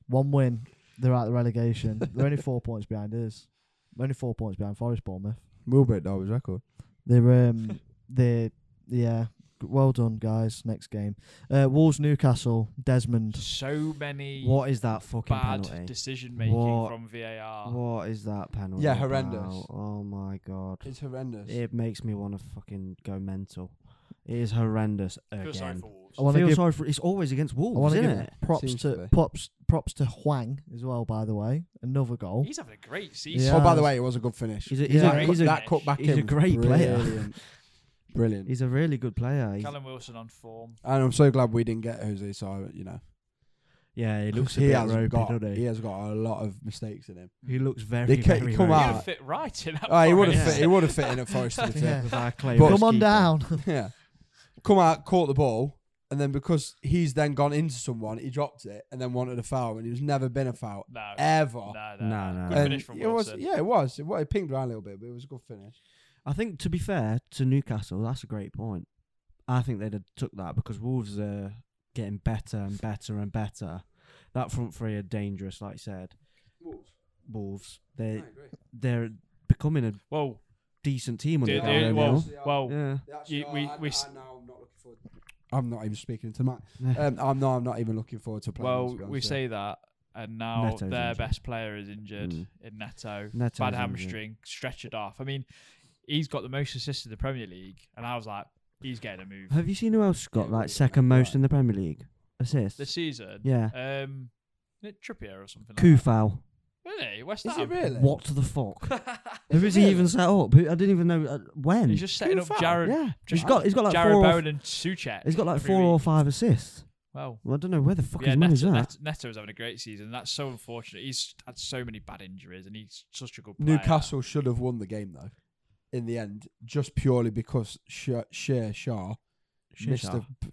[SPEAKER 4] One win, they're out of the relegation. They're only four points behind us. We're only four points behind Forest Bournemouth.
[SPEAKER 3] Will break Darby's record.
[SPEAKER 4] They're um they yeah. g- Well done, guys. Next game, uh, Wolves Newcastle. Desmond.
[SPEAKER 1] so many
[SPEAKER 2] What is that fucking
[SPEAKER 1] bad
[SPEAKER 2] penalty?
[SPEAKER 1] decision making
[SPEAKER 2] What?
[SPEAKER 1] from VAR.
[SPEAKER 2] What is that penalty?
[SPEAKER 3] Yeah, horrendous.
[SPEAKER 2] about? Oh my god.
[SPEAKER 3] It's horrendous.
[SPEAKER 2] It makes me want to fucking go mental. It is horrendous
[SPEAKER 1] I feel sorry
[SPEAKER 2] again.
[SPEAKER 1] for Wolves.
[SPEAKER 4] I want to
[SPEAKER 2] Feel
[SPEAKER 4] give.
[SPEAKER 2] sorry for it's always against
[SPEAKER 4] I
[SPEAKER 2] Wolves,
[SPEAKER 4] want to
[SPEAKER 2] isn't
[SPEAKER 4] give
[SPEAKER 2] it?
[SPEAKER 4] props
[SPEAKER 3] Seems
[SPEAKER 4] to,
[SPEAKER 3] to be.
[SPEAKER 4] props props to Huang as well. By the way, another goal.
[SPEAKER 1] He's having a great season.
[SPEAKER 4] Yeah.
[SPEAKER 3] Oh, by the way, it was a good finish.
[SPEAKER 2] He's a, he's,
[SPEAKER 4] Yeah.
[SPEAKER 2] a,
[SPEAKER 1] Great.
[SPEAKER 2] he's, a,
[SPEAKER 3] that cut back
[SPEAKER 2] he's a
[SPEAKER 3] in was
[SPEAKER 2] great player.
[SPEAKER 3] brilliant. Brilliant.
[SPEAKER 2] he's a really good player. He's-
[SPEAKER 1] Callum Wilson on form.
[SPEAKER 3] And I'm so glad we didn't get Jose. So you know,
[SPEAKER 2] yeah, he looks a
[SPEAKER 3] he
[SPEAKER 2] bit
[SPEAKER 3] has
[SPEAKER 2] ropey,
[SPEAKER 3] got
[SPEAKER 2] doesn't
[SPEAKER 3] he
[SPEAKER 2] he?
[SPEAKER 3] has got a lot of mistakes in him.
[SPEAKER 2] He looks very,
[SPEAKER 3] They ca-
[SPEAKER 2] very
[SPEAKER 3] come
[SPEAKER 1] He
[SPEAKER 2] ropey.
[SPEAKER 1] would
[SPEAKER 3] out.
[SPEAKER 1] have fit right in. that
[SPEAKER 3] Oh, he would have
[SPEAKER 1] Forest.
[SPEAKER 3] fit. He would have fit in at Forest. To be fair.
[SPEAKER 4] Yeah.
[SPEAKER 2] With
[SPEAKER 4] [LAUGHS]
[SPEAKER 2] our clay
[SPEAKER 3] But-
[SPEAKER 2] as
[SPEAKER 4] Come on
[SPEAKER 2] keeper.
[SPEAKER 4] down. [LAUGHS]
[SPEAKER 3] yeah. Come out, caught the ball, and then because he's then gone into someone, he dropped it and then wanted a foul, and he's never been a foul
[SPEAKER 1] [LAUGHS] No,
[SPEAKER 3] ever.
[SPEAKER 1] no,
[SPEAKER 2] No,
[SPEAKER 1] no,
[SPEAKER 2] no,
[SPEAKER 1] no.
[SPEAKER 2] no.
[SPEAKER 1] Good
[SPEAKER 3] And
[SPEAKER 1] finish from
[SPEAKER 3] it was,
[SPEAKER 1] Wilson.
[SPEAKER 3] yeah, it was. It, was, it pinged around a little bit, but it was a good finish.
[SPEAKER 2] I think to be fair to Newcastle, that's a great point. I think they'd have took that because Wolves are getting better and better and better. That front three are dangerous, like you said. Wolves, they they're becoming a
[SPEAKER 1] Well,
[SPEAKER 2] decent team under
[SPEAKER 1] the-
[SPEAKER 3] Yeah,
[SPEAKER 1] the-
[SPEAKER 2] Gary
[SPEAKER 3] yeah,
[SPEAKER 1] well,
[SPEAKER 2] O'Neill.
[SPEAKER 3] yeah.
[SPEAKER 1] well,
[SPEAKER 2] Yeah,
[SPEAKER 1] You- we-
[SPEAKER 3] I'm,
[SPEAKER 1] we
[SPEAKER 3] I'm,
[SPEAKER 1] s-
[SPEAKER 3] now not looking forward. I'm not even speaking to Matt. Um, I'm no, I'm not even looking forward to playing.
[SPEAKER 1] well,
[SPEAKER 3] to be honest
[SPEAKER 1] we
[SPEAKER 3] with you.
[SPEAKER 1] say that, and now
[SPEAKER 2] Neto's
[SPEAKER 1] their
[SPEAKER 2] injured.
[SPEAKER 1] best player is injured
[SPEAKER 2] Mm.
[SPEAKER 1] in Neto.
[SPEAKER 2] Neto's
[SPEAKER 1] Bad
[SPEAKER 2] injured.
[SPEAKER 1] hamstring, stretch it off. I mean, he's got the most assists in the Premier League, and I was like, he's getting a move
[SPEAKER 2] [LAUGHS] Have you seen who else got
[SPEAKER 3] Yeah,
[SPEAKER 2] like
[SPEAKER 3] we-
[SPEAKER 2] second
[SPEAKER 3] right.
[SPEAKER 2] most in the Premier League assists?
[SPEAKER 1] this season.
[SPEAKER 2] yeah,
[SPEAKER 1] Um, is it Trippier or something. Like
[SPEAKER 2] Kufal.
[SPEAKER 1] that. Really? West
[SPEAKER 3] Is
[SPEAKER 1] Ham.
[SPEAKER 3] it really?
[SPEAKER 2] What the fuck?
[SPEAKER 3] [LAUGHS] Is
[SPEAKER 2] Who
[SPEAKER 3] it
[SPEAKER 2] is he
[SPEAKER 3] really?
[SPEAKER 2] even set up? Who, I didn't even know uh,
[SPEAKER 1] [LAUGHS]
[SPEAKER 2] when.
[SPEAKER 1] He's just setting up
[SPEAKER 3] Kufal?
[SPEAKER 1] Jared.
[SPEAKER 2] yeah, he's
[SPEAKER 1] just
[SPEAKER 2] got he's got like
[SPEAKER 1] Jared
[SPEAKER 2] four. or-
[SPEAKER 1] Bowen and Suchet.
[SPEAKER 2] he's got like
[SPEAKER 1] every
[SPEAKER 2] four or
[SPEAKER 1] week.
[SPEAKER 2] five assists.
[SPEAKER 1] Well,
[SPEAKER 2] Well, I don't know where the fuck
[SPEAKER 1] yeah,
[SPEAKER 2] his money's
[SPEAKER 1] Neto,
[SPEAKER 2] at.
[SPEAKER 1] Neto, Neto's having a great season. That's so unfortunate. He's had so many bad injuries, and he's such a good player.
[SPEAKER 3] Newcastle should have won the game though, in the end, just purely because Sher Sher Shah missed
[SPEAKER 2] Shah.
[SPEAKER 3] a p-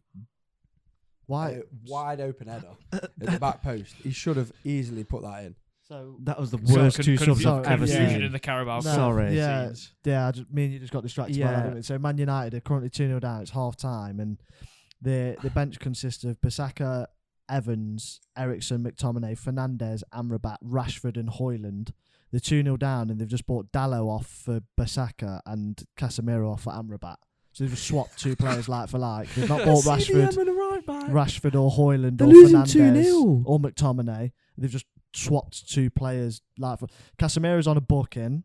[SPEAKER 4] Why?
[SPEAKER 3] uh, wide open header
[SPEAKER 1] [LAUGHS]
[SPEAKER 3] at the back post. He should have easily put that in.
[SPEAKER 4] So
[SPEAKER 2] That was the
[SPEAKER 1] So
[SPEAKER 2] [LAUGHS] worst
[SPEAKER 1] con-
[SPEAKER 2] two
[SPEAKER 1] confu-
[SPEAKER 2] subs I've
[SPEAKER 4] confused.
[SPEAKER 2] ever
[SPEAKER 1] confusion
[SPEAKER 4] seen.
[SPEAKER 1] in the Carabao.
[SPEAKER 4] No,
[SPEAKER 1] Cup
[SPEAKER 3] E
[SPEAKER 2] sorry.
[SPEAKER 4] yeah.
[SPEAKER 1] scenes.
[SPEAKER 4] Yeah, I just, me and you just got distracted by
[SPEAKER 2] Yeah.
[SPEAKER 4] that. didn't we? So Man United are currently 2 0 down. It's half time, and the the bench consists of Basaka, Evans, Ericsson, McTominay, Fernandez, Amrabat, Rashford, and Hoyland. They're 2 0 down, and they've just bought Dallo off for Basaka and Casemiro off for Amrabat. So they've just swapped two players [LAUGHS] like for like. They've not bought Rashford,
[SPEAKER 2] and a right back.
[SPEAKER 4] Rashford or Hoyland
[SPEAKER 2] They're
[SPEAKER 4] or
[SPEAKER 2] losing
[SPEAKER 4] Fernandez
[SPEAKER 2] 2-0.
[SPEAKER 4] or McTominay. They've just swapped two players like for Casemiro's on a booking,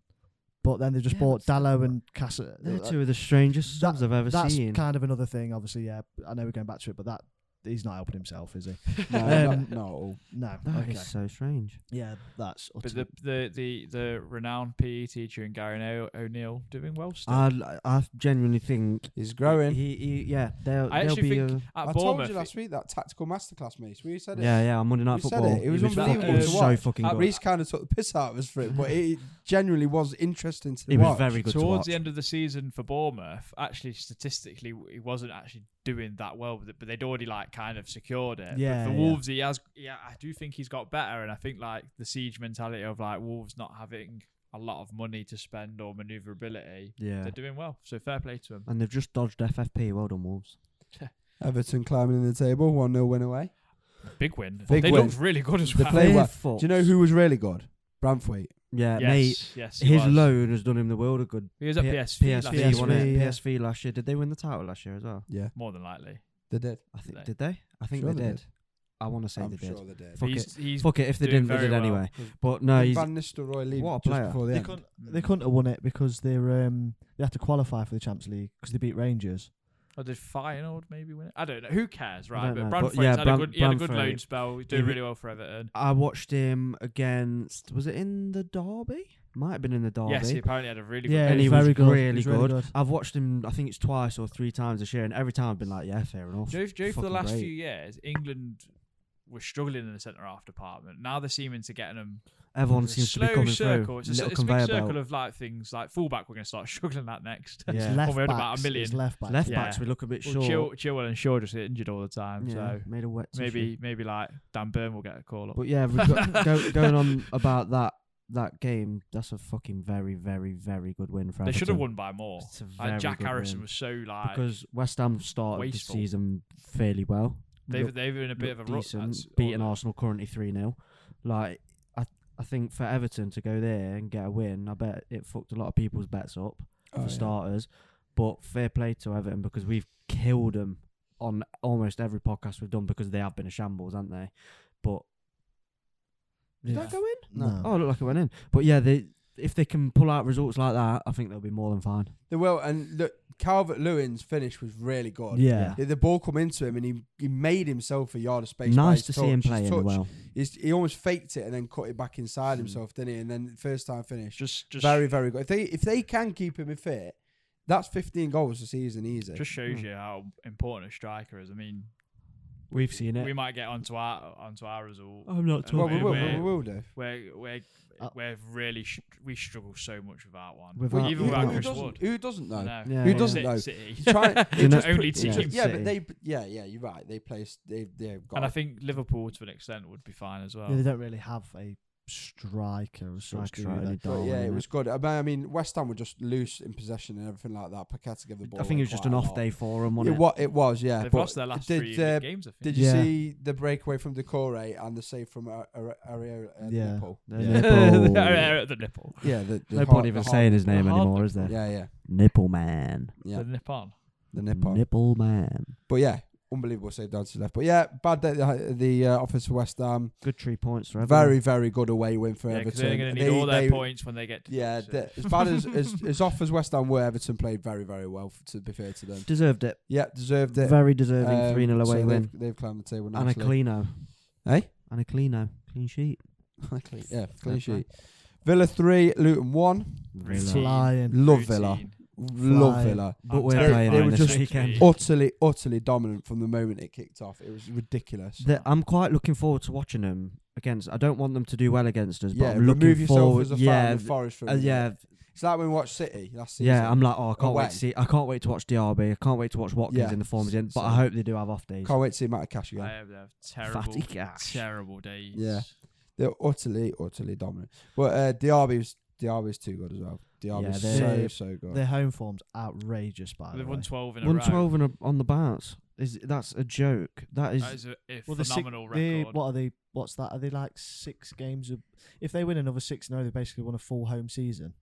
[SPEAKER 4] but then they've just
[SPEAKER 2] Yeah,
[SPEAKER 4] bought
[SPEAKER 2] that's-
[SPEAKER 4] Dallo and Casa. uh,
[SPEAKER 2] They're two of the strangest subs I've ever
[SPEAKER 4] That's
[SPEAKER 2] seen.
[SPEAKER 4] kind of another thing, obviously. Yeah, I know we're going back to it, but that he's not helping himself, is he?
[SPEAKER 3] No,
[SPEAKER 4] Um,
[SPEAKER 3] not, not at all.
[SPEAKER 4] No.
[SPEAKER 2] That
[SPEAKER 4] okay.
[SPEAKER 2] is so strange.
[SPEAKER 4] Yeah, that's.
[SPEAKER 1] But
[SPEAKER 4] Utterly,
[SPEAKER 1] the, the the the renowned PE teacher in Gary o- O'Neill doing well still.
[SPEAKER 2] I I genuinely think
[SPEAKER 3] He's growing.
[SPEAKER 2] He, he yeah, they'll,
[SPEAKER 1] I
[SPEAKER 2] they'll
[SPEAKER 1] actually
[SPEAKER 2] be
[SPEAKER 1] think
[SPEAKER 2] uh,
[SPEAKER 1] at
[SPEAKER 3] I told
[SPEAKER 1] Bournemouth,
[SPEAKER 3] you last week that tactical masterclass, mate. We said it.
[SPEAKER 2] yeah, yeah, on Monday Night
[SPEAKER 3] You said
[SPEAKER 2] Football.
[SPEAKER 3] it. It was
[SPEAKER 2] fucking-
[SPEAKER 1] unbelievable
[SPEAKER 2] he was
[SPEAKER 1] to
[SPEAKER 2] so
[SPEAKER 3] watch.
[SPEAKER 2] fucking
[SPEAKER 3] Like,
[SPEAKER 2] good.
[SPEAKER 3] Reese Uh, kind of took the piss out of us for it, but
[SPEAKER 2] [LAUGHS]
[SPEAKER 3] it genuinely was interesting to
[SPEAKER 2] He was
[SPEAKER 3] watch.
[SPEAKER 2] very good to
[SPEAKER 1] towards
[SPEAKER 2] watch.
[SPEAKER 1] the end of the season for Bournemouth, actually statistically he wasn't actually doing that well with it, but they'd already like kind of secured it. but
[SPEAKER 4] Yeah, yeah.
[SPEAKER 1] for Wolves, he has. Yeah, I do think he's got better, and I think like the siege mentality of like Wolves not having a lot of money to spend or manoeuvrability,
[SPEAKER 2] Yeah.
[SPEAKER 1] they're doing well. So fair play to them.
[SPEAKER 2] And they've just dodged FFP. Well done, Wolves.
[SPEAKER 3] Everton climbing in the table, 1 0 win away.
[SPEAKER 1] Big win.
[SPEAKER 3] Big
[SPEAKER 1] they
[SPEAKER 3] win.
[SPEAKER 1] looked really good as
[SPEAKER 3] They
[SPEAKER 1] well.
[SPEAKER 3] play- well.
[SPEAKER 2] Fifth
[SPEAKER 3] Do you know
[SPEAKER 2] foot.
[SPEAKER 3] who was really good? Bramthwaite.
[SPEAKER 2] Yeah,
[SPEAKER 1] yes,
[SPEAKER 2] mate.
[SPEAKER 1] yes, he
[SPEAKER 2] His
[SPEAKER 1] was.
[SPEAKER 2] loan has done him the world a good.
[SPEAKER 1] He was at
[SPEAKER 2] P-
[SPEAKER 1] PSV, last
[SPEAKER 2] PSV,
[SPEAKER 1] year.
[SPEAKER 4] PSV,
[SPEAKER 2] won it.
[SPEAKER 4] yeah.
[SPEAKER 2] PSV last year. Did they win the title last year as well?
[SPEAKER 3] Yeah,
[SPEAKER 1] more than likely.
[SPEAKER 3] they did.
[SPEAKER 2] I think
[SPEAKER 1] They-
[SPEAKER 2] did they? I think
[SPEAKER 3] Sure
[SPEAKER 2] they,
[SPEAKER 3] they
[SPEAKER 2] did.
[SPEAKER 3] did.
[SPEAKER 2] I want to say
[SPEAKER 3] I'm
[SPEAKER 2] they
[SPEAKER 3] sure
[SPEAKER 2] did.
[SPEAKER 3] they did.
[SPEAKER 2] Fuck
[SPEAKER 1] he's, he's
[SPEAKER 2] Fuck it, if they
[SPEAKER 1] doing
[SPEAKER 2] didn't,
[SPEAKER 1] very
[SPEAKER 2] they did
[SPEAKER 1] well.
[SPEAKER 2] anyway.
[SPEAKER 3] Because
[SPEAKER 2] But no, he's
[SPEAKER 3] Van Nistelrooy leaving
[SPEAKER 2] What a
[SPEAKER 3] just
[SPEAKER 2] player.
[SPEAKER 3] before the
[SPEAKER 4] They
[SPEAKER 3] end.
[SPEAKER 4] couldn't,
[SPEAKER 1] mm,
[SPEAKER 4] they couldn't have won it because they were um, they had to qualify for the Champions League because they beat Rangers.
[SPEAKER 1] Or did Feyenoord maybe win it? I don't know. Who cares,
[SPEAKER 2] I
[SPEAKER 1] right?
[SPEAKER 2] don't
[SPEAKER 1] But
[SPEAKER 2] know, but
[SPEAKER 1] Bramford's
[SPEAKER 2] yeah,
[SPEAKER 1] had,
[SPEAKER 2] Bram-
[SPEAKER 1] a good, he had a good
[SPEAKER 2] Bramford-
[SPEAKER 1] loan spell. He's doing
[SPEAKER 2] he-
[SPEAKER 1] really well for Everton.
[SPEAKER 2] I watched him against. Was it in the derby? Might have been in the derby.
[SPEAKER 1] Yes, he apparently had a really good
[SPEAKER 4] Yeah,
[SPEAKER 1] loan
[SPEAKER 2] and he
[SPEAKER 4] he's
[SPEAKER 2] was
[SPEAKER 4] very good.
[SPEAKER 2] really
[SPEAKER 4] He's
[SPEAKER 2] good.
[SPEAKER 4] really good.
[SPEAKER 2] I've watched him. I think it's twice or three times this year, and every time I've been like, "Yeah, fair enough."
[SPEAKER 1] Joe, Joe for the
[SPEAKER 2] fucking
[SPEAKER 1] last
[SPEAKER 2] great.
[SPEAKER 1] few years, England were struggling in the centre half department. Now they're seeming to get them.
[SPEAKER 2] Everyone
[SPEAKER 1] It's a
[SPEAKER 2] seems to be
[SPEAKER 1] slow
[SPEAKER 2] coming
[SPEAKER 1] circle.
[SPEAKER 2] through.
[SPEAKER 1] It's a, s-
[SPEAKER 2] little
[SPEAKER 1] it's a big
[SPEAKER 2] conveyor belt.
[SPEAKER 1] circle of like things like fullback. We're going to start [LAUGHS] struggling that next.
[SPEAKER 2] Yeah.
[SPEAKER 4] It's left
[SPEAKER 1] Well, we had
[SPEAKER 4] backs.
[SPEAKER 1] about a million.
[SPEAKER 4] It's left backs.
[SPEAKER 2] Left
[SPEAKER 1] Yeah.
[SPEAKER 2] backs we look a bit
[SPEAKER 1] Well,
[SPEAKER 2] short.
[SPEAKER 1] Chil- Chilwell and Shaw just get injured all the time,
[SPEAKER 2] yeah,
[SPEAKER 1] so
[SPEAKER 2] made a wet tissue.
[SPEAKER 1] maybe maybe like Dan Burn will get a call up.
[SPEAKER 2] But yeah, we've got, [LAUGHS] go, going on about that that game. That's a fucking very, very, very good win for.
[SPEAKER 1] they should have won
[SPEAKER 2] Everton.
[SPEAKER 1] by more.
[SPEAKER 2] It's a
[SPEAKER 1] Like,
[SPEAKER 2] very
[SPEAKER 1] Jack
[SPEAKER 2] good
[SPEAKER 1] Harrison
[SPEAKER 2] win.
[SPEAKER 1] was so like
[SPEAKER 2] because West Ham started
[SPEAKER 1] wasteful.
[SPEAKER 2] the season fairly well.
[SPEAKER 1] they've
[SPEAKER 2] Looked-
[SPEAKER 1] they've been in a bit of a
[SPEAKER 2] looked
[SPEAKER 1] rut.
[SPEAKER 2] decent,
[SPEAKER 1] that's all
[SPEAKER 2] beating
[SPEAKER 1] that-
[SPEAKER 2] Arsenal currently three 0 Like I, I think for Everton to go there and get a win, I bet it fucked a lot of people's bets up.
[SPEAKER 3] Oh,
[SPEAKER 2] for
[SPEAKER 3] yeah.
[SPEAKER 2] starters. But fair play to Everton because we've killed them on almost every podcast we've done because they have been a shambles, haven't they? But did
[SPEAKER 4] Yeah.
[SPEAKER 2] that go in?
[SPEAKER 4] No.
[SPEAKER 2] Oh, it looked like it went in. But yeah, they if they can pull out results like that, I think they'll be more than fine.
[SPEAKER 3] They will. And look, Calvert Lewin's finish was really good.
[SPEAKER 4] Yeah.
[SPEAKER 3] The- The ball come into him and he, he made himself a yard of space. by his
[SPEAKER 2] nice to see him
[SPEAKER 3] touch. His
[SPEAKER 2] playing
[SPEAKER 3] touch-
[SPEAKER 2] well.
[SPEAKER 3] He's, he almost faked it and then cut it back inside
[SPEAKER 2] Hmm.
[SPEAKER 3] himself, didn't he? And then first time finish.
[SPEAKER 1] Just just
[SPEAKER 3] very, very good. If they if they can keep him fit, that's 15 goals a season easy.
[SPEAKER 1] just shows
[SPEAKER 2] Mm.
[SPEAKER 1] you how important a striker is. I mean,
[SPEAKER 2] We've seen
[SPEAKER 1] we
[SPEAKER 2] it.
[SPEAKER 1] might get onto our onto our result.
[SPEAKER 2] I'm not
[SPEAKER 1] Well,
[SPEAKER 3] well,
[SPEAKER 2] talking
[SPEAKER 3] we
[SPEAKER 1] we
[SPEAKER 3] will,
[SPEAKER 1] will-
[SPEAKER 3] we
[SPEAKER 1] we
[SPEAKER 3] will do.
[SPEAKER 1] We're we're
[SPEAKER 4] Uh,
[SPEAKER 1] we're really sh- we struggle so much without one.
[SPEAKER 2] Without-
[SPEAKER 1] even
[SPEAKER 2] yeah.
[SPEAKER 1] without
[SPEAKER 2] Who
[SPEAKER 1] Chris
[SPEAKER 3] doesn't,
[SPEAKER 1] Wood.
[SPEAKER 3] Who doesn't know?
[SPEAKER 1] No.
[SPEAKER 2] Yeah,
[SPEAKER 3] Who
[SPEAKER 2] yeah.
[SPEAKER 3] doesn't
[SPEAKER 1] Sit-
[SPEAKER 3] know? [LAUGHS]
[SPEAKER 1] City. [LAUGHS]
[SPEAKER 3] Try-
[SPEAKER 1] They're
[SPEAKER 2] know,
[SPEAKER 1] the only
[SPEAKER 2] yeah.
[SPEAKER 1] team.
[SPEAKER 3] Yeah,
[SPEAKER 2] City.
[SPEAKER 3] but they, yeah, yeah, you're right. They play, s- they, they've got.
[SPEAKER 1] And I think Liverpool, to an extent, would be fine as well.
[SPEAKER 4] Yeah, they don't really have a striker. As such, do
[SPEAKER 2] Striker,
[SPEAKER 4] they?
[SPEAKER 2] only
[SPEAKER 3] But
[SPEAKER 2] Darwin,
[SPEAKER 3] yeah, it
[SPEAKER 2] innit?
[SPEAKER 3] was good. I mean, I mean, West Ham were just loose in possession and everything like that. Paqueta gave the ball.
[SPEAKER 2] I think
[SPEAKER 3] away
[SPEAKER 2] it was just
[SPEAKER 3] quite
[SPEAKER 2] an
[SPEAKER 3] a
[SPEAKER 2] off
[SPEAKER 3] lot.
[SPEAKER 2] day for him,
[SPEAKER 3] It,
[SPEAKER 2] wasn't it?
[SPEAKER 3] wa- it was, yeah.
[SPEAKER 1] They've
[SPEAKER 3] but
[SPEAKER 1] lost their last
[SPEAKER 3] did,
[SPEAKER 1] three
[SPEAKER 3] uh,
[SPEAKER 1] games. I think.
[SPEAKER 3] Did you
[SPEAKER 4] Yeah.
[SPEAKER 3] see the breakaway from Decore eh, and the save from uh, Ar- Ar- Ariola? at
[SPEAKER 4] Yeah.
[SPEAKER 3] uh, Liverpool?
[SPEAKER 2] The
[SPEAKER 3] [LAUGHS]
[SPEAKER 1] [LAUGHS]
[SPEAKER 3] Yeah.
[SPEAKER 2] nipple.
[SPEAKER 1] the the nipple.
[SPEAKER 3] Yeah, the, the
[SPEAKER 2] no
[SPEAKER 3] hard-
[SPEAKER 2] point even
[SPEAKER 3] the
[SPEAKER 2] saying his
[SPEAKER 1] the
[SPEAKER 2] name
[SPEAKER 1] hard
[SPEAKER 2] anymore, is there?
[SPEAKER 3] hard- Yeah, yeah,
[SPEAKER 2] Nipple man.
[SPEAKER 3] Yeah.
[SPEAKER 1] The nip on.
[SPEAKER 3] the nip on.
[SPEAKER 2] Nipple man.
[SPEAKER 3] But yeah, unbelievable save down to left. But yeah, bad day at the uh, office for West Ham.
[SPEAKER 2] Good three points for Everton.
[SPEAKER 3] Very, very good away win for
[SPEAKER 1] Yeah, because
[SPEAKER 3] Everton.
[SPEAKER 1] they're going to need
[SPEAKER 3] They-
[SPEAKER 1] all their
[SPEAKER 3] they-
[SPEAKER 1] points when they get. To
[SPEAKER 3] Yeah,
[SPEAKER 1] so.
[SPEAKER 3] they- as bad as, as
[SPEAKER 1] [LAUGHS]
[SPEAKER 3] as off as West Ham were, Everton played very, very well. f- to be fair to them,
[SPEAKER 2] deserved it.
[SPEAKER 3] yeah, deserved it.
[SPEAKER 2] Very deserving
[SPEAKER 3] Um,
[SPEAKER 2] three 0
[SPEAKER 3] so
[SPEAKER 2] away
[SPEAKER 3] they've-
[SPEAKER 2] win.
[SPEAKER 3] They've climbed the table
[SPEAKER 2] And a
[SPEAKER 3] nicely.
[SPEAKER 2] cleano.
[SPEAKER 3] Eh?
[SPEAKER 2] And a cleano. Clean sheet.
[SPEAKER 3] [LAUGHS] clean, yeah,
[SPEAKER 2] Fair
[SPEAKER 3] clean
[SPEAKER 2] play.
[SPEAKER 3] sheet. Villa three, Luton one.
[SPEAKER 1] Villa.
[SPEAKER 4] Flying.
[SPEAKER 3] Love Villa.
[SPEAKER 1] Routine.
[SPEAKER 3] Love
[SPEAKER 4] Flying.
[SPEAKER 3] Villa.
[SPEAKER 2] But
[SPEAKER 1] I'm
[SPEAKER 2] we're
[SPEAKER 1] terrified
[SPEAKER 2] playing
[SPEAKER 3] They
[SPEAKER 2] on
[SPEAKER 3] were
[SPEAKER 2] this
[SPEAKER 3] just
[SPEAKER 2] weekend.
[SPEAKER 1] Yeah.
[SPEAKER 3] Utterly, utterly dominant from the moment it kicked off. It was ridiculous.
[SPEAKER 2] The- I'm quite looking forward to watching them against. I don't want them to do well against us, but
[SPEAKER 3] yeah,
[SPEAKER 2] I'm looking
[SPEAKER 3] remove yourself
[SPEAKER 2] forward.
[SPEAKER 3] as a fan
[SPEAKER 2] yeah,
[SPEAKER 3] of Forest for a
[SPEAKER 2] uh,
[SPEAKER 3] minute.
[SPEAKER 2] yeah,
[SPEAKER 3] It's like when we watched City last season.
[SPEAKER 2] yeah. I'm like, oh, I can't
[SPEAKER 3] Away.
[SPEAKER 2] wait to see. I can't wait to watch DRB. I can't wait to watch Watkins
[SPEAKER 3] Yeah.
[SPEAKER 2] in the form he's in. But I
[SPEAKER 3] So-
[SPEAKER 2] hope they do have off days.
[SPEAKER 3] Can't wait to see Matt Cash
[SPEAKER 1] I
[SPEAKER 3] again.
[SPEAKER 1] have, they have terrible,
[SPEAKER 2] Fatty cash.
[SPEAKER 1] terrible days.
[SPEAKER 3] Yeah. They're utterly, utterly dominant. But uh, Diaby was Diaby was too good as well. Diaby was
[SPEAKER 2] Yeah,
[SPEAKER 3] so
[SPEAKER 4] they-
[SPEAKER 3] so good.
[SPEAKER 4] Their home form's outrageous. By the
[SPEAKER 1] They've
[SPEAKER 4] way,
[SPEAKER 1] won 12 in a
[SPEAKER 2] One
[SPEAKER 1] row.
[SPEAKER 2] twelve and a, on the bounce is that's a joke. That is.
[SPEAKER 1] That is a, a
[SPEAKER 4] Well, the six-
[SPEAKER 1] phenomenal
[SPEAKER 4] they,
[SPEAKER 1] record.
[SPEAKER 4] what are they? What's that? Are they like six games? Of, if they win another six, no, they basically won a full home season.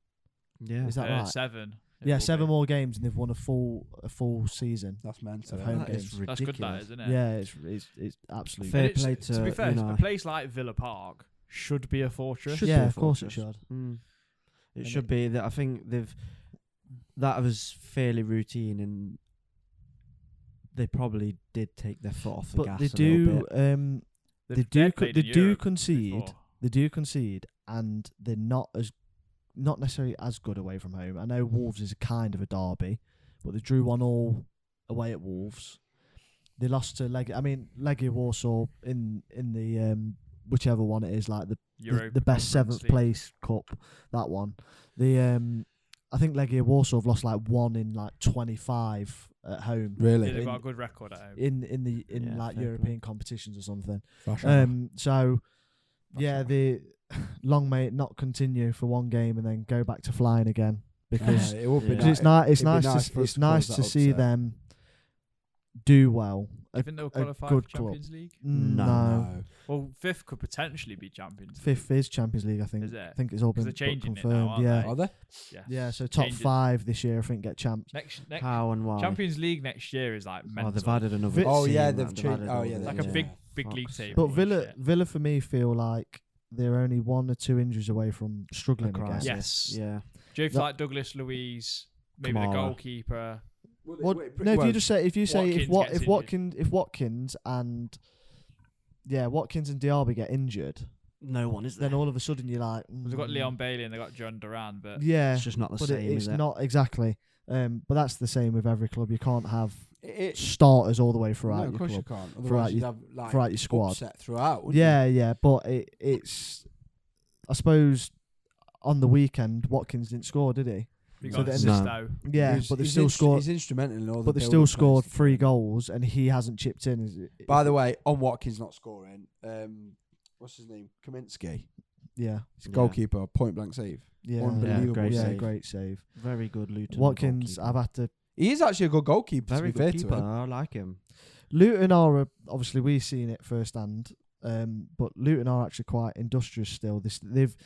[SPEAKER 2] yeah.
[SPEAKER 4] Is that
[SPEAKER 1] Uh,
[SPEAKER 4] right?
[SPEAKER 1] Seven. it
[SPEAKER 4] yeah,
[SPEAKER 1] will
[SPEAKER 4] seven
[SPEAKER 1] be.
[SPEAKER 4] more games and they've won a full a full season.
[SPEAKER 3] That's mental.
[SPEAKER 4] Of
[SPEAKER 3] isn't
[SPEAKER 4] home
[SPEAKER 3] it?
[SPEAKER 2] That is
[SPEAKER 4] games.
[SPEAKER 1] That's good, that, isn't it?
[SPEAKER 4] Yeah, it's it's it's absolutely.
[SPEAKER 2] Fair
[SPEAKER 1] And it's-
[SPEAKER 2] play to,
[SPEAKER 1] be fair,
[SPEAKER 2] you know.
[SPEAKER 1] a place like Villa Park should be a fortress.
[SPEAKER 2] Should be
[SPEAKER 4] yeah,
[SPEAKER 2] a
[SPEAKER 4] of course it
[SPEAKER 2] fortress.
[SPEAKER 4] should.
[SPEAKER 2] Mm. It
[SPEAKER 4] And
[SPEAKER 2] should
[SPEAKER 4] it-
[SPEAKER 2] be that. I think they've that was fairly routine, and they probably did take their foot off the
[SPEAKER 4] But
[SPEAKER 2] gas.
[SPEAKER 4] they
[SPEAKER 2] a little
[SPEAKER 4] do
[SPEAKER 2] bit.
[SPEAKER 4] um
[SPEAKER 1] They've-
[SPEAKER 4] they do
[SPEAKER 1] they've
[SPEAKER 4] co-
[SPEAKER 1] played
[SPEAKER 4] they
[SPEAKER 1] in
[SPEAKER 4] do
[SPEAKER 1] Europe
[SPEAKER 4] concede
[SPEAKER 1] before.
[SPEAKER 4] they do concede and they're not as not necessarily as good away from home. I know Wolves is a kind of a derby, but they drew one all away at Wolves. They lost to Leg I mean Legia Warsaw in in the um whichever one it is, like the the,
[SPEAKER 1] Europa
[SPEAKER 4] the best
[SPEAKER 1] Conference
[SPEAKER 4] seventh
[SPEAKER 1] League.
[SPEAKER 4] place cup, that one. The um, I think Legia Warsaw have lost like one in like twenty five at home.
[SPEAKER 1] Yeah,
[SPEAKER 3] Really?
[SPEAKER 1] they've
[SPEAKER 4] in-
[SPEAKER 1] got a good record at home.
[SPEAKER 4] In in the in
[SPEAKER 2] Yeah,
[SPEAKER 4] like
[SPEAKER 2] fair play.
[SPEAKER 4] European competitions or something.
[SPEAKER 3] Fashion.
[SPEAKER 4] Um, so
[SPEAKER 1] That's
[SPEAKER 4] yeah,
[SPEAKER 1] all.
[SPEAKER 4] they [SIGHS] long may it not continue for one game and then go back to flying again because [LAUGHS]
[SPEAKER 3] Yeah, it would be
[SPEAKER 1] Yeah.
[SPEAKER 4] because it's,
[SPEAKER 3] nice.
[SPEAKER 4] ni- it's
[SPEAKER 3] it'd be
[SPEAKER 4] nice,
[SPEAKER 3] nice
[SPEAKER 4] to,
[SPEAKER 3] for us
[SPEAKER 4] s it's
[SPEAKER 3] to
[SPEAKER 4] nice
[SPEAKER 3] close
[SPEAKER 4] to
[SPEAKER 3] that
[SPEAKER 4] see
[SPEAKER 3] upset.
[SPEAKER 4] them do well.
[SPEAKER 1] I think they'll qualify for
[SPEAKER 4] good club.
[SPEAKER 1] Champions League.
[SPEAKER 4] Mm,
[SPEAKER 2] No.
[SPEAKER 1] Well, fifth could potentially be Champions. League.
[SPEAKER 4] Fifth is Champions League, I think.
[SPEAKER 1] Is
[SPEAKER 4] I
[SPEAKER 1] it?
[SPEAKER 4] think it's all
[SPEAKER 1] 'Cause
[SPEAKER 4] been
[SPEAKER 1] they're
[SPEAKER 4] but
[SPEAKER 1] changing it now,
[SPEAKER 4] confirmed.
[SPEAKER 1] aren't
[SPEAKER 4] yeah,
[SPEAKER 1] they?
[SPEAKER 3] Are they?
[SPEAKER 1] Yes.
[SPEAKER 4] yeah. So top
[SPEAKER 1] Changing-
[SPEAKER 4] five this year, I think, get champs.
[SPEAKER 1] Next, next
[SPEAKER 2] How and why?
[SPEAKER 1] Champions League next year is like
[SPEAKER 2] Oh,
[SPEAKER 1] mental.
[SPEAKER 2] they've added another.
[SPEAKER 4] Oh,
[SPEAKER 2] team,
[SPEAKER 3] yeah,
[SPEAKER 2] like,
[SPEAKER 3] they've changed-
[SPEAKER 2] added
[SPEAKER 3] oh,
[SPEAKER 2] all
[SPEAKER 3] yeah,
[SPEAKER 2] the-
[SPEAKER 1] like
[SPEAKER 3] they've
[SPEAKER 1] a
[SPEAKER 3] yeah.
[SPEAKER 1] big, big
[SPEAKER 2] Fuck's
[SPEAKER 1] league
[SPEAKER 2] sake.
[SPEAKER 1] table.
[SPEAKER 4] But
[SPEAKER 1] and
[SPEAKER 4] Villa,
[SPEAKER 1] shit.
[SPEAKER 4] Villa for me feel like they're only one or two injuries away from struggling again.
[SPEAKER 2] crisis.
[SPEAKER 1] yes,
[SPEAKER 2] Yeah.
[SPEAKER 1] Do you
[SPEAKER 4] That-
[SPEAKER 1] feel like Douglas Louise, maybe the
[SPEAKER 2] Kamara.
[SPEAKER 1] goalkeeper?
[SPEAKER 4] What, no, if you just say if you say if
[SPEAKER 1] Watkins
[SPEAKER 4] what
[SPEAKER 1] gets
[SPEAKER 4] if
[SPEAKER 1] injured.
[SPEAKER 4] Watkins if Watkins and yeah Watkins and Diaby get injured,
[SPEAKER 2] No one is there.
[SPEAKER 4] then all of a sudden you're like
[SPEAKER 1] They've got
[SPEAKER 4] mm,
[SPEAKER 1] Leon Bailey and they got John Duran, but
[SPEAKER 4] Yeah,
[SPEAKER 2] It's just not the
[SPEAKER 4] but
[SPEAKER 2] same.
[SPEAKER 4] it, it's
[SPEAKER 2] is it?
[SPEAKER 4] not exactly. Um, but that's the same with every club. You can't have
[SPEAKER 3] It,
[SPEAKER 4] starters all the way
[SPEAKER 3] no,
[SPEAKER 4] throughout
[SPEAKER 3] of
[SPEAKER 4] your
[SPEAKER 3] course you
[SPEAKER 4] club,
[SPEAKER 3] can't.
[SPEAKER 4] Throughout
[SPEAKER 3] Otherwise, you'd
[SPEAKER 4] your-
[SPEAKER 3] have like
[SPEAKER 4] throughout your squad.
[SPEAKER 3] upset throughout. wouldn't you?
[SPEAKER 4] Yeah, yeah, but it, it's I suppose on the weekend Watkins didn't score, did he?
[SPEAKER 1] we
[SPEAKER 3] So
[SPEAKER 1] got
[SPEAKER 4] then-
[SPEAKER 1] assist
[SPEAKER 2] No.
[SPEAKER 1] though.
[SPEAKER 4] Yeah,
[SPEAKER 3] He's-
[SPEAKER 4] but they've
[SPEAKER 3] he's
[SPEAKER 4] still
[SPEAKER 3] instru-
[SPEAKER 4] scored.
[SPEAKER 3] He's instrumental in all the
[SPEAKER 4] But they've still
[SPEAKER 3] build-up
[SPEAKER 4] scored
[SPEAKER 3] plays.
[SPEAKER 4] three goals, and he hasn't chipped in. Is it?
[SPEAKER 3] By the way, on Watkins not scoring, um, what's his name? Kaminsky.
[SPEAKER 4] yeah,
[SPEAKER 3] He's
[SPEAKER 2] Yeah.
[SPEAKER 3] goalkeeper, point blank save.
[SPEAKER 4] yeah,
[SPEAKER 3] Unbelievable
[SPEAKER 4] yeah,
[SPEAKER 2] great
[SPEAKER 4] yeah,
[SPEAKER 2] save.
[SPEAKER 4] great save.
[SPEAKER 2] very good. Luton
[SPEAKER 4] Watkins,
[SPEAKER 2] goalkeeper.
[SPEAKER 4] I've had to
[SPEAKER 3] He is actually a good goalkeeper. to
[SPEAKER 2] very
[SPEAKER 3] be fair
[SPEAKER 2] good keeper.
[SPEAKER 3] to him.
[SPEAKER 2] I like him.
[SPEAKER 4] Luton are a- obviously we've seen it firsthand, um, but Luton are actually quite industrious still. This they've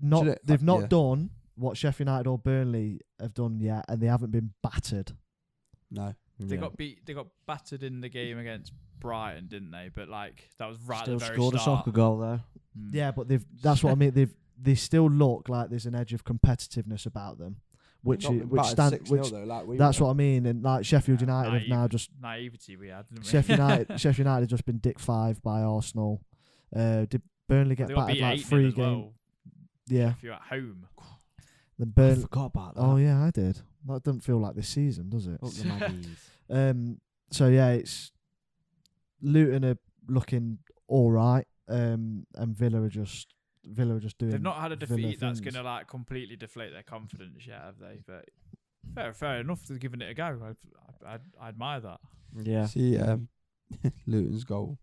[SPEAKER 4] not
[SPEAKER 3] Should it- Uh,
[SPEAKER 4] they've not
[SPEAKER 3] yeah.
[SPEAKER 4] done what Sheffield United or Burnley have done yet, and they haven't been battered.
[SPEAKER 3] No,
[SPEAKER 1] They
[SPEAKER 2] Yeah.
[SPEAKER 1] got beat. They got battered in the game against Brighton, didn't they? But like that was right
[SPEAKER 2] Still
[SPEAKER 1] at the very
[SPEAKER 2] scored a
[SPEAKER 1] start.
[SPEAKER 2] soccer goal there.
[SPEAKER 1] Mm.
[SPEAKER 4] Yeah, but they've [LAUGHS] that's what I mean. They've they still look like there's an edge of competitiveness about them, which
[SPEAKER 3] Not
[SPEAKER 4] i-
[SPEAKER 3] been
[SPEAKER 4] which
[SPEAKER 3] battered
[SPEAKER 4] stand
[SPEAKER 3] 6-0
[SPEAKER 4] which
[SPEAKER 3] though, like we
[SPEAKER 4] that's
[SPEAKER 3] were.
[SPEAKER 4] what I mean. And like Sheffield
[SPEAKER 1] Yeah,
[SPEAKER 4] United have
[SPEAKER 1] naive.
[SPEAKER 4] now just
[SPEAKER 1] naivety we had. Didn't we? [LAUGHS]
[SPEAKER 4] Sheffield United Sheffield United have just been dick five by Arsenal. Uh, did Burnley
[SPEAKER 1] They
[SPEAKER 4] get
[SPEAKER 1] got
[SPEAKER 4] battered
[SPEAKER 1] beat
[SPEAKER 4] like
[SPEAKER 1] like
[SPEAKER 4] three
[SPEAKER 1] as
[SPEAKER 4] game?
[SPEAKER 1] well.
[SPEAKER 4] Yeah,
[SPEAKER 1] If you're at home,
[SPEAKER 4] then
[SPEAKER 2] I
[SPEAKER 4] Burnley.
[SPEAKER 2] forgot about that.
[SPEAKER 4] Oh yeah, I did. That doesn't feel like this season, does it?
[SPEAKER 2] Up the Maggies.
[SPEAKER 4] Um. So yeah, it's Luton are looking all right. Um, and Villa are just Villa are just doing.
[SPEAKER 1] they've not had a
[SPEAKER 4] Villa
[SPEAKER 1] defeat that's
[SPEAKER 4] things.
[SPEAKER 1] going to like completely deflate their confidence yet, have they? But fair, fair enough. They're giving it a go. I, I, I admire that.
[SPEAKER 3] [LAUGHS]
[SPEAKER 2] yeah.
[SPEAKER 3] See, um, Luton's goal.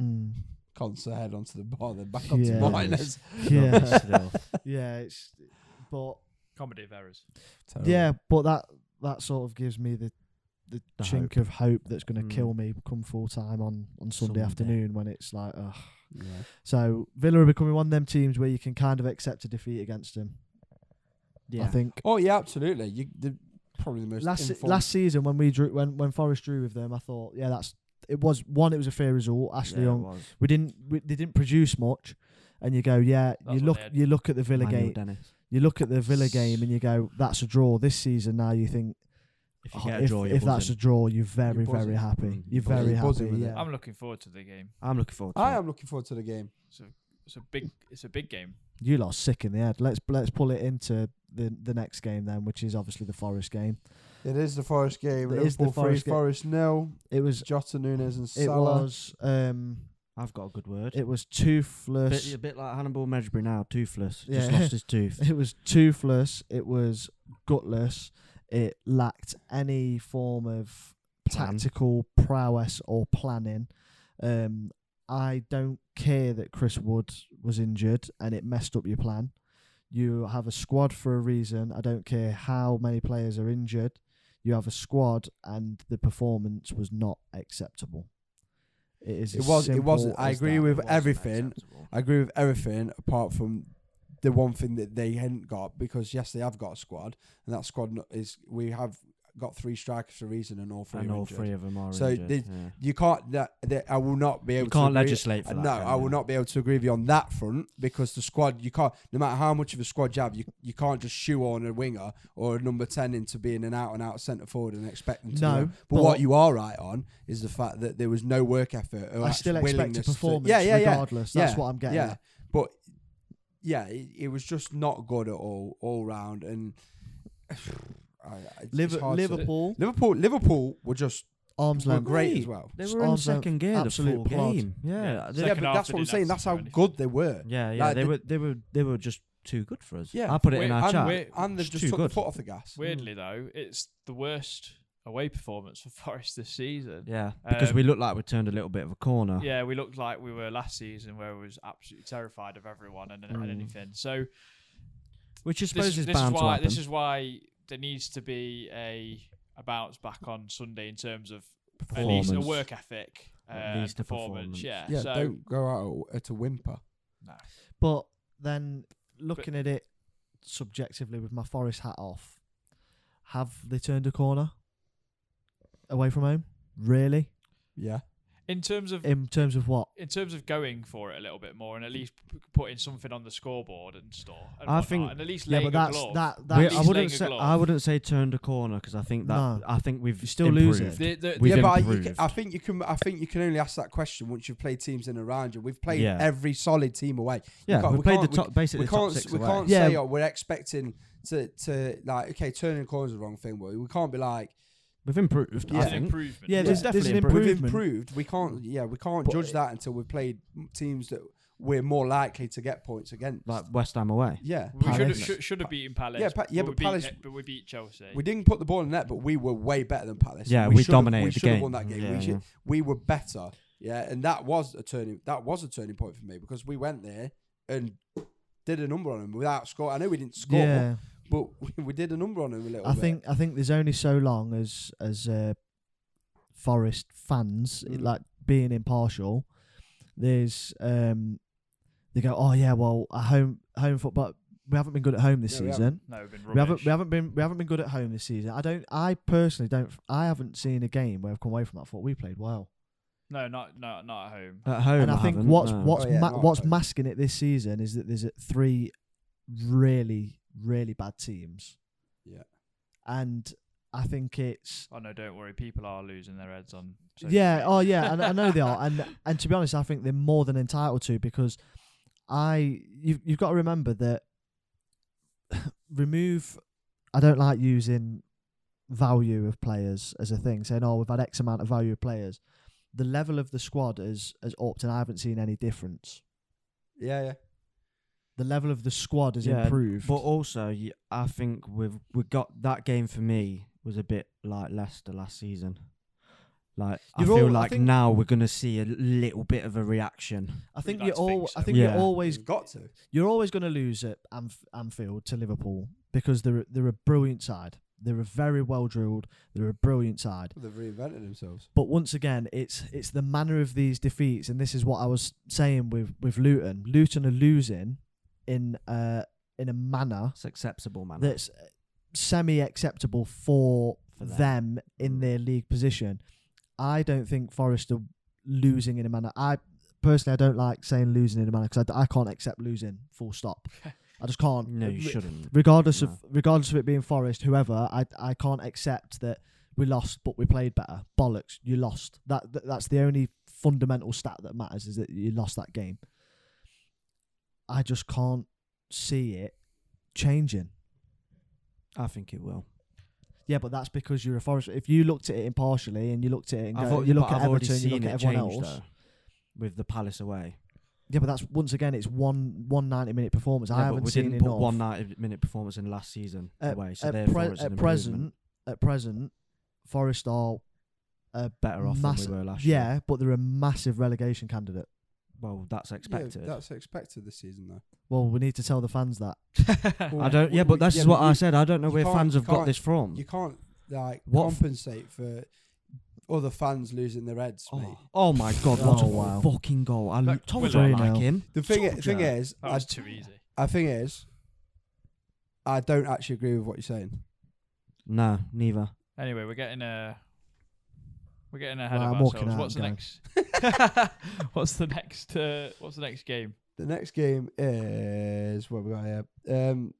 [SPEAKER 4] Mm.
[SPEAKER 3] Conser head onto the bar, then back onto
[SPEAKER 4] Yeah.
[SPEAKER 3] [LAUGHS] Martinez.
[SPEAKER 4] Yeah.
[SPEAKER 2] Still.
[SPEAKER 4] [LAUGHS] Yeah, it's
[SPEAKER 2] [LAUGHS]
[SPEAKER 4] but
[SPEAKER 1] Comedy of errors.
[SPEAKER 2] Oh.
[SPEAKER 3] Terrible.
[SPEAKER 4] yeah, but that that sort of gives me the the,
[SPEAKER 2] The
[SPEAKER 4] chink of hope that's going to
[SPEAKER 2] Mm.
[SPEAKER 4] kill me come full time on on Sunday,
[SPEAKER 2] Sunday.
[SPEAKER 4] afternoon when it's like, ugh.
[SPEAKER 3] Yeah.
[SPEAKER 4] So Villa are becoming one of them teams where you can kind of accept a defeat against them.
[SPEAKER 2] Yeah.
[SPEAKER 4] I think
[SPEAKER 3] Oh yeah, absolutely. You the probably the most
[SPEAKER 4] last se-
[SPEAKER 3] informed-
[SPEAKER 4] last season when we drew when when Forest drew with them, I thought, yeah, that's it was one. It was a fair result.
[SPEAKER 2] Yeah,
[SPEAKER 4] Ashley
[SPEAKER 2] it
[SPEAKER 4] Young,
[SPEAKER 2] was.
[SPEAKER 4] we didn't we, they didn't produce much, and you go, yeah,
[SPEAKER 1] That's
[SPEAKER 4] you
[SPEAKER 1] what
[SPEAKER 4] look
[SPEAKER 1] they had.
[SPEAKER 4] you look at the Villa
[SPEAKER 2] Manuel
[SPEAKER 4] game,
[SPEAKER 2] Dennis.
[SPEAKER 4] you look at the Villa game, and you go, that's a draw this season. Now you think.
[SPEAKER 2] If you
[SPEAKER 4] Oh,
[SPEAKER 2] get a draw,
[SPEAKER 4] if,
[SPEAKER 2] you're
[SPEAKER 4] if that's a
[SPEAKER 2] buzzing.
[SPEAKER 4] draw, you're very, very
[SPEAKER 3] buzzing.
[SPEAKER 4] happy.
[SPEAKER 2] Mm,
[SPEAKER 4] You're
[SPEAKER 2] buzzing.
[SPEAKER 4] very
[SPEAKER 3] You're
[SPEAKER 4] happy.
[SPEAKER 3] buzzing with it.
[SPEAKER 4] Yeah.
[SPEAKER 1] I'm looking forward to the game.
[SPEAKER 2] I'm looking forward to
[SPEAKER 3] I
[SPEAKER 2] it.
[SPEAKER 3] am looking forward to the game.
[SPEAKER 1] It's a big. It's a big game.
[SPEAKER 4] You lot are sick in the head. Let's let's pull it into the the next game then, which is obviously the Forest game.
[SPEAKER 3] It is the Forest game.
[SPEAKER 4] It
[SPEAKER 3] Liverpool
[SPEAKER 4] is the Forest
[SPEAKER 3] three,
[SPEAKER 4] game.
[SPEAKER 3] Forest nil.
[SPEAKER 4] It was
[SPEAKER 3] Jota, Nunes, and
[SPEAKER 4] it
[SPEAKER 3] Salah.
[SPEAKER 4] was um
[SPEAKER 2] I've got a good word.
[SPEAKER 4] it was
[SPEAKER 2] bit,
[SPEAKER 4] toothless.
[SPEAKER 2] a bit like Hannibal Medjugorje now, toothless. Just
[SPEAKER 4] Yeah.
[SPEAKER 2] lost his tooth.
[SPEAKER 4] It was toothless. It was gutless. It lacked any form of
[SPEAKER 2] Plan.
[SPEAKER 4] tactical prowess or planning. Um, I don't care that Chris Wood was injured and it messed up your plan. You have a squad for a reason. I don't care how many players are injured. You have a squad, and the performance was not acceptable. It is.
[SPEAKER 3] It
[SPEAKER 4] as
[SPEAKER 3] was- it
[SPEAKER 4] simple
[SPEAKER 3] wasn't- I
[SPEAKER 4] as
[SPEAKER 3] agree
[SPEAKER 4] that.
[SPEAKER 3] with
[SPEAKER 4] It wasn't
[SPEAKER 3] everything.
[SPEAKER 4] acceptable.
[SPEAKER 3] I agree with everything apart from the one thing that they hadn't got because yes, they have got a squad, and that squad no- is we have got three strikers for a reason, and all three.
[SPEAKER 2] and
[SPEAKER 3] are
[SPEAKER 2] all
[SPEAKER 3] injured.
[SPEAKER 2] three of them are
[SPEAKER 3] So
[SPEAKER 2] injured.
[SPEAKER 3] did-
[SPEAKER 2] yeah.
[SPEAKER 3] You can't. That, that I will not be
[SPEAKER 2] You
[SPEAKER 3] able. to
[SPEAKER 2] can't
[SPEAKER 3] agree- Uh,
[SPEAKER 2] legislate for that,
[SPEAKER 3] No,
[SPEAKER 2] can
[SPEAKER 3] I
[SPEAKER 2] you?
[SPEAKER 3] will not be able to agree with you on that front because the squad you can't. No matter how much of a squad you have, you, you can't just shoehorn a winger or a number ten into being an out and out centre forward and expect them to.
[SPEAKER 4] No,
[SPEAKER 3] do it. but,
[SPEAKER 4] but-
[SPEAKER 3] what you are right on is the fact that there was no work effort. Or
[SPEAKER 4] I
[SPEAKER 3] actual
[SPEAKER 4] still expect a
[SPEAKER 3] willingness to-
[SPEAKER 4] performance
[SPEAKER 3] yeah, yeah, yeah.
[SPEAKER 4] regardless. That's what I'm getting
[SPEAKER 3] Yeah,
[SPEAKER 4] at.
[SPEAKER 3] but yeah, it, it was just not good at all, all round. And [SIGHS] I, I- it's
[SPEAKER 4] Liver-
[SPEAKER 3] hard to-
[SPEAKER 4] Liverpool,
[SPEAKER 3] Liverpool, Liverpool were just
[SPEAKER 4] arms
[SPEAKER 3] were
[SPEAKER 4] length.
[SPEAKER 3] great
[SPEAKER 2] Mate,
[SPEAKER 3] as well.
[SPEAKER 2] They
[SPEAKER 4] Just
[SPEAKER 2] were in
[SPEAKER 4] arms out,
[SPEAKER 2] second gear the
[SPEAKER 4] absolute
[SPEAKER 2] full
[SPEAKER 4] plod.
[SPEAKER 2] game. Yeah.
[SPEAKER 1] Yeah.
[SPEAKER 2] they-
[SPEAKER 3] yeah,
[SPEAKER 1] Second
[SPEAKER 3] but
[SPEAKER 1] half, they
[SPEAKER 3] that's what I'm
[SPEAKER 1] didn't
[SPEAKER 3] saying.
[SPEAKER 1] have to
[SPEAKER 3] That's how
[SPEAKER 1] do
[SPEAKER 3] good they were.
[SPEAKER 2] Yeah, yeah.
[SPEAKER 3] Like,
[SPEAKER 2] they
[SPEAKER 3] the-
[SPEAKER 2] were they were they were just too good for us.
[SPEAKER 3] Yeah.
[SPEAKER 2] I put it
[SPEAKER 1] Wait,
[SPEAKER 2] in our
[SPEAKER 1] and
[SPEAKER 2] chat.
[SPEAKER 1] wait,
[SPEAKER 3] And they've
[SPEAKER 2] It's
[SPEAKER 3] just
[SPEAKER 2] too
[SPEAKER 3] took
[SPEAKER 2] good.
[SPEAKER 3] the foot off the gas.
[SPEAKER 1] Weirdly though, it's the worst away performance for [LAUGHS] Forest this season.
[SPEAKER 2] Yeah, because we
[SPEAKER 1] Um,
[SPEAKER 2] look like we turned a little bit of a corner.
[SPEAKER 1] Yeah, we looked like we were last season, where we was absolutely terrified of everyone and, and
[SPEAKER 2] Mm.
[SPEAKER 1] anything. So
[SPEAKER 2] which I suppose
[SPEAKER 1] this,
[SPEAKER 2] is
[SPEAKER 1] this is
[SPEAKER 2] bound to
[SPEAKER 1] why
[SPEAKER 2] happen.
[SPEAKER 1] this is why there needs to be a a bounce back on Sunday in terms of at least a
[SPEAKER 2] Performance.
[SPEAKER 1] work ethic, uh,
[SPEAKER 2] At
[SPEAKER 1] and
[SPEAKER 2] least a
[SPEAKER 1] performance.
[SPEAKER 2] performance.
[SPEAKER 1] Yeah,
[SPEAKER 3] Yeah,
[SPEAKER 1] so
[SPEAKER 3] don't go out at a whimper.
[SPEAKER 1] no.
[SPEAKER 4] But then looking at it subjectively with my Forest hat off, have they turned a corner away from home? Really?
[SPEAKER 3] Yeah,
[SPEAKER 1] in terms of
[SPEAKER 4] In terms of what?
[SPEAKER 1] in terms of going for it a little bit more and at least p- putting something on the scoreboard and stuff. And
[SPEAKER 2] I
[SPEAKER 1] whatnot,
[SPEAKER 2] think-
[SPEAKER 1] and at least
[SPEAKER 4] Yeah,
[SPEAKER 1] laying
[SPEAKER 4] but that's
[SPEAKER 1] a glove.
[SPEAKER 4] that.
[SPEAKER 2] We-
[SPEAKER 4] That
[SPEAKER 1] least
[SPEAKER 2] I
[SPEAKER 1] laying
[SPEAKER 2] wouldn't
[SPEAKER 1] a
[SPEAKER 2] say
[SPEAKER 1] glove.
[SPEAKER 2] I wouldn't say turned a corner because I think that
[SPEAKER 4] No.
[SPEAKER 2] I think we've
[SPEAKER 4] still
[SPEAKER 2] improved.
[SPEAKER 4] losing.
[SPEAKER 1] The- the-
[SPEAKER 2] We've
[SPEAKER 3] yeah, but I, you can,
[SPEAKER 2] improved.
[SPEAKER 3] I think you can. I think you can only ask that question once you've played teams in and around you. We've played
[SPEAKER 2] Yeah.
[SPEAKER 3] every solid team away.
[SPEAKER 2] yeah,
[SPEAKER 3] can't-
[SPEAKER 2] we
[SPEAKER 3] we
[SPEAKER 2] played
[SPEAKER 3] can't-
[SPEAKER 2] the top,
[SPEAKER 3] we
[SPEAKER 2] basically the top
[SPEAKER 3] can't.
[SPEAKER 2] six
[SPEAKER 3] We
[SPEAKER 2] away.
[SPEAKER 3] can't
[SPEAKER 4] Yeah.
[SPEAKER 3] say oh we're expecting to to like okay turning corners is the wrong thing, but we can't be like
[SPEAKER 2] We've improved.
[SPEAKER 3] Yeah.
[SPEAKER 2] I
[SPEAKER 1] It's an
[SPEAKER 2] think.
[SPEAKER 1] improvement.
[SPEAKER 4] Yeah, there's,
[SPEAKER 2] Yeah.
[SPEAKER 4] there's an
[SPEAKER 2] Definitely
[SPEAKER 3] we've
[SPEAKER 4] improvement.
[SPEAKER 3] improved. We can't. Yeah, we can't
[SPEAKER 4] But
[SPEAKER 3] judge
[SPEAKER 4] it-
[SPEAKER 3] that until we've played teams that we're more likely to get points against.
[SPEAKER 2] Like West Ham away.
[SPEAKER 3] yeah,
[SPEAKER 1] We should have,
[SPEAKER 4] Palace.
[SPEAKER 1] should, should have beaten Palace.
[SPEAKER 3] Yeah, pa- yeah,
[SPEAKER 1] we
[SPEAKER 3] but
[SPEAKER 1] beat-
[SPEAKER 3] Palace-
[SPEAKER 1] but we beat Chelsea.
[SPEAKER 3] we didn't put the ball in net, but we were way better than Palace.
[SPEAKER 2] Yeah, we
[SPEAKER 3] should have-
[SPEAKER 2] dominated
[SPEAKER 3] We
[SPEAKER 2] the
[SPEAKER 3] should have
[SPEAKER 2] game.
[SPEAKER 3] won that game.
[SPEAKER 2] Yeah,
[SPEAKER 3] we, should,
[SPEAKER 2] yeah.
[SPEAKER 3] we were better. Yeah, and that was a turning. That was a turning point for me because we went there and did a number on them without score. I know we didn't score,
[SPEAKER 4] Yeah,
[SPEAKER 3] but [LAUGHS] we, we did a number on them a little.
[SPEAKER 4] I
[SPEAKER 3] bit.
[SPEAKER 4] think I think there's only so long as as uh, Forest fans it-
[SPEAKER 3] Mm.
[SPEAKER 4] like being impartial. There's um, they go, oh yeah, well, a home home football. We haven't been good at home this
[SPEAKER 3] Yeah, we haven't.
[SPEAKER 4] season.
[SPEAKER 1] no, we've been rubbish.
[SPEAKER 4] We haven't we haven't been we haven't been good at home this season. I don't. I personally don't. I haven't seen a game where I've come away from that. I thought we played well,
[SPEAKER 1] no, not no, not at home.
[SPEAKER 2] At home,
[SPEAKER 4] and I, think
[SPEAKER 2] haven't,
[SPEAKER 4] what's
[SPEAKER 2] no.
[SPEAKER 4] what's
[SPEAKER 3] Oh, yeah,
[SPEAKER 4] ma-
[SPEAKER 3] not at
[SPEAKER 4] what's
[SPEAKER 3] home.
[SPEAKER 4] masking it this season is that there's uh, three really really bad teams.
[SPEAKER 3] Yeah.
[SPEAKER 4] and I think it's
[SPEAKER 1] Oh no, don't worry. People are losing their heads on. social
[SPEAKER 4] yeah.
[SPEAKER 1] media.
[SPEAKER 4] Oh yeah, and I know they are,
[SPEAKER 1] [LAUGHS]
[SPEAKER 4] and and to be honest, I think they're more than entitled to because I you've you've got to remember that [SIGHS] remove. I don't like using value of players as a thing, saying oh we've had X amount of value of players. The level of the squad has has upped, and I haven't seen any difference.
[SPEAKER 3] Yeah, yeah.
[SPEAKER 4] The level of the squad has
[SPEAKER 2] Yeah,
[SPEAKER 4] improved.
[SPEAKER 2] But also, y- I think we've we got that game for me was a bit like Leicester last season. Like I
[SPEAKER 4] You're
[SPEAKER 2] feel
[SPEAKER 4] all- I
[SPEAKER 2] like
[SPEAKER 4] think-
[SPEAKER 2] now we're gonna see a little bit of a reaction.
[SPEAKER 4] I think
[SPEAKER 1] like
[SPEAKER 4] you're
[SPEAKER 1] to think
[SPEAKER 4] all. I
[SPEAKER 1] so. Mm.
[SPEAKER 4] think
[SPEAKER 2] Yeah.
[SPEAKER 4] you're always
[SPEAKER 3] We've got to.
[SPEAKER 4] you're always going to lose at Anf- Anfield to Liverpool because they're they're a brilliant side. They're a very well drilled. They're a brilliant side.
[SPEAKER 3] They've reinvented themselves.
[SPEAKER 4] But once again, it's it's the manner of these defeats, and this is what I was saying with with Luton. Luton are losing in uh in a manner
[SPEAKER 2] It's acceptable, man.
[SPEAKER 4] that's semi acceptable for,
[SPEAKER 2] For Mm. them.
[SPEAKER 4] them. in their league position. I don't think Forest are losing in a manner. I personally, I don't like saying losing in a manner because I, d- I can't accept losing. Full stop.
[SPEAKER 2] [LAUGHS]
[SPEAKER 4] I just can't.
[SPEAKER 2] no, you
[SPEAKER 4] Re-
[SPEAKER 2] shouldn't.
[SPEAKER 4] regardless
[SPEAKER 2] No.
[SPEAKER 4] of regardless of it being Forest, whoever, I I can't accept that we lost, but we played better. Bollocks, you lost. That, that that's the only fundamental stat that matters is that you lost that game. I just can't see it changing.
[SPEAKER 2] I think it will.
[SPEAKER 4] Yeah, but that's because you're a Forest. If you looked at it impartially and you looked at it and
[SPEAKER 2] I've
[SPEAKER 4] go,
[SPEAKER 2] al-
[SPEAKER 4] you look
[SPEAKER 2] but
[SPEAKER 4] at
[SPEAKER 2] I've already
[SPEAKER 4] Everton, you look
[SPEAKER 2] seen
[SPEAKER 4] at
[SPEAKER 2] it
[SPEAKER 4] everyone
[SPEAKER 2] change,
[SPEAKER 4] else.
[SPEAKER 2] though, with the Palace away.
[SPEAKER 4] Yeah, but that's once again it's one one ninety minute performance. I
[SPEAKER 2] Yeah, but
[SPEAKER 4] haven't
[SPEAKER 2] we
[SPEAKER 4] seen
[SPEAKER 2] didn't
[SPEAKER 4] enough.
[SPEAKER 2] put one ninety-minute performance in last season
[SPEAKER 4] At-
[SPEAKER 2] away, so
[SPEAKER 4] at,
[SPEAKER 2] therefore
[SPEAKER 4] pre-
[SPEAKER 2] it's an
[SPEAKER 4] at
[SPEAKER 2] improvement.
[SPEAKER 4] present, at present, Forest are
[SPEAKER 2] better off
[SPEAKER 4] massive-
[SPEAKER 2] than we were last year.
[SPEAKER 4] Yeah, but they're a massive relegation candidate.
[SPEAKER 2] Well, that's expected.
[SPEAKER 3] Yeah, that's expected this season, though.
[SPEAKER 4] Well, we need to tell the fans that.
[SPEAKER 2] I don't. Yeah, but this is what I said. I don't know
[SPEAKER 3] you
[SPEAKER 2] where
[SPEAKER 3] can't-
[SPEAKER 2] fans have got
[SPEAKER 3] can't-
[SPEAKER 2] this from.
[SPEAKER 3] You can't like
[SPEAKER 2] What f-
[SPEAKER 3] compensate for other fans losing their heads, mate.
[SPEAKER 2] Oh, oh my god, what
[SPEAKER 4] Oh,
[SPEAKER 2] a
[SPEAKER 4] wow.
[SPEAKER 2] fucking goal. I
[SPEAKER 1] That
[SPEAKER 2] told you I
[SPEAKER 1] Willock.
[SPEAKER 2] like him.
[SPEAKER 3] The thing,
[SPEAKER 2] Told
[SPEAKER 3] thing
[SPEAKER 2] you.
[SPEAKER 3] is,
[SPEAKER 1] That
[SPEAKER 3] I,
[SPEAKER 1] was too easy.
[SPEAKER 3] I think is, I don't actually agree with what you're saying.
[SPEAKER 2] No, neither.
[SPEAKER 1] Anyway, we're getting a. We're getting ahead
[SPEAKER 4] Right,
[SPEAKER 1] of
[SPEAKER 4] I'm walking
[SPEAKER 1] ourselves.
[SPEAKER 4] out,
[SPEAKER 1] What's the
[SPEAKER 4] guys.
[SPEAKER 1] next? what's the next? [LAUGHS] Uh, what's the next game?
[SPEAKER 3] The next game is what we got here. Um,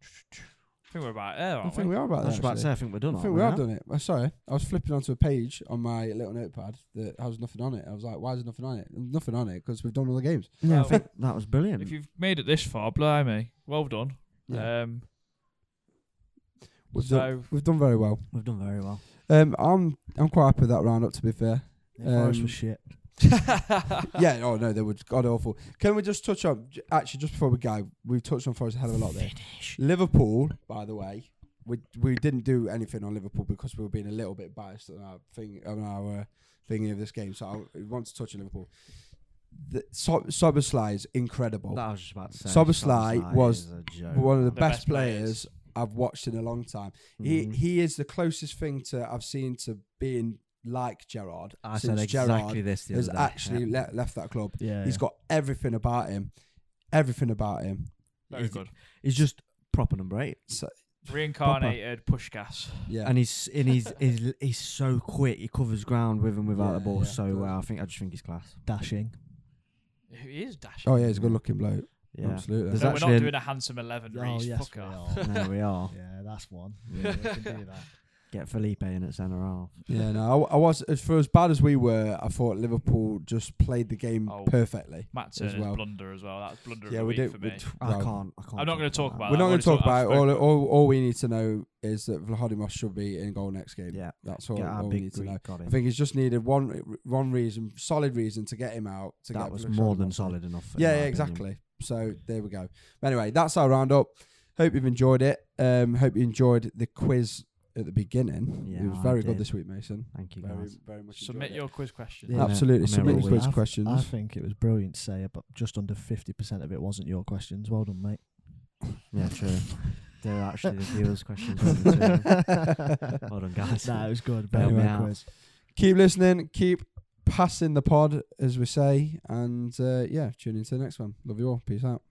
[SPEAKER 1] I think we're about there,
[SPEAKER 3] I
[SPEAKER 1] aren't
[SPEAKER 3] think
[SPEAKER 1] we?
[SPEAKER 3] we are about
[SPEAKER 2] I was
[SPEAKER 3] that.
[SPEAKER 2] about to say,
[SPEAKER 3] actually.
[SPEAKER 2] I think we're done.
[SPEAKER 3] I
[SPEAKER 2] aren't
[SPEAKER 3] think we are
[SPEAKER 2] now?
[SPEAKER 3] done it. I'm sorry. I was flipping onto a page on my little notepad that has nothing on it. I was like, why is there nothing on it? Nothing on it because we've done all the games.
[SPEAKER 2] Yeah, I
[SPEAKER 1] Well,
[SPEAKER 2] think that was brilliant.
[SPEAKER 1] If you've made it this far, blimey, well done.
[SPEAKER 3] Yeah.
[SPEAKER 1] Um,
[SPEAKER 3] We've, done,
[SPEAKER 1] so
[SPEAKER 3] we've done very well.
[SPEAKER 2] We've done very well.
[SPEAKER 3] Um, I'm I'm quite happy with that round up. To be fair,
[SPEAKER 4] Yeah, Forest
[SPEAKER 3] Um,
[SPEAKER 4] was shit. [LAUGHS]
[SPEAKER 1] [LAUGHS]
[SPEAKER 3] yeah. Oh no, they were god awful. Can we just touch on actually just before we go, we've touched on Forest a hell of a lot there. Liverpool, by the way, we we didn't do anything on Liverpool because we were being a little bit biased on our thing on our uh, thingy of this game. So I want to touch on Liverpool. The, so- Soboslai is incredible.
[SPEAKER 2] That I was just about to say.
[SPEAKER 3] Szoboszlai was
[SPEAKER 2] is a joke.
[SPEAKER 3] one of the,
[SPEAKER 1] The
[SPEAKER 3] best,
[SPEAKER 1] best
[SPEAKER 3] players,
[SPEAKER 1] players.
[SPEAKER 3] I've watched in a long time.
[SPEAKER 2] Mhm.
[SPEAKER 3] He he is the closest thing to I've seen to being like Gerard.
[SPEAKER 2] I
[SPEAKER 3] since
[SPEAKER 2] said exactly
[SPEAKER 3] Gerard
[SPEAKER 2] this the
[SPEAKER 3] has
[SPEAKER 2] other day.
[SPEAKER 3] actually
[SPEAKER 2] yeah.
[SPEAKER 3] le- left that club.
[SPEAKER 1] Yeah,
[SPEAKER 3] He's got everything about him. Everything about him.
[SPEAKER 1] very
[SPEAKER 2] he's-
[SPEAKER 1] good.
[SPEAKER 2] He's just proper number eight,
[SPEAKER 3] So,
[SPEAKER 1] Reincarnated push gas.
[SPEAKER 3] yeah.
[SPEAKER 2] and he's and he's, he's he's so quick. He covers ground with and without the
[SPEAKER 3] Yeah,
[SPEAKER 2] ball
[SPEAKER 3] yeah,
[SPEAKER 2] so
[SPEAKER 3] does.
[SPEAKER 2] well. I think I just think he's class.
[SPEAKER 4] Dashing.
[SPEAKER 1] He is dashing.
[SPEAKER 3] oh yeah, he's a good looking bloke.
[SPEAKER 2] Yeah,
[SPEAKER 3] Absolutely.
[SPEAKER 2] There's
[SPEAKER 1] no, we're
[SPEAKER 2] actually
[SPEAKER 1] not
[SPEAKER 2] an-
[SPEAKER 1] doing a handsome eleven.
[SPEAKER 4] Oh,
[SPEAKER 1] Reece,
[SPEAKER 4] yes,
[SPEAKER 1] fuck
[SPEAKER 4] we
[SPEAKER 1] off.
[SPEAKER 4] are.
[SPEAKER 2] there we are.
[SPEAKER 4] Yeah, that's one.
[SPEAKER 2] Yeah.
[SPEAKER 4] We can do that.
[SPEAKER 2] Get Felipe in at centre half.
[SPEAKER 3] Yeah, no, I, I was as for as bad as we were. I thought Liverpool just played the game
[SPEAKER 1] Oh.
[SPEAKER 3] perfectly.
[SPEAKER 1] Matt Turner's
[SPEAKER 3] well.
[SPEAKER 1] blunder as well. That's blunder
[SPEAKER 3] Yeah,
[SPEAKER 1] of the
[SPEAKER 3] we
[SPEAKER 1] week
[SPEAKER 3] did.
[SPEAKER 1] for
[SPEAKER 3] we-
[SPEAKER 1] me.
[SPEAKER 2] I
[SPEAKER 3] well,
[SPEAKER 2] can't. I can't.
[SPEAKER 1] I'm not gonna talk about
[SPEAKER 3] We're
[SPEAKER 1] that.
[SPEAKER 3] not
[SPEAKER 1] I've already
[SPEAKER 3] going to talk
[SPEAKER 1] talked- I've
[SPEAKER 3] about it. All,
[SPEAKER 1] spoken.
[SPEAKER 3] all, all we need to know is that Vladimir should be in goal next game.
[SPEAKER 2] Yeah,
[SPEAKER 3] That's all,
[SPEAKER 2] get our
[SPEAKER 3] all we
[SPEAKER 2] big
[SPEAKER 3] need to
[SPEAKER 2] Greek
[SPEAKER 3] know.
[SPEAKER 2] got
[SPEAKER 3] I
[SPEAKER 2] in.
[SPEAKER 3] think he's just needed one one reason, solid reason to get him out. To
[SPEAKER 2] that
[SPEAKER 3] get
[SPEAKER 2] was
[SPEAKER 3] Vlachodimos
[SPEAKER 2] more than
[SPEAKER 3] back.
[SPEAKER 2] solid enough. in
[SPEAKER 3] Yeah,
[SPEAKER 2] my
[SPEAKER 3] yeah,
[SPEAKER 2] opinion.
[SPEAKER 3] exactly. So there we go. But anyway, that's our roundup. Hope you've enjoyed it. Um, hope you enjoyed the quiz at the beginning.
[SPEAKER 2] Yeah,
[SPEAKER 3] it was
[SPEAKER 2] I
[SPEAKER 3] very good
[SPEAKER 2] did.
[SPEAKER 3] this week, Mason.
[SPEAKER 2] Thank you
[SPEAKER 3] Very,
[SPEAKER 2] guys.
[SPEAKER 3] very much.
[SPEAKER 1] Submit
[SPEAKER 3] enjoyed it.
[SPEAKER 1] your quiz question.
[SPEAKER 4] Yeah.
[SPEAKER 3] Absolutely.
[SPEAKER 2] I'm here
[SPEAKER 3] Submit
[SPEAKER 2] all
[SPEAKER 3] your
[SPEAKER 2] week.
[SPEAKER 3] quiz
[SPEAKER 4] I've-
[SPEAKER 3] questions.
[SPEAKER 4] I think it was brilliant to say, about just under 50% of it wasn't your questions. Well done, mate.
[SPEAKER 2] Yeah,
[SPEAKER 4] [LAUGHS]
[SPEAKER 2] true. They're
[SPEAKER 3] [LAUGHS]
[SPEAKER 2] actually the viewers' questions. weren't they, too? Well done, [LAUGHS] guys.
[SPEAKER 4] [LAUGHS] Nah, it was good.
[SPEAKER 2] Bail
[SPEAKER 4] Very
[SPEAKER 2] me
[SPEAKER 4] good
[SPEAKER 2] out.
[SPEAKER 4] quiz.
[SPEAKER 3] keep listening, keep passing the pod, as we say, and uh, yeah, tune into the next one. Love you all. Peace out.